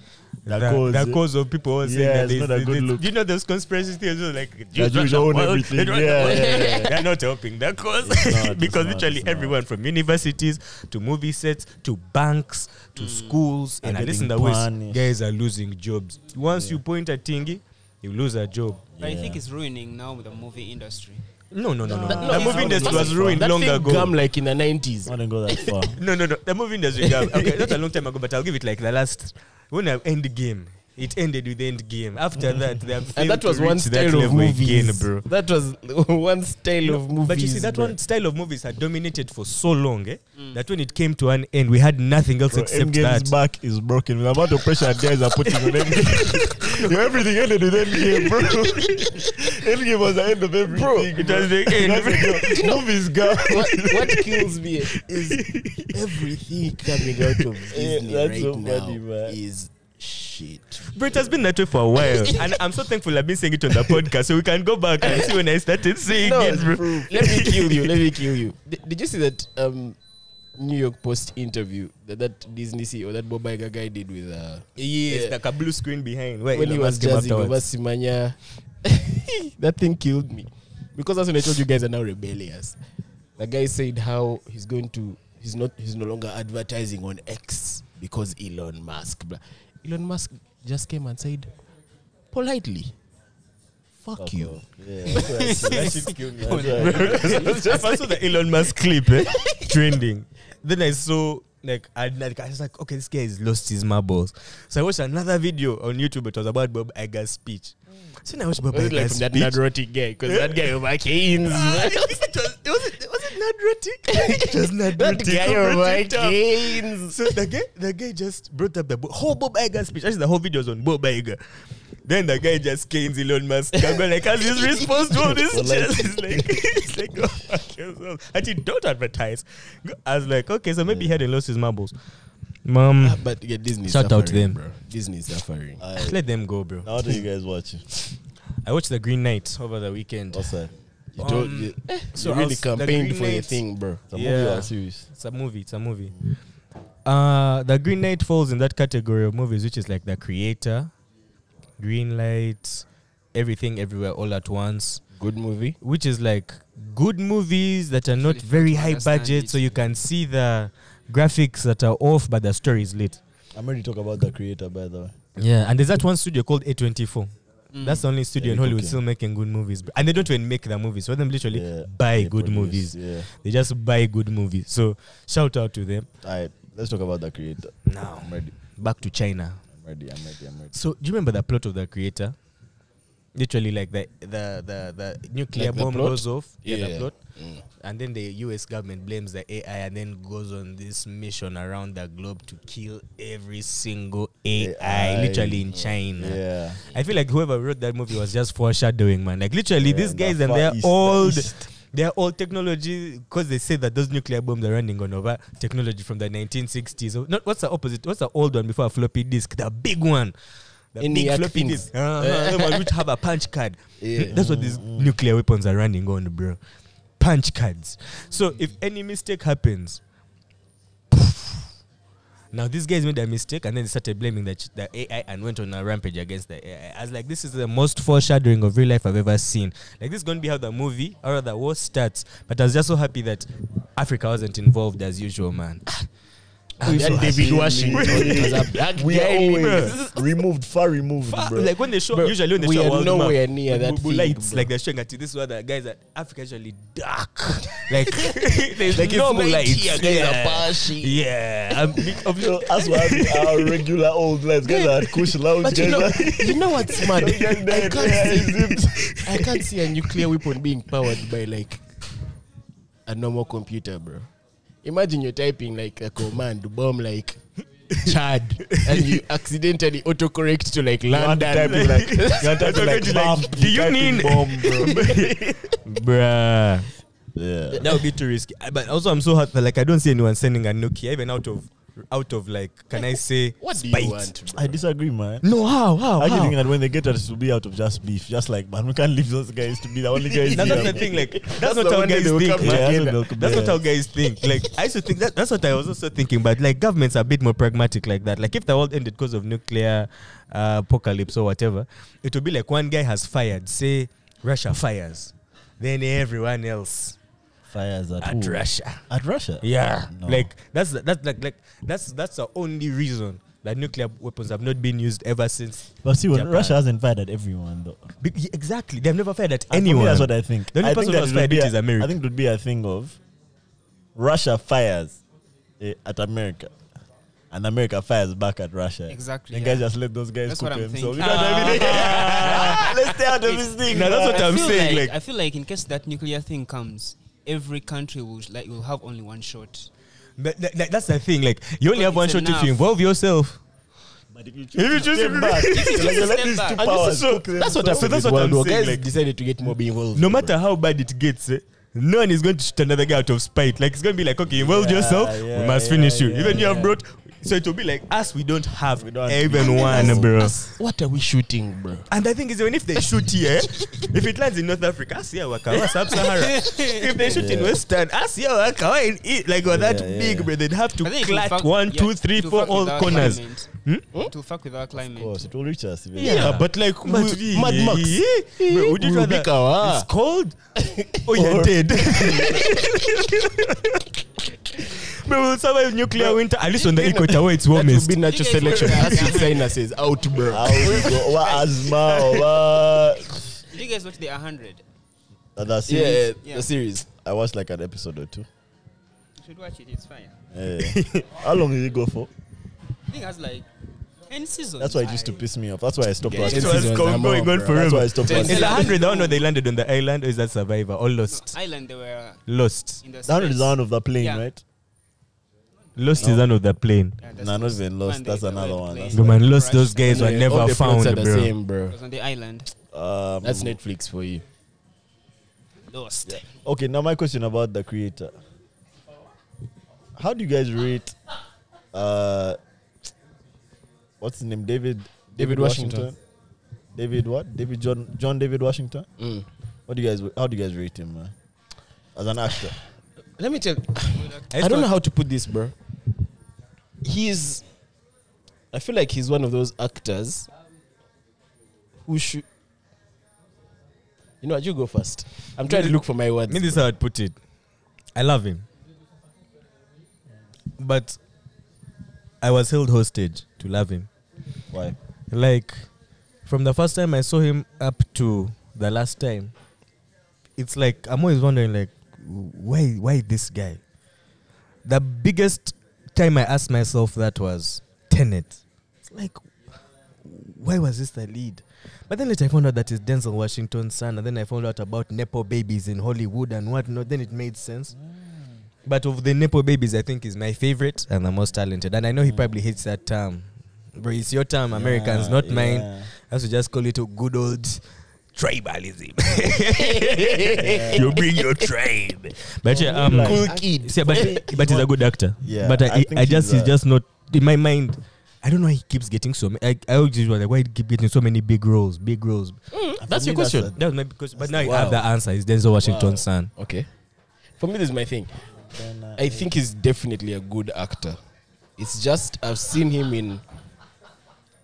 The
the, the,
cause,
cause,
eh?
of people who are saying
Yeah,
that
it's
they-
not a
they-
good
they-
look.
You know those conspiracy theories are like
Jews own
*laughs*
everything. Yeah, yeah, yeah.
They're not helping the cause
It's not, it's
*laughs* because
not,
literally
it's not.
everyone from universities to movie sets to banks to
Hmm.
schools
Are
and at least in the
getting
West,
punished.
guys are losing jobs. Once you point at Tingy, you lose a job.
But I
Yeah.
think it's ruining now the movie industry.
No, no, no, no.
That-
no,
no,
the
it's
movie
not-
industry was
that
ruined
thing
long ago.
Gum like in the nineties.
I wouldn't go
*laughs*
that far.
No, no, no. The movie industry,
*laughs*
gum. Okay, not a long time ago, but I'll give it like the last when I end game. It ended with end game. After that, they have
Mm. And
failed
that was
to reach
one
that
style of
level
movies.
again, bro.
That was *laughs* one style of movies.
But you see, that
bro. Mm.
one style of movies had dominated for so long, eh? That when it came to an end, we had nothing else
Bro,
except
Endgame's
that.
back is broken. The amount of pressure guys are putting on Endgame. *laughs* Yo, everything ended with Endgame,
*laughs*
bro. Endgame was the end of everything. Bro,
it was *laughs* the end.
That's it, yo. Movies gone.
what,
*laughs*
what kills me is everything coming out of Disney
that's
right
so
now
funny, man.
is shit.
Bro, it has been that way for a while.
*laughs*
and I'm so thankful I've been saying it on the podcast so we can go back and see when I
*laughs*
started saying it, bro.
let me kill you.
*laughs*
Let me kill you. Did, did you see that um, New York Post interview that, that Disney CEO, that Bob Iger guy did with uh,
Yes, like a blue screen behind. Where
when he
Elon
was
Musk came
jazzing
afterwards.
over Simanya? *laughs* that thing killed me because that's when I told you guys are now rebellious. The guy said how he's going to. He's not. He's no longer advertising on X because Elon Musk. Blah. Elon Musk just came and said politely, "Fuck, you." *laughs*
Yeah, that's what I said. That shit killed me. That's what I said.
if I saw the Elon Musk clip eh, trending, then I saw like I, like I was like, okay, this guy has lost his marbles. So I watched another video on YouTube. It was about Bob Iger's speech. So then I watched Bob
Was it like
Iger's
from that
*laughs* speech.
Nadroti guy? Because that guy over Keynes. *laughs*
Ah, it was- it was- it was- it wasn't Nadrotic. It was
that
Nadrotic.
guy
who brought
over
it up.
Keynes.
So the guy, the guy just brought up the bo- whole Bob Iger speech. Actually, the whole video was on Bob Iger. Then the guy just canes Elon Musk. I'm going like, how's his response to all this? Just, *laughs* it's like, it's like, go fuck yourself. And you don't advertise. Go- I was like, okay, so maybe he hadn't lost his marbles. Mom,
Ah, But yeah, Disney. is
Shout out to
suffering,
them.
bro. Disney is suffering.
Alright,
let them go, bro.
Now, what are you guys watching?
I watched The Green Knight over the weekend.
What's that?
You don't.
Um,
You,
so
you
I
really
was- the
campaigned
Green
for your
Knights-
thing, bro.
It's a movie or
Yeah.
a series?
It's a movie. It's a movie. Uh, the Green Knight falls in that category of movies, which is like the creator, Green Light, everything everywhere all at once,
Good movie.
which is like good movies that are not
Actually,
very
to
high
understand
budget,
it.
so you can see the graphics that are off, but the story is lit.
I'm ready to talk about the creator, by the way.
Yeah, and there's that one studio called A24.
Mm.
That's the only studio
Yeah,
in Hollywood
okay.
still making good movies, br- and they don't even make the movies. For them, literally
Yeah,
buy
they
good
produce,
movies.
Yeah.
They just buy good movies. So shout out to them.
All right, let's talk about the creator.
Now
I'm ready.
back to China.
I'm ready. I'm ready. I'm ready.
So do you remember the plot of the creator? literally like the the the, the nuclear
Like the
bomb
plot?
goes off yeah,
Yeah.
the plot
Mm.
and then the us government blames the ai and then goes on this mission around the globe to kill every single ai,
AI.
literally in china
Yeah.
i feel like whoever wrote that movie was just foreshadowing man like literally
Yeah,
these
and
guys
the
and
Far
they're
East, the
old
*laughs* East.
they're old technology because they say that those nuclear bombs are running on over technology from the 1960s. So, not, what's the opposite? What's the old one before a floppy disk? The big one. The
Any
big
hard
floppy
thing.
disk. Uh-huh. the one which have a punch card.
Yeah.
That's what these
Mm.
nuclear weapons are running on, bro. Punch cards. So if any mistake happens, now these guys made a mistake and then they started blaming the, ch- the AI and went on a rampage against the AI. I was like, this is the most foreshadowing of real life I've ever seen. Like this is going to be how the movie or the war starts. But I was just so happy that Africa wasn't involved as usual, man. *sighs*
That
*laughs*
David Washington was
*laughs*
a black
We are
guy, bro.
always removed, far removed,
Fuck,
bro.
Like when they show,
Bro,
usually when they
we
show
are
world map,
nowhere near
with
that
Bubu
thing,
lights,
bro.
like they're showing at you. This is what the guys at Africa usually
*laughs*
dark. Like there's *laughs*
Like, it's
no
night
lights.
here, guys are
yeah,
pashy.
yeah. I'm, *laughs* I'm,
So us were having our regular old lives. Guys
*laughs*
are at Kush Lounge.
But
Guys
you know,
are
you know *laughs* what's mad?
Don't get
I
dead.
can't, see, I can't see a nuclear weapon being powered by like a normal computer, bro. Imagine you're typing like a command bomb like Chad and you accidentally autocorrect to like
One time
London.
you like, you want to
Okay,
like,
like,
bump,
do you
typing
mean-
bomb,
*laughs*
bro?
bruh.
yeah.
that would be too risky. I- But also, I'm so happy. Like, I don't see anyone sending a Nokia, even out of, out of like, can I say,
*laughs* What do
spite.
you want? Bro?
I disagree, man.
No, how, how,
How do you
how?
think that when they get us to be out of just beef, just like man, we can't leave those guys to be the only guys.
Now, *laughs* that's
here.
the thing. Like, that's,
That's
not
the
how
one day
guys
they will
think.
come
man.
Yeah, that's
that's
what they'll-
not how
yeah.
guys think. Like, I used to think that. That's what I was also thinking. But like, governments are a bit more pragmatic like that. Like, if the world ended because of nuclear uh, apocalypse or whatever, it would be like one guy has fired. Say, Russia fires, then everyone else
Fires at,
at
who?
Russia.
At Russia.
Yeah,
No.
like that's the- that's like like that's that's the only reason that nuclear weapons have not been used ever since.
But see, when
Japan.
Russia hasn't fired at everyone though.
Be- yeah, exactly, they've never fired at
And for me,
anyone.
That's what I think.
The only
I think
person who
that
has
it would
fired
be
it
a-
is America.
I think it would be a thing of Russia fires eh, at America. And America fires back at Russia.
Exactly,
And
yeah.
guys just let those guys
That's
cook
what I'm
themselves. You
thinking.
know what I mean? *laughs* Let's stay out of
It's-
this thing.
Ah. No, that's
man.
what I'm
feel
saying,
Like,
like-
I feel like in case that nuclear thing comes, every country will sh- like will have only one shot.
But th- th- that's the thing. Like you only
But
have one
it's
shot if
enough.
you involve yourself.
But if you choose
If you
to
choose
step
to-
back,
*laughs* If
you
choose
let
to step
these two
back. And
Ah, this
powers
is so-
cook
that's what
themselves with
happened with
World
I'm
War.
saying,
Guys,
Guys
like-
decided to get more involved.
No matter how bad it gets, eh, no one is going to shoot another guy out of spite. Like it's going to be like, okay, involve
Yeah,
yourself.
yeah,
we must
yeah,
finish you.
yeah,
Even you have
yeah.
brought. So it will be like us. We don't have
We don't have to
even
be-
one, bro.
What are we shooting, bro?
And I think is even if they shoot here, if it lands in North Africa, us here wakawa Sub Sahara. if they shoot in
Yeah.
Western, us here wakawa in it like we're that
Yeah, yeah,
big,
yeah.
but they'd have to
I think it will
clutch
fuck-
one,
yeah,
two, three,
it will
four,
fuck with
all
our
corners.
climate.
Hmm?
It will fuck with our
of
climate.
course, it will reach us.
Yeah,
eventually.
*laughs* but like
Mad-
we-
Mad Max.
Yeah. Bro, would you
We'll
rather
pick our-
ah.
it's cold? oh, you're
Or-
*laughs*
dead. But we'll survive nuclear winter, at least on the equator where it's
That would
warmest.
be natural
You guys were
selection.
there.
Acid sinuses out, bro.
How we go? Over asthma, over.
Did you guys watch the 100?
That series,
Yeah, the series.
I watched like an episode or two.
You should watch it. It's fine.
Yeah.
*laughs*
How long did it go for?
I think it has like 10 seasons.
That's why it used to piss me off. That's why I stopped
It
Yeah,
watching.
Ten
was
seasons
go-
are more,
going on
bro.
That's why I
forever.
stopped
Ten
watching.
Is
seasons.
the hundred the one where they landed on the island, or is that Survivor or Lost?
Island, they were
Lost.
in the
That one is
space.
the one of the plane,
Yeah.
right?
Lost is one of the plane.
Yeah, that's
Nah, not
Lost.
even
When
lost.
they-
That's
they
another
were
one.
playing.
That's
No, man, Lost
Rushed
those guys were
Anyway, all
never
the plots
found,
are the
bro.
same,
It
bro.
was on the island.
um,
That's Netflix for you.
Lost.
Okay, now my question about the creator. How do you guys rate uh what's his name? David
David Washington.
David what? David John John David Washington?
Mm.
What do you guys how do you guys rate him, man? As an actor.
Let me tell
I
I,
just
don't know
thought-
how to put this, bro. He's. I feel like he's one of those actors who should. You know what? You go first. I'm trying to look for my words.
Me, this is how I'd put it. I love him, but I was held hostage to love him.
Why?
Like from the first time I saw him up to the last time, it's like I'm always wondering, like, why, why this guy? The biggest time I asked myself that was Tenet. It's like, why was this the lead? But then later I found out that it's Denzel Washington's son, and then I found out about Nepo babies in Hollywood and whatnot. Then it made sense. But of the Nepo babies, I think is my favorite and the most talented. And I know he probably hates that term. But it's your term, *laughs* Americans,
Mm. Yeah,
not mine.
yeah.
I should just call it a good old *laughs* tribalism. you bring your tribe. But yeah, um,
Like- Cool
kid. See, but, but he's a good actor.
Yeah,
But I,
I
I,
think
just,
he's
he's
a-
just not, in my mind, I don't know why he keeps getting so many. I, I always was like, why he keep getting so many big roles, big roles. that's
me,
your question.
that's a-
that was my question. But now you
wow.
have the answer. It's Denzel Washington's son.
Okay. For me, this is my thing.
Then, uh,
I think he's definitely a good actor. It's just I've seen him in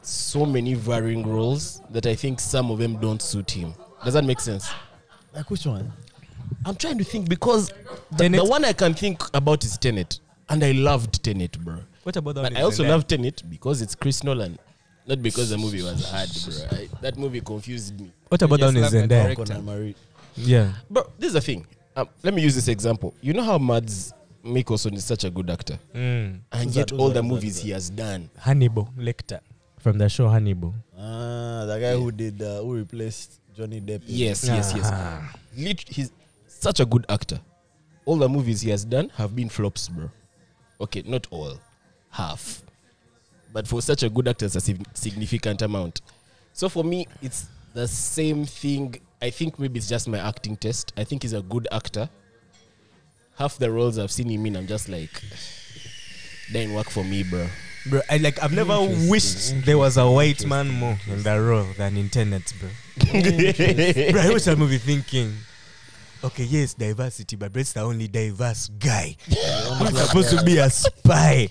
so many varying roles that I think some of them don't suit him. Does that make sense?
like which one?
I'm trying to think because the,
Tenet?
the one I can think about is Tenet, and I loved Tenet, bro.
What about that?
But I also love Tenet because it's Chris Nolan, not because the movie was hard, bro. I, that movie confused me.
What about that
You
one is
just love the
Zendaya?
director. Correct.
Marie.
Yeah.
But this is the thing. Um, let me use this example. You know how Mads Mikkelsen is such a good actor,
Mm.
and
Who's
yet
that-
all
who's that-
the
who's
movies
that-
he has done.
Hannibal Lecter from the show Hannibal.
Ah, the guy who did uh, who replaced Johnny Depp. in-
Yes, yes, yes. Lit- he's such a good actor. All the movies he has done have been flops, bro. Okay, not all, half. But for such a good actor, it's a sig- significant amount. So for me, it's the same thing. I think maybe it's just my acting test. I think he's a good actor. Half the roles I've seen him in, I'm just like, didn't work for me, bro.
Bro, I like I've never wished there was a white man more in that role than in Tenet, bro. bro, I watched that movie thinking, okay, yes, diversity, but Brett's the only diverse guy. He's supposed to be a spy.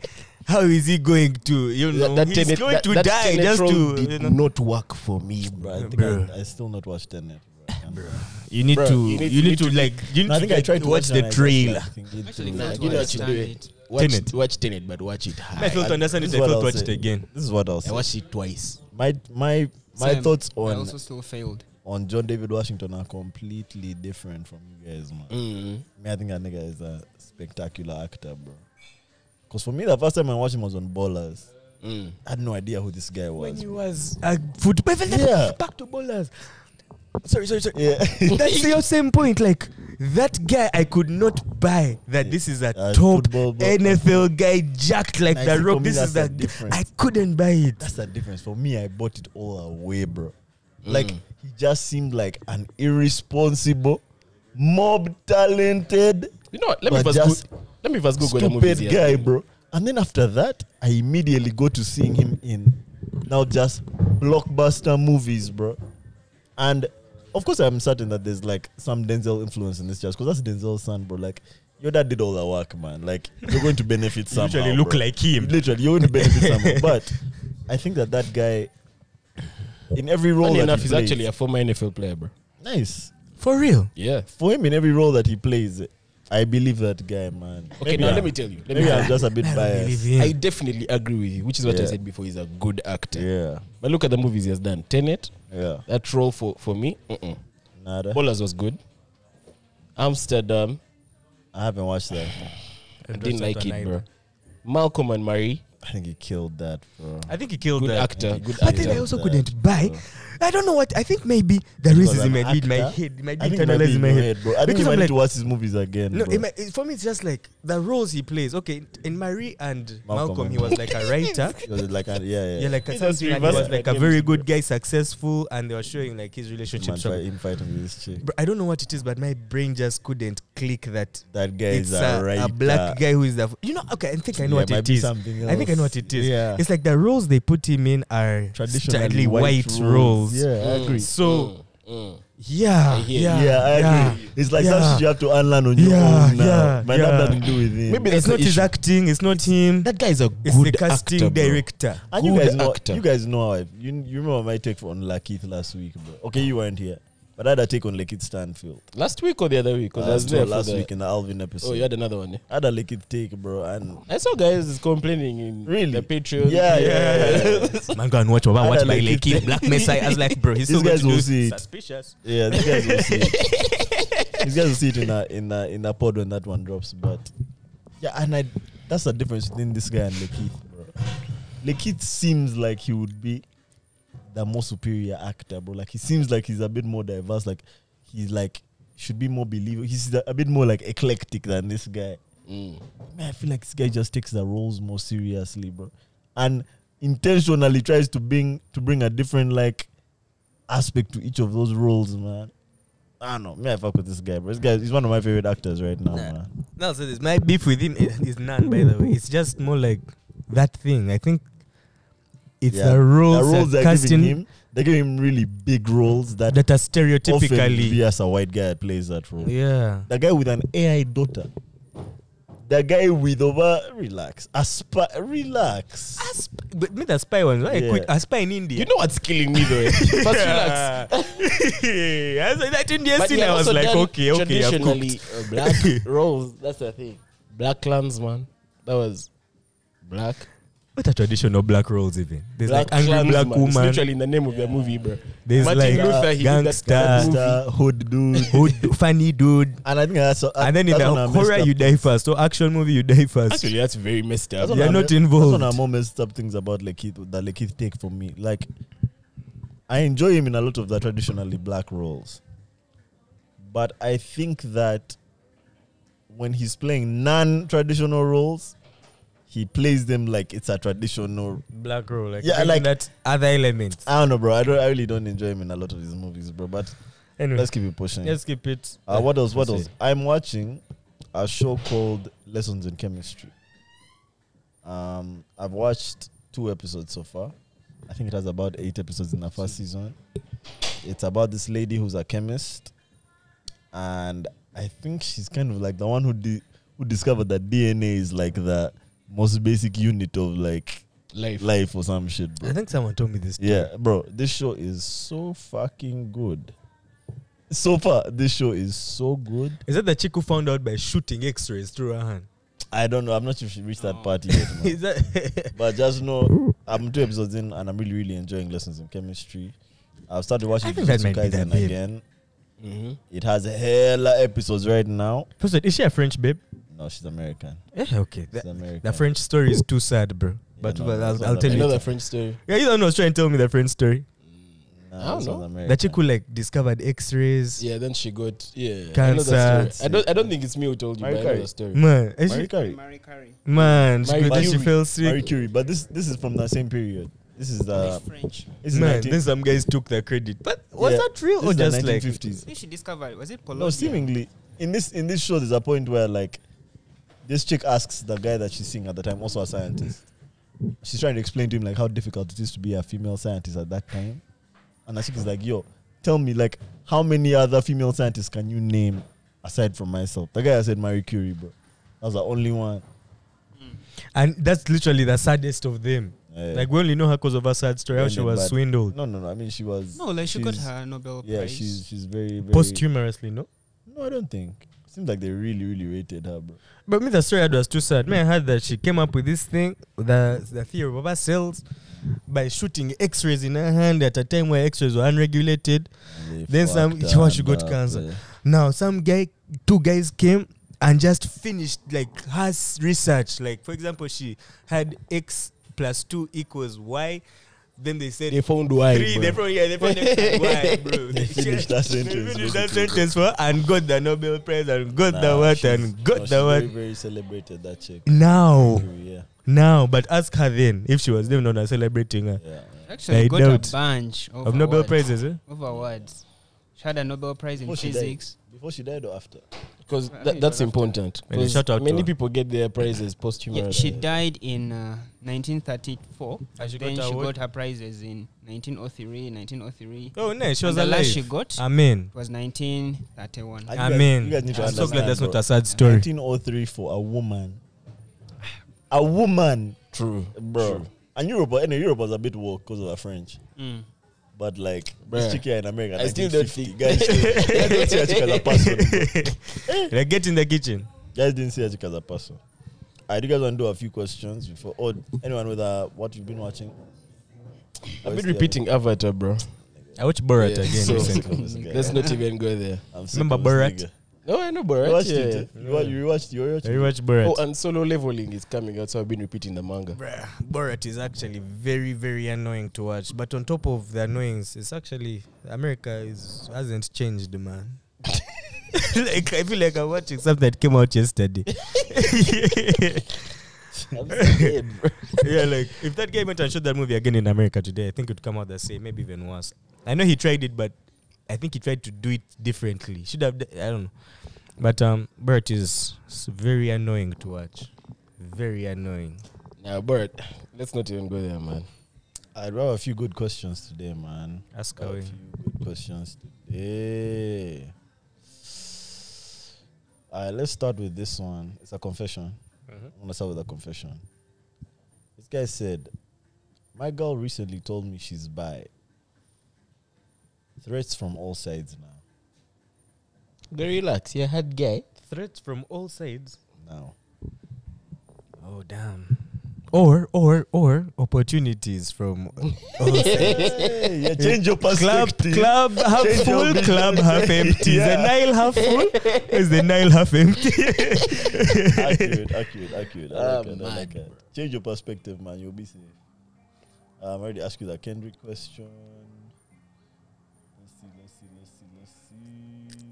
How is he going to, you know, he's
Tenet-
going
that-
to
that
die
Tenet
just to,
role did
you, know.
not work for me,
Bro,
bro.
I think
Bro.
I, I still not watched Tenet. Bro. I can't-
you need
Bro,
to,
you need-
you
you
need
need
to like, you need
No, I
to,
think I
like,
tried to
watch the
and I just,
trailer.
like, think it
Actually,
was-
no,
Nah,
Not
you know what you do.
understand
eh?
it.
Watch
Tenet.
watch Tenet, but watch it
I
high.
failed to understand
This
it.
is
I
what
failed
I'll
to watch it
say.
again.
This is what I'll say.
I watched it twice.
my my my
Same.
thoughts
I
on
also still failed.
on John David Washington are completely different from you guys, man.
Mm.
Me, I think that nigga is a spectacular actor, bro. Cause for me, the first time I watched him was on Ballers.
Mm.
I had no idea who this guy
When
was.
he was uh, a football,
Yeah.
back to bowlers. Sorry, sorry, sorry.
Yeah,
That's your same point. Like that guy, I could not buy that this is a
Uh,
top
football ball-
NFL guy, jacked like
Nah,
the
see,
rock.
for me,
This is
that's
the
the difference.
I couldn't buy it.
*laughs* that's the difference. For me, I bought it all away, bro. Like he just seemed like an irresponsible, mob talented,
You know what? Let
But
me
just
first go, let me first Google the movies.
stupid
here.
guy, bro. And then after that, I immediately go to seeing him in now just blockbuster movies, bro. And of course, I'm certain that there's like some Denzel influence in this just because that's Denzel's son, bro. Like your dad did all the work, man. Like you're going to benefit
*laughs*
You
somehow.
literally look
bro.
like him.
literally you're going to benefit somehow. *laughs* But I think that that guy in every role
Funny
that
enough,
he
he's
plays,
actually a former NFL player, bro.
nice
For real.
Yeah.
for him in every role that he plays. I believe that guy, man.
Okay,
Maybe
now
I'm-
let me tell you. Let me
Maybe I'm just a bit
I don't believe
biased.
him.
I definitely agree with you, which is what I
Yeah.
said before. He's a good actor.
Yeah,
But look at the movies he has done. Tenet,
yeah.
that role for for me, mm-mm.
Nada.
Ballers was good. Amsterdam,
I haven't watched that.
I didn't like it, bro. Malcolm and Marie,
I think he killed that, bro.
I think he killed
good
that.
actor, good
But then I
actor.
also
Yeah.
couldn't buy. I don't know what. I think maybe the racism
I'm
might be in my
actor.
head. It might be
I think it might be
internalized in my head.
bro. I think
Because
you might
I'm
need
like-
to watch his movies again.
No,
bro.
it might, it, for me, it's just like the roles he plays. Okay, in Marie and Malcolm,
Malcolm and
he was like a
*laughs*
writer.
It was like, a, yeah, yeah.
Yeah, like a
He just
something, and he
reversed
was
the
like a
games,
very
bro.
good guy, successful, and they were showing like his relationship.
man,
struggle.
fight, him fighting with this chick.
Bro, I don't know what it is, but my brain just couldn't click that
That guy
it's
is a,
a,
writer.
a black guy who is the. You know, okay, I think I know
Yeah,
what
might
it
be
is.
something
I think I know
else.
what it is.
Yeah.
It's like the roles they put him in are traditionally
Traditionally
white, roles.
Yeah, I agree.
So,
Mm, mm.
yeah,
I hear
yeah,
Yeah, I agree. It's like
yeah.
some shit you have to unlearn on your
Yeah,
own now.
yeah,
might
yeah.
have nothing to do with him.
It's
Maybe that's
not
the
his
issue.
acting. It's not him.
That guy is a
It's
good
the casting
actor, bro.
director.
And you
Good
guys know,
actor.
you guys know how I, you, you remember my take on Lakeith last week, bro. Okay, you weren't here, but I had a take on Lakeith Stanfield
Last week or the other week? Because I was
Uh,
there for
last
the-
week in the Alvin episode.
Oh, you had another one. Yeah?
I had a Lakeith take, bro, and
I saw guys is complaining in
Really?
the Patreon.
Yeah, yeah,
*laughs*
yeah. *laughs*
Man, go and watch. Baba,
I
watch
don't
by
like
Lekki,
it.
Black Messiah. I was like, bro, he's
These
still going
guys
to
will
do
see it.
suspicious.
Yeah, these guys will see. It. these guys will see it in a in a in a pod when that one drops. But yeah, and I that's the difference between this guy and Lekith, bro. Lekith seems like he would be the more superior actor, bro. Like he seems like he's a bit more diverse. Like he's like should be more believable. He's a a bit more like eclectic than this guy.
Mm.
Man, I feel like this guy just takes the roles more seriously, bro, and intentionally tries to bring to bring a different like aspect to each of those roles, man. I don't know. Me, I fuck with this guy, bro. This guy, he's one of my favorite actors right now,
Nah.
man.
No, so this my beef with him is, is none. By the way, it's just more like that thing. I think it's
Yeah.
the roles,
the roles
they're
they're giving
casting
him, they're giving him really big roles that,
that are
often
stereotypically.
we as a white guy plays that role.
Yeah,
The guy with an AI daughter. The guy with over relax. A spy relax.
A sp- but me the spy one. Why I
Yeah.
quit a spy in India. *laughs*
You know what's killing me though? eh? First relax.
*laughs* I said that Indian
But
scene.
he had
I was
also
like,
done
okay, okay, I've
traditionally,
cooked.
uh, black
*laughs*
roles. That's the thing. Black Klansman. That was black.
What are traditional black roles even? There's
black
like angry
Klansman.
black
It's
woman.
literally in the name of the movie, bro.
There's
Martin
like
Luther, he did that
gangster,
movie.
Star hood dude.
hood, funny dude.
And I think that's uh,
and then in
that's
the
one of my messed
horror
up
you die
things.
first. So action movie you die first.
Actually, that's very messed up.
That's one
You're
of
not
the-
involved.
That's one of the more messed up things about Lekith that Lekith take from me. Like, I enjoy him in a lot of the traditionally black roles, but I think that when he's playing non-traditional roles, he plays them like it's a traditional.
black role, like
Yeah,
yeah,
like-
like that other element.
I don't know, bro. I don't. I really don't enjoy him in a lot of his movies, bro. But
Anyway,
let's keep it pushing.
let's keep it.
Uh, what else? What
That's
else? I'm watching a show called Lessons in Chemistry. Um, I've watched two episodes so far. I think it has about eight episodes in the first season. It's about this lady who's a chemist, and I think she's kind of like the one who di- who discovered that DNA is like the most basic unit of like
Life.
life or some shit, bro.
I think someone told me this.
Yeah, bro, this show is so fucking good. So far, this show is so good.
Is that the chick who found out by shooting X-rays through her hand?
I don't know. I'm not sure if she reached
Oh.
that part yet. man.
*laughs*
*laughs*
Is that?
but just know, I'm two episodes in, and I'm really, really enjoying lessons in chemistry. I've started watching
I think that
Jujutsu
might be that
Kaisen
babe.
again.
Mhm.
It has hella episodes right now.
First, of all, is she a French babe?
No, she's American.
Yeah, okay.
She's
The,
American.
the French story is too sad, bro. But
no,
well,
that's
I'll,
not
I'll
that
tell
I
bad.
know
you.
the French story.
Yeah, you don't know. Trying to tell me the French story.
No,
I don't
she's
know.
not
The
American.
chick who like discovered X-rays.
Yeah, then she got yeah. I know
Cancer.
the story. I don't. I don't think it's me who told you. But I know
Maricari.
the story.
Man, is
Marie
she,
Curie.
Marie Curie.
man, she,
Marie
then she
Curie.
fell
Marie
sick.
Curie. But this this is from the same period. This is the
French.
this is
Man,
19
then some guys took the credit. But was
Yeah,
that real
this
or
is the
just like
1950s.
Who she discovered? Was it Polonia?
No, seemingly in this in this show, there's a point where like this chick asks the guy that she's seeing at the time, also a scientist. She's trying to explain to him like how difficult it is to be a female scientist at that time, and the chick is like, "Yo, tell me like how many other female scientists can you name aside from myself?" The guy said Marie Curie, bro. That was the only one.
And that's literally the saddest of them.
Yeah.
Like we only know her because of her sad story, how she
Ended
was
bad.
swindled
Uh, No, no, no. I mean, she was
No, like she got
she's-
her Nobel
Yeah,
Prize.
she's she's very very.
posthumously, no.
No, I don't think. Seems like they really really rated her, bro.
But me, the story I had was too sad. Me, I heard that she came up with this thing, the the theory of her cells, by shooting X-rays in her hand at a time where X-rays were unregulated.
They
Then some-
fucked
she- well,
her
she got
up,
cancer.
eh.
Now, some guy, two guys came and just finished like her s- research. Like for example, she had X plus two equals Y. Then they said
They found why.
three
bro. Oh,
different yeah, they found
*laughs*
out why, bro.
They finished that sentence,
They finished that
basically.
sentence for and got the Nobel Prize and got
Nah,
the what
she's-
and
no,
got
she's
the
Very,
what.
very celebrated that chick.
Now,
Yeah,
now, but ask her then if she was then on celebrating her
yeah.
Actually,
I
got
doubt.
a bunch of,
of Nobel
awards-
Prizes. Eh?
Of awards. She had a Nobel Prize in
Before she died.
physics.
Before she died or after?
because
I
that, that's
mean, but after-
important.
Well,
'Cause
shout out to
many
her.
people get their prizes
Yeah,
posthumously.
she died in uh, 1934.
And she got
then
her
she
award?
got her prizes in 1903, 1903.
Oh no, she
And
was
the
alive. Um,
last she got
Amen.
was 1931.
I- You guys-
Amen.
you guys need to
I'm so glad
understand,
that's not
bro.
a sad story.
1903 for oh a woman. A woman,
True,
bro.
True.
And Europe, and Europe was a bit war because of her French.
Mm.
But like
Bruh.
this chick here in America,
I still don't think-
1950, guys. guys don't
*laughs*
see her chick as a person. bro.
*laughs* Like get in the kitchen.
Guys didn't see her chick as a person. I do you guys want to do a few questions before? Or anyone with uh, what you've been watching?
I've been repeating Avatar, bro.
I watched Borat
Yeah,
again
so-
recently.
*laughs* Let's
Let's not even go there.
I'm
Remember Borat?
No, I know
You
Borat.
watched
Yeah.
it. You, wa- you watched. You watched.
Have you watched Borat?
Oh, and solo leveling is coming out, so I've been repeating the manga.
Bruh, Borat is actually very, very annoying to watch. But on top of the annoyance, it's actually America is hasn't changed, *laughs* man. like I feel like I'm watching something that came out yesterday. *laughs*
I'm
*laughs*
scared, bro.
*laughs* yeah, like if that guy went and shot that movie again in America today, I think it would come out the same, maybe even worse. I know he tried it, but I think he tried to do it differently. Should have, d- I don't know. But um, Borat is s- very annoying to watch. Very annoying.
Now, Borat, let's not even go there, man.
I have a few good questions today, man.
Ask
I have
away.
a few good questions today. All right, let's start with this one. It's a confession. I'm gonna start with a confession. This guy said, "My girl recently told me she's bi. Threats from all sides now.
Go relax. You're a hard guy.
Threats from all sides.
*laughs* Now,
Oh damn. Or or or opportunities
*laughs*
from all sides.
hey, yeah, change your
club
perspective.
club half
Change your
full,
business.
club half empty. Is the
Yeah.
Nile half
*laughs*
full? Is the Nile half empty? *laughs*
accurate, accurate, accurate. I like
Ah,
it, I like
man,
it. Change your perspective, man. You'll be safe. Um, I already asked you that Kendrick question. Let's see, let's see, let's see, let's see.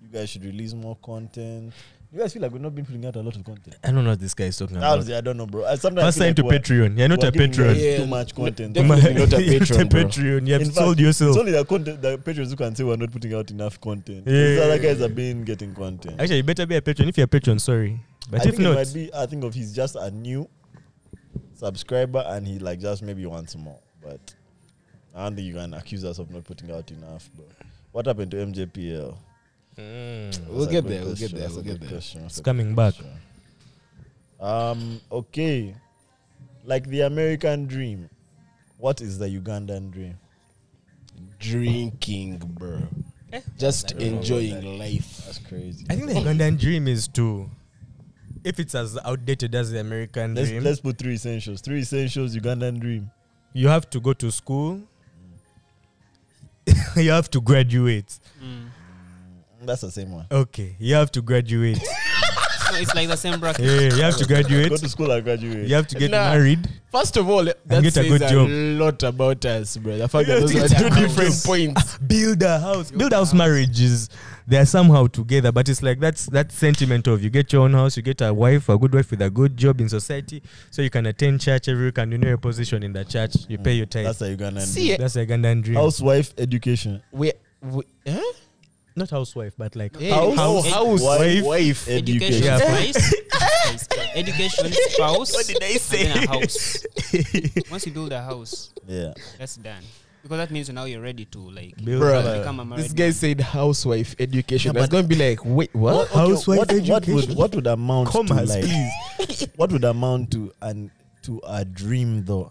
You guys should release more content. You guys feel like we've not been putting out a lot of content.
I don't know what this guy is talking about.
Honestly, I don't know, bro. I sometimes
First
feel
time
like
to
we're-
Patreon. You're not
we're
a
giving
Patreon.
guys
Yeah,
Too
yeah.
much content.
Yeah.
*laughs*
Definitely not a
You're
Patreon, bro.
Patreon. You have
In fact,
sold yourself.
It's only the content the patrons who can say we're not putting out enough content.
Yeah.
These other guys have been getting content.
Actually, you better be a Patreon. If you're a Patreon, sorry. But
I
if
think it
not,
might be. I think of he's just a new subscriber, and he like just maybe wants more. But I don't think you can accuse us of not putting out enough. But what happened to MJPL?
We'll
That's a good
get there, we'll
question,
get there,
that's a
we'll get
good
there.
question, that's
It's
a good
coming back.
question. Um. Okay. Like the American dream, what is the Ugandan dream?
Drinking, bro. Just enjoying life.
That's crazy.
I think the Ugandan dream is to, if it's as outdated as the American
let's
dream,
let's put three essentials. Three essentials. Ugandan dream.
you have to go to school, *laughs* you have to graduate.
That's the same one.
Okay, you have to
*laughs*
graduate.
No, it's like the same
*laughs*
bracket.
yeah, you have to
Go
graduate.
to school and graduate.
You have to get
Nah.
married.
First of all, that
get a
says
good
a
job.
lot about us, bro.
*laughs*
The fact
Yeah,
that those are
it's
two
two
different
different- *laughs*
points.
build a house build house marriages they are somehow together but it's like that's that sentiment of you get your own house you get a wife a good wife with a good job in society so you can attend church every week and you know your position in the church you pay your tithe
That's the Ugandan dream.
See,
that's a Ugandan dream
Housewife education.
we, we huh?
not housewife but like
Yeah,
House-
house-
house,
wife,
wife.
Education,
Yeah.
spouse, education, spouse, what did I say? and then a house. Once you build a house,
Yeah.
that's done. Because that means now you're ready to like
build
Bruh.
a-
become a married
This guy
man.
said housewife education.
Yeah,
That's
but-
gonna be like, wait, what?
Housewife
what, What would,
education?
what would amount
Commas,
to like? what would amount to an to a dream though?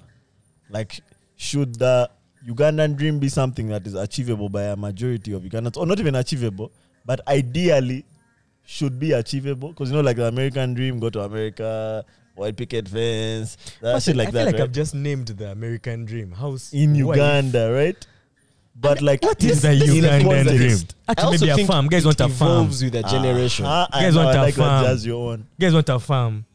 Like, should the Ugandan dream be something that is achievable by a majority of Ugandans, or not even achievable, but ideally should be achievable? Because you know, like the American dream, go to America, white picket fence, *laughs* that shit like
I feel
that.
like
right?
I've just named the American dream house
In
wife.
Uganda, right? But like,
what is the
in a
Ugandan
context.
dream?
I
Actually,
also
maybe a
think
farm. Guys
it
want a farm.
evolves with a generation.
Ah, I
Guys
know,
want
I
a
like
farm.
that jazz your own.
Guys want a farm.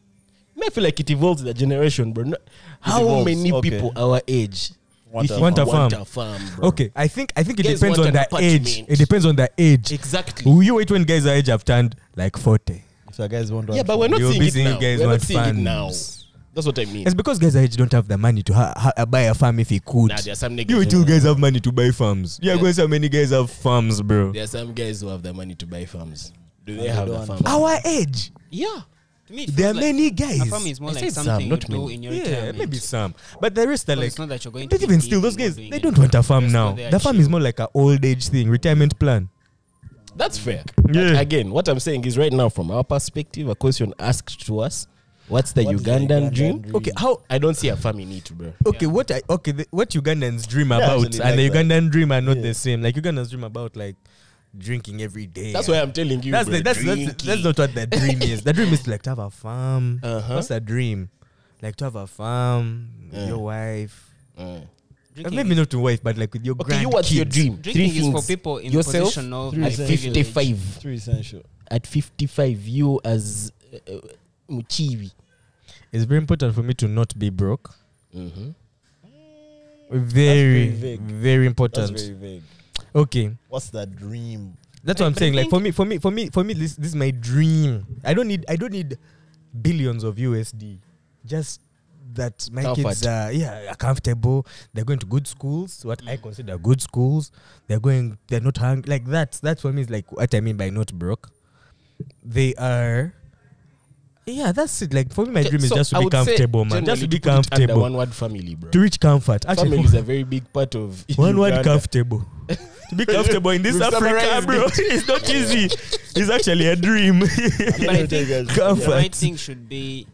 I feel like it evolves with a generation, bro. No- How
evolves,
many
okay.
people our age
Want
you
a
think
Want a
want
farm.
a farm, bro?
Okay, I think I think it
Guys
depends
want
on the
an
age.
apartment.
It depends on the age.
exactly.
Will you wait when guys are age have turned like 40?
If the guys want
Yeah, but we're not
You'll
seeing
be
it
seeing
now.
guys
We're not
want
seeing it
farms.
now. That's what I mean.
It's because guys our age don't have the money to ha- ha- buy a farm if he could.
Nah, there are some
you
niggas.
two
who-
guys have money to buy farms. Yeah, guys, how many guys have farms, bro?
There are some guys who have the money to buy farms. Do
they
they have the
don't.
farm?
Our age,
Yeah.
to me, it
there are
feels like
many guys.
A farm is more
I
like
said some,
something you
not
do
many.
in your
yeah,
retirement.
maybe some, but the rest are
Because
like.
it's not that you're going to
But
be
even still,
eating
those
or
guys
doing
they
anything.
don't want a farm
Just
now.
so they
The farm is
achieve.
more like an old age thing, retirement plan.
That's fair.
Yeah.
But again, what I'm saying is right now, from our perspective, a question asked to us what's the
What is the
Ugandan
Ugandan
dream?
dream?
Okay, how? I don't see a farm in it, bro.
Okay, what I okay the, what Ugandans dream about and
actually like
the
that.
Ugandan dream are not
Yeah.
the same. Like Ugandans dream about like drinking every day.
That's
and
why I'm telling you.
that's,
bro,
the, that's, that's that's not what the dream is. The dream is like to have a farm.
Uh-huh.
What's the dream? Like to have a farm, with
Yeah.
your wife,
drinking. Uh,
Drinking
maybe
is-
not to wife, but like with your
Okay,
grandkids.
you what's your dream?
Drinking
Three
is
things.
for people in
Yourself,
the position of
three
like
at
reasons.
privilege.
55
Three essential.
at 55 you as uh, uh, mchiwi
It's very important for me to not be broke.
mm-hmm.
very
Very,
vague. That's
very important.
very vague.
okay,
What's that dream?
that's
But-
what I'm
but I
saying. Like
think-
for me, for me, for me, for me, this this is my dream. I don't need, I don't need billions of USD. Just that my
Comfort.
kids are yeah are comfortable. They're going to good schools. What I consider good schools. They're going. They're not hungry. Like that's that's what means. Like what I mean by not broke. They are. Yeah, that's it. Like for me, my dream is just to be comfortable, man. Just to be comfortable.
one word family bro
to reach comfort. Actually, *laughs*
family is a very big part of
one word
Uganda.
comfortable. to be comfortable in this
We've
Africa,
summarized
bro, *laughs* it's not easy. It's actually a
*laughs*
dream. *laughs*
I'm
But I
gonna tell you guys-
Comfort.
The right thing should be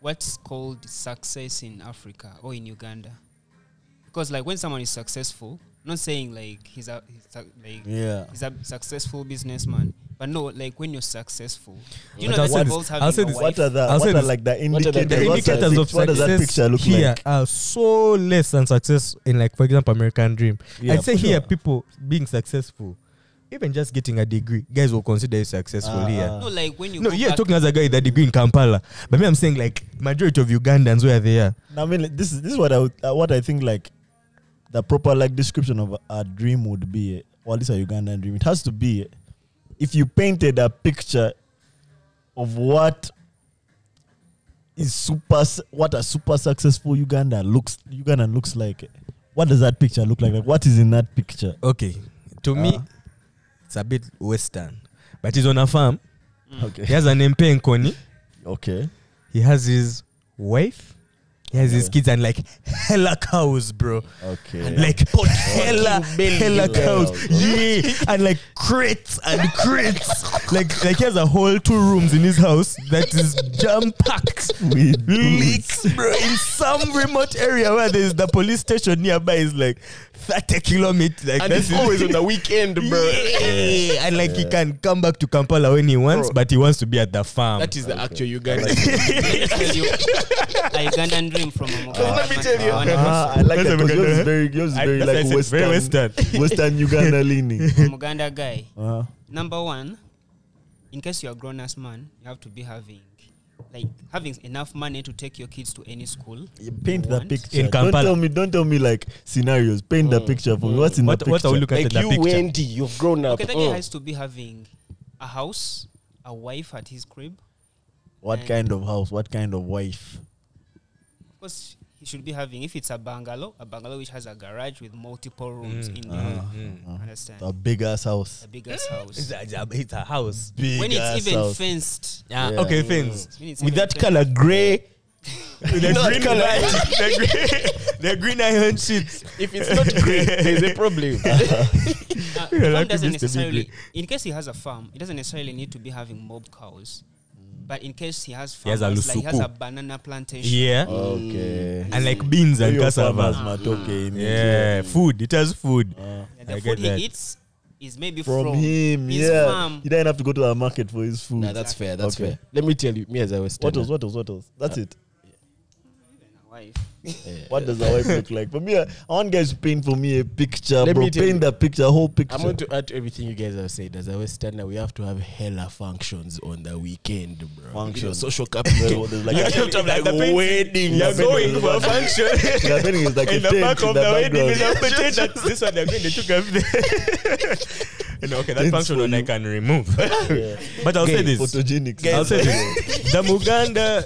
what's called success in Africa or in Uganda, because like when someone is successful, not saying like he's a he's a, like
Yeah.
he's a successful businessman, but no, like when you're successful, you
But
know
I'll
that
say this-
involves
I'll
having
say
a
this-
wife.
What are the
I'll
what
say
are
this.
like the
What are
indicators?
the
the
What's that
indicators
pic-
of
what does that
success
picture look
here
like?
are so less than success in, like, for example, American Dream.
Yeah,
I'd say
for
here,
sure.
people being successful, even just getting a degree, guys will consider you successful
Ah,
here.
ah.
No, like when you
no,
go
you're
back-
talking as a guy with a degree in Kampala, but me, I'm saying like majority of Ugandans where they are.
I mean, like, this is this is what I would, uh, what I think like the proper like description of a, a dream would be. eh, Or at least a Ugandan dream. It has to be eh, if you painted a picture of what is super s- what a super successful Uganda looks Uganda looks like. eh, What does that picture look like? Like what is in that picture?
Okay, to me,
Ah.
it's a bit Western, but he's on a farm. He
Okay.
has an Mpenkoni.
Okay.
He has his wife. He has his
Yeah.
kids and like *laughs* hella cows, bro.
Okay.
And
*laughs*
like hella, hella cows.
cows, bro.
Yeah. And like crates and crates. like like he has a whole two rooms in his house that is jam packed.
With
Leaks, bro, in some remote area where there's the police station nearby is like 30 kilometers. Like *laughs*
and it's
his-
always on the weekend bro
Yeah. And like he can come back to Kampala when he wants,
Bro.
but he wants to be at the farm.
that is the actual Uganda
Let me tell you, a Ugandan dream from a Mogadan
let me
man,
tell you.
a Rwandan
Ah, I
person,
like
That's
that.
what
'cause
we
Yours
got,
is
huh?
very, yours is
I-
very
that's
like
why I said
Western,
very
*laughs* Western Uganda leaning.
a Muganda guy.
Uh,
Number one, in case you're a grown ass man, you have to be having like having enough money to take your kids to any school.
you paint the
want.
picture.
In
Don't
Kampala.
tell me. Don't tell me like scenarios. Paint the picture for me. What's in
What,
the
what
picture?
are we looking
like
at in the
you
picture?
Wendy you've grown up
Okay, that
Mm.
guy has to be having a house, a wife at his crib.
What kind of house? What kind of wife?
Of course, he should be having if it's a bungalow, a bungalow which has a garage with multiple rooms in the understand
A big ass house.
the biggest house.
It's a, it's a house.
When
Big-ass
it's even
house.
fenced,
Yeah.
Yeah.
Okay, *laughs* things.
When it's
With
even
that
fenced.
color gray. With the
Not
green
colour.
light, *laughs* the green, the green iron sheets.
if it's not *laughs* great there's a problem
Uh,
Yeah,
farm
that could
doesn't
be stability.
necessarily, in case he has a farm, it doesn't necessarily need to be having mob cows. But in case he has
He has
farmers,
a
like he has
lusuku.
a banana plantation.
Yeah,
Okay.
and like beans and
Your farmers
cassava.
matoke in here.
Yeah, food. It has food.
Uh,
Yeah,
I
the
get
food
that.
he
*laughs*
eats is maybe
from,
from,
him,
his
yeah.
farm.
He didn't have to go to the market for his food.
*laughs* nah that's fair that's
Okay.
fair let me tell you me as uh, I was
what else? What else? What else? That's it.
Wife.
What does a wife look like? For me, I, I want guys to paint for me a picture,
Let
bro.
me tell you.
Paint the picture, whole picture.
I'm going to add to everything you guys have said. As a Westerner, we have to have hella functions on the weekend, bro. You know,
Functions.
social
Well, *laughs*
capital.
there's like
*laughs* You
a-
have to have like
like
the painting.
wedding.
You're
The wedding
going
is
for a
like- *laughs*
function.
The wedding is like a
*laughs* in the
tent
back of
in
the,
the
wedding is
background.
a *laughs* pretend that this one they're going to took *laughs* everything. and okay, that
Thanks
function
for
one I
you.
can remove. *laughs*
Yeah.
But I'll say
Gay,
this.
Photogenic.
I'll say this. the Muganda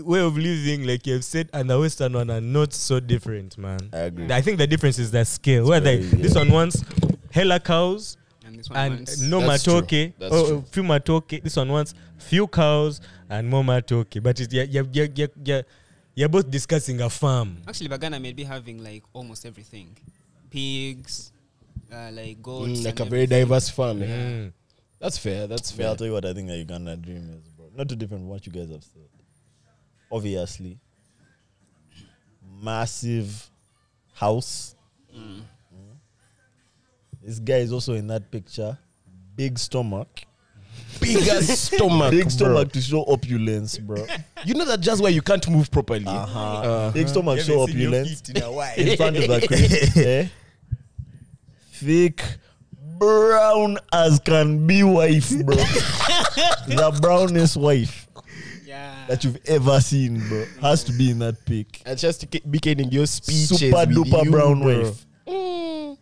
uh, way of living, like you've said, and the Western one are not so different, man.
I agree.
I think the difference is the scale. Where they,
very-
this one wants hella cows
And this one
and
wants-
no
That's true.
matoke.
That's
Oh,
true.
few matoke. This one wants few cows and more matoke. But it's, you're, you're, you're, you're, you're, you're both discussing a farm.
Actually, Bagana may be having like almost everything pigs, uh, like goats.
Mm, like a
and
very
everything.
diverse family.
Mm.
That's fair.
*laughs*
That's
Yeah,
fair.
I'll tell you what I think a Uganda dream is, bro. Not too different from what you guys have said. Obviously, massive house. Mm. This guy is also in that picture. Big stomach.
bigger stomach.
Big
bro.
stomach to show opulence,
*laughs*
bro.
You know that just where you can't move properly.
Uh-huh.
Uh,
Big stomach show opulence *laughs* in front of the crib. eh? Thick, brown as can be wife, bro. the brownest wife
Yeah.
that you've ever seen, bro. Has to be in that pic.
And just ke- be kidding your speeches.
Super
with
duper
you,
brown
bro. Mm.
wife.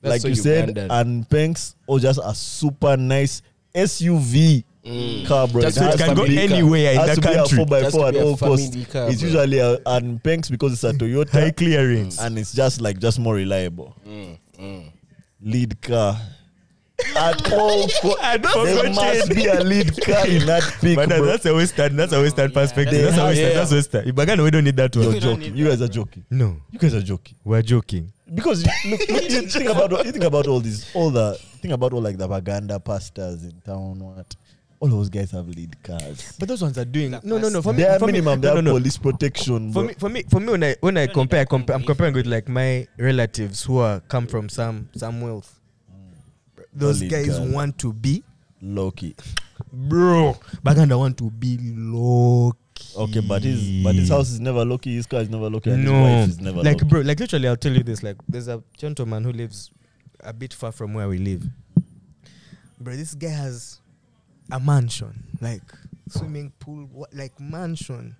That's
like you
so
said,
Ugandan.
and Penks or just a super nice SUV car, bro.
Just
It
so it
has
can
to
go
be-
anywhere in
has
that
to be a
country.
4x4
Just to
at
be a
all costs.
family car,
It's
bro.
usually a, an Penks because it's a Toyota.
High clearance.
and it's just like just more reliable. Lead car. At
*laughs*
all, co- there must be a lead car in that pic,
But
bro.
that's a Western. That's a Western perspective.
that's
That's a
how-
Western.
yeah.
That's Western. Ibagana, we don't need that *laughs*
You're
one.
joking. You guys are joking.
No,
You guys are joking
we're joking.
because you-
*laughs*
look, look, you think about all- you think about all these, all the think about all like the Baganda pastors in town. What all those guys have lead cars.
But those ones are doing.
no, no, no,
For they are minimum. they
no,
have
no, no.
police protection.
For
Bro.
me, for me, for me, when I when I compare, I compare, I'm comparing with like my relatives who are come from some some wealth. Those
Only
guys
God.
want to be
low key.
bro. Baganda want to be low.
Okay, but his but his house is never low key. His car is never low key. And
no,
his wife is never
like
low-key.
bro, like literally, I'll tell you this. Like, there's a gentleman who lives a bit far from where we live. Bro, this guy has a mansion, like swimming pool, wa- like mansion.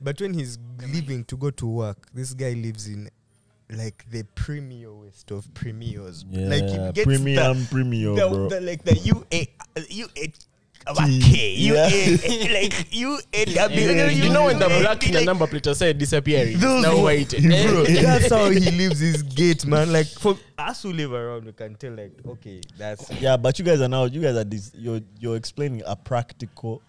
But when he's leaving to go to work, this guy lives in like the premierest of premiers.
Yeah,
like he gets
premium,
the-
premium,
the,
bro.
the- like the UA, uh, UA.
Tea.
Okay, you
Yeah.
like you
You know when the black in the number plate are said disappearing.
those
Now
who-
wait.
*laughs*
*laughs*
Bro, that's how he leaves his gate, man. Like for us who live around, we can tell. Like, okay, that's
Yeah, but you guys are now you guys are this you're you're explaining a practical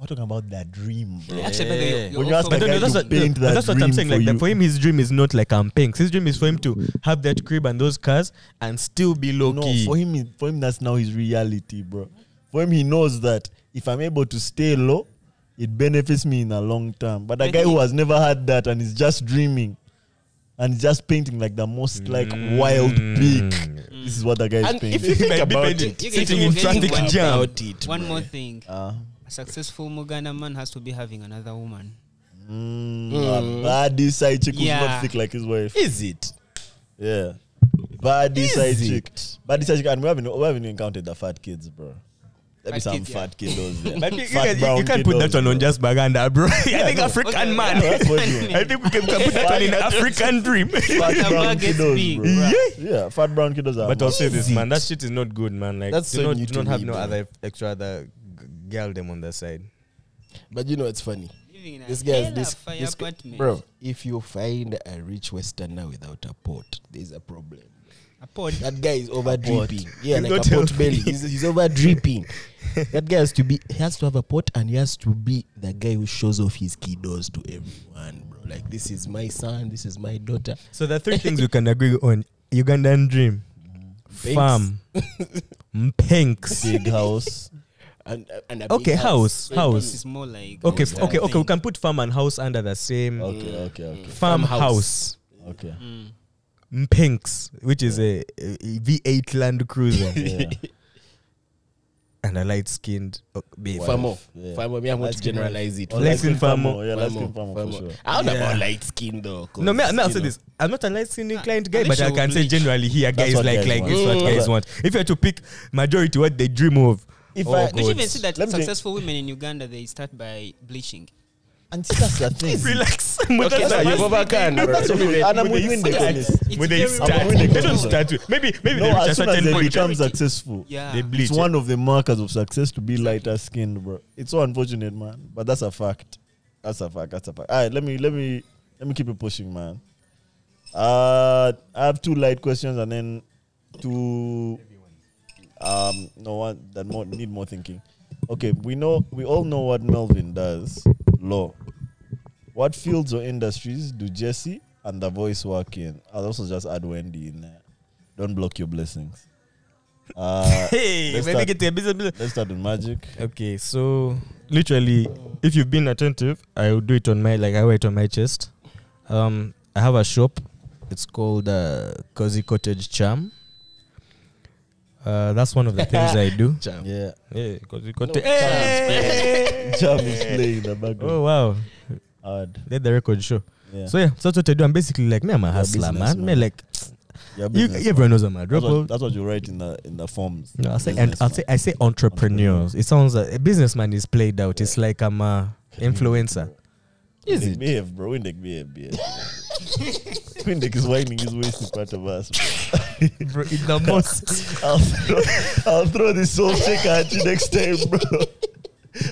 we're talking about that dream, bro.
Actually, by the way,
When you
also-
ask the
But no,
guy
no, that's
to
what-
paint that
that's what I'm
dream
saying.
for
Like,
you,
the, for him, his dream is not like I'm paying. His dream is for him to have that crib and those cars and still be low
no,
key.
for
*laughs*
him, it- for him, that's now his reality, bro. For him, he knows that if I'm able to stay low, it benefits me in a long term. But a
And
guy who
he-
has never had that and is just dreaming and is just painting like the most like wild peak, this is what the guy is
And if you
painting.
think
might be
about
painting.
it,
You guys
sitting
are
in
very
traffic
wild.
jam.
about it,
One
bro.
more thing.
Ah,
A successful Muganda man has to be having another woman.
mm, A baddie side chick who's not
Yeah.
thick like his wife.
Is it?
Yeah. Baddie
Is
side
it?
chick. Baddie side chick. And we haven't, we haven't encountered the fat kids, bro. There be
Fat
some
kids, yeah.
fat kiddos there.
But you, you,
Fat
can, you,
brown
you can't put that
kiddos,
one on
bro.
just Baganda, bro. *laughs* I think African
*laughs*
Okay,
man.
yeah, that's what
*laughs*
you-
I think we can, we can put that one in African dream.
Fat
The
brown
bag gets
kiddos,
big,
bro.
bruh.
Yeah, fat brown kiddos are.
*laughs* But I'll say this,
amazing.
man. That shit is not good, man. Like,
That's
do
so
not,
new
do
to
not have
me,
no
bro.
other extra other g- girl them on the side.
But you know it's funny.
Living in a
This guy's
hella
this,
fire
this guy-
apartment.
bro. If you find a rich westerner without a pot, there's a problem.
A pod.
That guy is over dripping. Yeah,
He's
like
not
a pot
healthy.
belly. He's, he's over
*laughs*
dripping. that guy has to be. He has to have a pot, and he has to be the guy who shows off his kiddos to everyone, bro. Like this is my son. This is my daughter.
So the
*laughs*
three things we can agree on: Ugandan dream,
Banks.
farm,
*laughs*
mpenks.
big house.
And and a big
Okay, house,
So This
house.
is more like. uh,
Okay, Oh,
those
f- okay,
kind of
okay. We
thing.
can put farm and house under the same
Okay, okay, okay,
farm
Farmhouse.
house. *laughs*
okay.
Mpenks, which is a, a V8 Land Cruiser,
*laughs* Yeah.
and a light-skinned uh, babe.
Farmer,
Yeah.
farmer. Me, I'm going to generalize it.
Or
Light
light-skin
skin farmer.
farmer, Yeah, light skin farmer for
Farmer.
sure.
I don't know about
Yeah.
light skin though. 'cause,
No, me, me, I'll
you
say
know.
this. I'm not a light-skinned
Ah,
inclined guy,
at
but
least
I
you
can say
bleach.
generally here,
That's
guys
what
like
guys
like
want.
this, what
Mm.
guys want. If you had to pick majority, what they dream of.
If
Oh,
I
God.
Don't you even see that
Let me-
successful women in Uganda they start by bleaching?
and see, that's the thing.
*laughs* relax.
Okay, so you've overcome, bro.
That's what we- and I'm within the
It's-
*laughs*
business.
it's
when they
very
I'm
start,
winning
they
romantic.
don't
competition.
start with maybe maybe
No,
they reach a
as soon as
certain
they
point.
become
Charity.
successful,
Yeah.
they bleach.
it's one of the markers of success to be lighter skinned, bro. It's so unfortunate, man. But that's a fact. That's a fact. That's a fact. All right, let me let me let me keep it pushing, man. Uh, I have two light questions and then two. Um, no one that more need more thinking. Okay, we know we all know what Melvin does. Law. What fields or industries do Jesse and the voice work in? I'll also just add Wendy in there. Don't block your blessings. Uh,
Hey,
Let's
maybe
start.
get to a business- business.
let's start with magic.
Okay, so literally, if you've been attentive, I would do it on my like I wear it on my chest. Um, I have a shop. It's called uh, Cozy Cottage Charm. Uh, that's one of the things I
*laughs*
do.
Jam.
Yeah.
Yeah, because you got
No
to- Hey!
Jam is playing in the background.
Oh wow,
Hard.
let the record show.
Yeah.
So yeah, so that's what I do. I'm basically like me. I'm a
You're a
hustler, man.
businessman.
Me like
You're a
you,
businessman.
everyone knows I'm a
that's, what,
dropout.
that's what you write in the in the forms.
No, I say and I say I say entrepreneurs. It sounds like a businessman is played out. It's like I'm a influencer.
Is it? Behave, bro. Windeck, behave, behave. *laughs* Windeck is winding his waist in front of us. bro.
*laughs* Bro, it's the *laughs* most.
I'll throw, I'll throw this soul shaker at you next time, bro.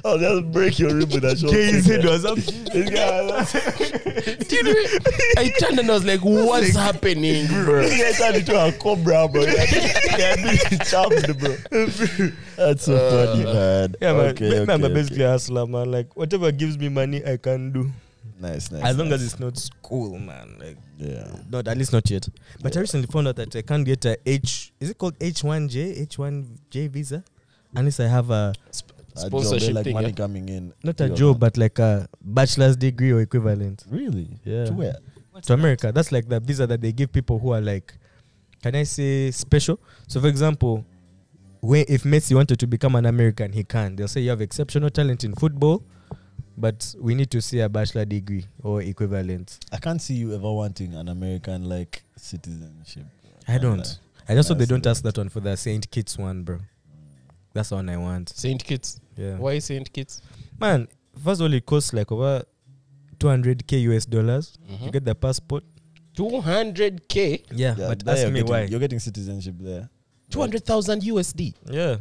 I'll just break your rib with a soul shaker.
was up.
This guy,
I turned and I was like, what's happening, bro?
this guy turned into a cobra, bro. He had he had been charmed,
*laughs*
bro. That's so funny, man.
Yeah, man.
Okay,
me- me, I'm
okay,
a basically a hustler, man. Like whatever gives me money, I can do.
okay. nice, nice.
As long
nice.
as it's not school, man. Like
yeah,
not at least not yet. But I recently found out that I can't get a H. Is it called H one J? H one J visa, unless I have a
A job,
Sponsorship
eh, like
thing,
money
yeah.
coming in.
not a
Yeah.
job, but like a bachelor's degree or equivalent.
Really?
Yeah.
To where?
to America. That's like the visa that they give people who are like, can I say special? So, for example, when, if Messi wanted to become an American, he can. They'll say you have exceptional talent in football, but we need to see a bachelor degree or equivalent.
I can't see you ever wanting an American like citizenship.
I don't. uh, I just hope they
That's
don't
the-
ask that one for the Saint Kitts one, bro. That's the one I want.
Saint Kitts.
Yeah,
Why Saint Kitts?
man. First of all, it costs like over two hundred k US dollars to get the passport.
200K?
Yeah,
Hmm? Yeah,
Ah, but
there
ask
you're
me
getting,
why.
you're getting citizenship there,
200,000 USD.
Yeah.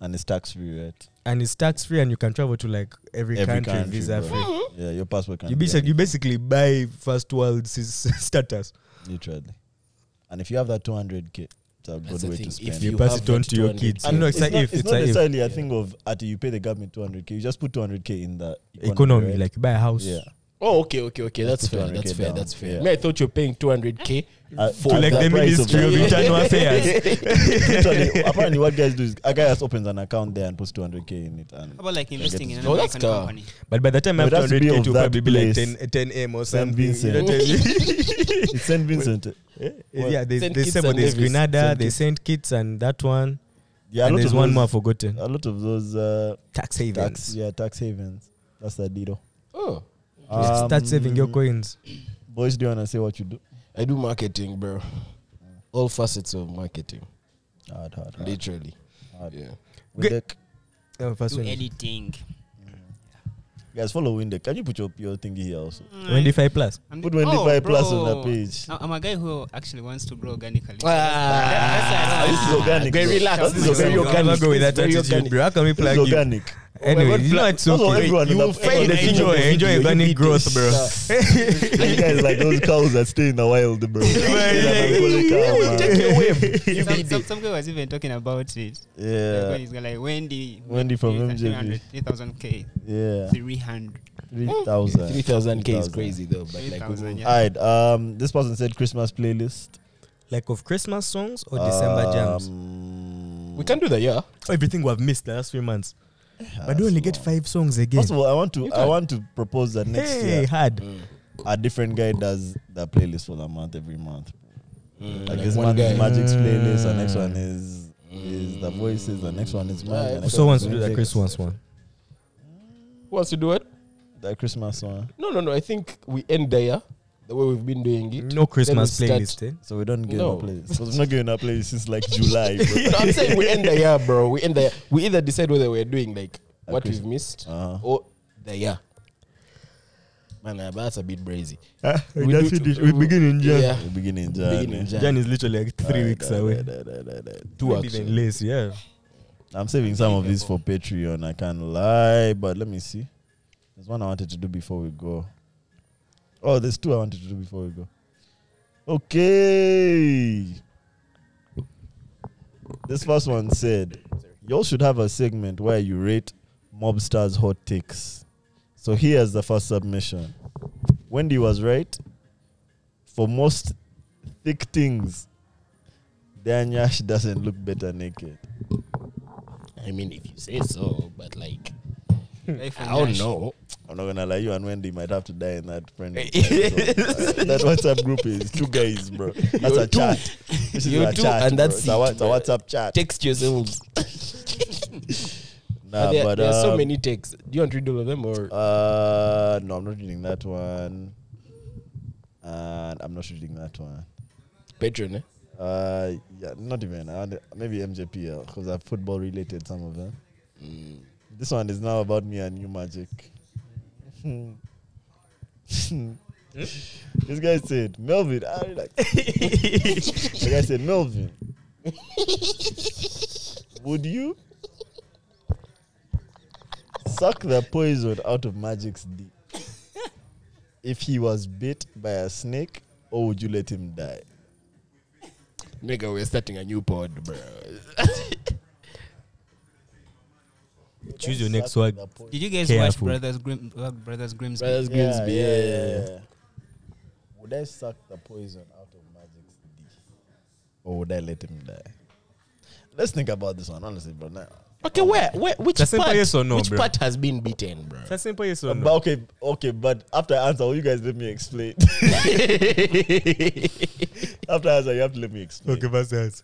and it's tax free, right?
and it's tax free and you can travel to like every,
Every
country,
country,
visa
bro.
free.
Yeah, your passport can.
Hmm? You
be
basically, you basically buy first world sis- *laughs* status.
any- literally. And if you have that 200k, it's a
That's
good
the
way to
thing, if
spend.
you
You pass
have
it on
that
to your
200K.
kids.
And
no, it's,
it's,
like
not,
if
it's
it's,
not
like if
necessarily a thing of at you pay the government 200k. You just put 200k in the
economy,
right?
like you buy a house.
yeah,
Oh, okay, okay, okay. That's
Just put
fair. That's
200K
fair.
down.
That's fair.
Yeah.
Me, I thought you were paying 200K.
Uh,
To
at
like
that
the
price
Ministry of
that. *laughs*
*laughs*
Internal Affairs.
Literally, apparently, what guys do is a guy just opens an account there and puts 200k in it, and
*laughs* How about like investing in an
Oh, that's
American
car.
company?
But by the time I have
But it has to be
200k,
of
to
that
probably be like
place.
10, 10 a.m. or
Saint
something. You
Vincent.
know what I mean?
*laughs* it's Saint Vincent.
yeah, there's,
Saint
there's
Kitts
several.
and
There's
Nevis.
Grenada,
Saint
there's Saint Kitts and that one.
Yeah, a
and
lot
there's
of
one
those-
more I've forgotten.
A lot of those uh,
Tax
tax,
havens.
yeah, tax havens. That's the deal.
Oh,
Just
Um,
Start saving your coins.
Boys, do you want to say what you do?
I do marketing, bro. All facets of marketing,
Hard, hard, hard.
literally.
hard.
Uh, Yeah.
Good.
Windek,
Oh, first
Do
one.
editing.
guys, follow Windek. Can you put your, your thingy here also?
25 plus.
Mm, I'm
Put
the-
25 plus on the
bro.
page.
I- I'm a guy who actually wants to grow organically.
Ah, this is organic.
Very
bro.
relaxed.
This is
Very
organic.
I'm not going with
It's
that
very
attitude,
organic.
bro. How can we
This
plug
is
you?
organic.
Anyway,
God,
you know it's
That's what
okay.
everyone
You
in the-
will fail
everyone
the
in the
Enjoy,
Enjoy,
video,
enjoy
you
organic
beat
growth,
it.
bro. *laughs*
you guys like those cows that stay in the wild, bro.
We'll
yeah,
take your wave.
some, some, some guy was even talking about it. Like when
yeah,
he's got like Wendy.
Wendy from MJB.
3,000 K.
yeah.
300.
Three thousand.
3,000K is crazy, though. But like, we
3,000,
will-
yeah.
Alright, um, this person said Christmas playlist
Like of Christmas songs or December jams?
Um,
we can do that, yeah.
oh, Everything we've missed the last few months. But
that's
we only get
long.
five songs again.
First of all, I want to
You
I
can.
want to propose that next
hey,
year
hard.
a different guy does the playlist for the month every month. Mm. Like this
Mm. one
month is
guy.
Magic's playlist, the next one is is the voices, the next one is mine. the next
So
one
wants
is
to do the
Windek.
Christmas one.
Who wants to do it?
The Christmas one.
No, no, no. I think we end there yeah? the way we've been doing it.
No Christmas
Then we
playlist. Eh?
So we don't get
No.
a playlist. Because we're not getting a playlist since like July. Bro.
*laughs* No, I'm saying we end the year, bro. We end the year. We either decide whether we're doing like
A
what
Christ-
we've missed
Uh-huh.
or the year. Man, uh, but that's a bit brazy.
We that's do it. it. We begin in Jan.
Yeah.
We're beginning Jan.
Beginning Jan.
Jan is literally like three
Alright,
weeks
alright,
away.
alright, alright, alright, alright.
Two
Maybe even
actually.
less, yeah.
I'm saving some of these for Patreon. I can't lie, but let me see. There's one I wanted to do before we go. Oh, there's two I wanted to do before we go. Okay. This first one said, Y'all should have a segment where you rate mobsters' hot takes. So here's the first submission. Wendy was right. For most thick things, Danyash doesn't look better naked.
I mean, if you say so, but like,
Life
I
and
Hmm. don't
dash.
know.
I'm not gonna lie, you and Wendy might have to die in that friend.
*laughs*
group. Uh, that WhatsApp group is two guys,
*laughs*
bro. That's
You're
a
two.
chat. This is
You're
a
two,
chat,
and
bro.
that's
it's a, wa-
it,
it's a
bro.
WhatsApp chat.
Text yourselves.
Nah,
there,
but
there are so
um,
many texts. Do you want to read all of them or
Uh, no, I'm not reading that one. And I'm not reading that one.
Patreon? Eh?
Uh, yeah, not even. Uh, maybe MJPL because I football related some of them. mm. This one is now about me and new magic. *laughs* this guy said, Melvin. I relax. *laughs* the guy said, Melvin. would you suck the poison out of magic's dick if he was bit by a snake, or would you let him die?
Nigga, we're starting a new pod, bro.
Choose your
Suck
next word.
the poison.
Did you guys watch
Careful.
Brothers Grimm? uh, Brothers Grimm's?
Brothers Grimsby. Yeah, yeah, yeah.
Would I suck the poison out of Magic's dick, or would I let him die? Let's think about this one, honestly, bro. Now,
Okay, where, where which
Just simple
part?
yes or no,
which
bro.
part has been beaten,
*laughs*
bro? *laughs*
It's a simple yes or
but
no.
okay, okay, but after I answer, will you guys let me explain? *laughs* after I answer, you have to let me explain.
Okay, but that's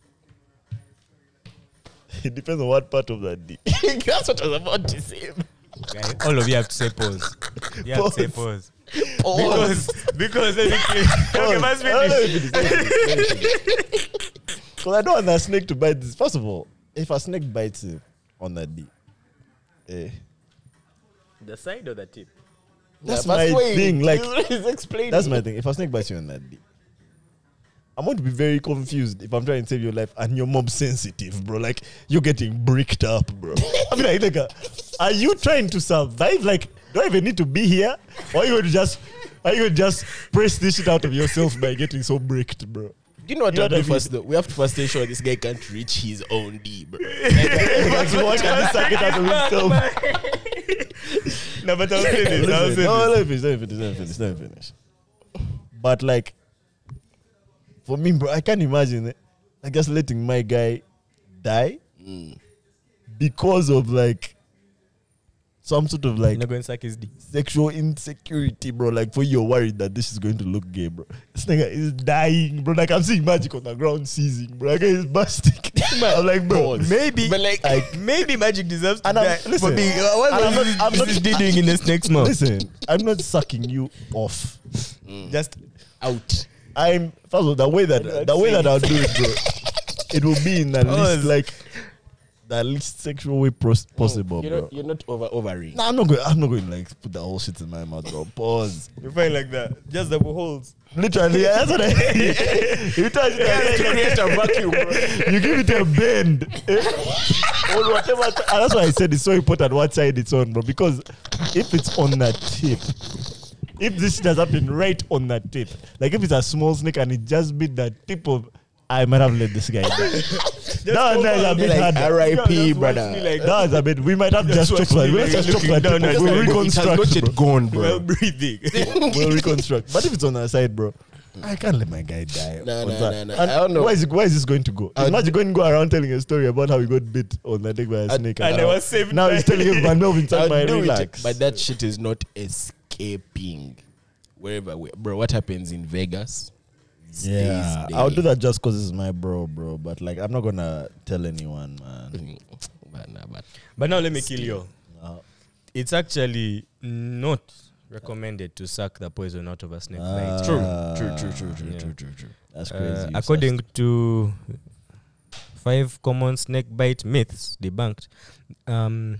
It depends on what part of that dick.
That's what I was about to say.
Guys, all of you have to say pause. You have to say pause. Because, because let me clear. *laughs* Okay,
Pause.
let's
No, no,
finish.
let me finish, let me finish, let me finish. 'Cause I don't want that snake to bite this. First of all, if a snake bites him on that dick, eh?
The side or the tip?
That's my thing, like-
*laughs* he's explaining.
That's my thing. If a snake bites you on that day, I'm going to be very confused if I'm trying to save your life and you're mob sensitive, bro. Like you're getting bricked up, bro. I mean, like, like uh, are you trying to survive? Like, do I even need to be here? Or are you going to just, are you going to just press this shit out of yourself by getting so bricked, bro?
Do you know what
You
I'll
know
do
what I
first, though? We have to first ensure this guy can't reach his own D, bro.
Because you want to suck it out of *laughs* yourself. *laughs*
No, but I'll say this. I'll say
Listen, no,
this.
let me finish. Let me finish. Let me finish. Let me finish. But like, for me, bro, I can't imagine it. Like just letting my guy die because of like some sort of
You're
like
not going to suck his dick.
sexual insecurity, bro. Like for you, you're worried that this is going to look gay, bro. This nigga is dying, bro. Like I'm seeing magic on the ground seizing, bro. Like it's busting. *laughs* I'm like, bro,
Maybe,
But like- *laughs*
maybe Magic deserves to
And I'm-
die for
listen.
being. Uh, what
And I'm
was
not-
this-
I'm
is
not-
this dude doing in this next month?
listen, I'm not sucking you off.
Just
Out.
I'm first of all the way that the way that I'll do it, bro. it will be in the
Pause.
least like the least sexual way pros- possible,
You're
bro.
not, you're not over overing.
Nah, I'm not going. I'm not going to like put the whole shit in my mouth, bro. Pause.
you find like that. Just the holes.
Literally, yeah, that's what I. *laughs* you touch that,
a vacuum, bro.
you give it a bend. eh? On whatever. t- and that's why I said it's so important what side it's on, bro. Because if it's on that tip, if this shit has happened right on that tip, like if it's a small snake and it just bit that tip of, I might have let this guy die. That one is a bit
Like,
harder.
R.I.P., brother.
me like that.
That was a bit. We might have just
watch
chocolate.
me
We might
like
just chocolate.
looking down
people.
at
We'll
it.
reconstruct.
yet
bro.
gone, bro.
Well breathing.
*laughs*
We'll reconstruct. But if it's on our side, bro, I can't let my guy die.
No,
on that.
no, no, no.
And
I don't know.
Why is, it, why is this going to go?
I-
Imagine going to go around telling a story about how he got bit on the dick by a snake.
and I was saved
Now
by-
he's telling you, Van Melvin, suck
I'll
my
do it,
relax.
but that shit is not escaping. Wherever we, bro, what happens in Vegas?
yeah,
stays
I'll
there.
do that just because it's my bro, bro. But like, I'm not gonna tell anyone, man.
Mm, but nah, but
*laughs* But now let me kill you.
Uh,
It's actually not recommended to suck the poison out of a snake. bite.
Ah,
true, true, true, true, true,
yeah.
true, true, true.
That's
Uh,
crazy. You such-
according to five common snake bite myths debunked, um,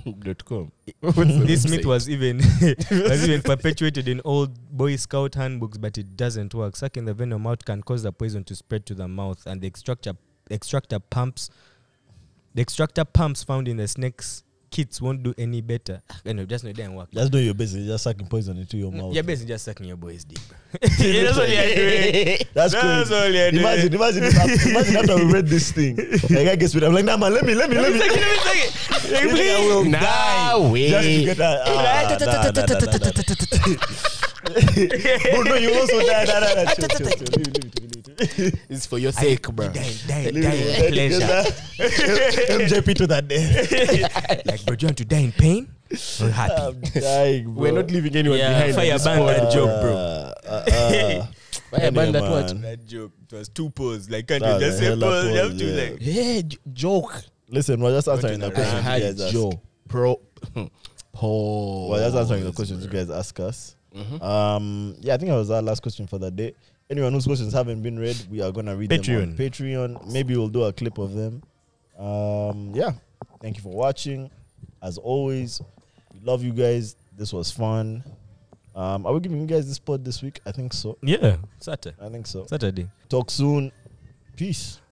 *laughs* Dot com.
*laughs* this myth
website?
was even was even perpetuated in old Boy Scout handbooks, but it doesn't work. Sucking the venom out can cause the poison to spread to the mouth, and the extractor extractor pumps the extractor pumps found in the snake's kits won't do any better. Ah, I know, just know it didn't work.
Just do your best. You're just sucking poison into your mouth.
You're basically just sucking your boy's dick. That's what you're doing.
That's,
That's
crazy.
all you're doing.
Imagine, imagine, this, after- imagine after we read this
*laughs*
thing. Like I guess we I'm like, nah, man, let me, let me, let me. *laughs* You think I will
Nah,
die
way.
just to get that. Ah, nah, nah, nah, nah, nah, nah. *laughs* Bro, no, you also die. Nah, nah, nah. Chill, chill, chill. Leave it, leave it, leave it, leave *laughs* it.
It's for your sake, bro.
die,
Leave it, leave it. Get that. MJP to that day.
Like, bro, do you want to die in pain? happy.
I'm *laughs* dying, bro.
We're not leaving anyone
Yeah,
behind. at
fire
this
ban
point.
that joke, bro.
Uh, *laughs* uh, uh,
Fire ban that what?
man.
That joke. It was two pulls. Like, can't
That
you just
was
say
a hella
pulls? You
pause,
have to,
yeah.
like.
Yeah, j- joke.
listen, we're just answering the
Not
questions you
Hi,
guys ask.
Joe. Pro.
*laughs*
Paul.
Well, that's answering the questions you guys ask us. Um, yeah, I think that was our last question for the day. Anyone whose questions haven't been read, we are gonna read them on Patreon. Maybe we'll do a clip of them. Um, yeah, thank you for watching. As always, we love you guys. This was fun. Um, are we giving you guys this pod this week? I think so.
Yeah, Saturday.
I think so.
Saturday.
Talk soon. Peace.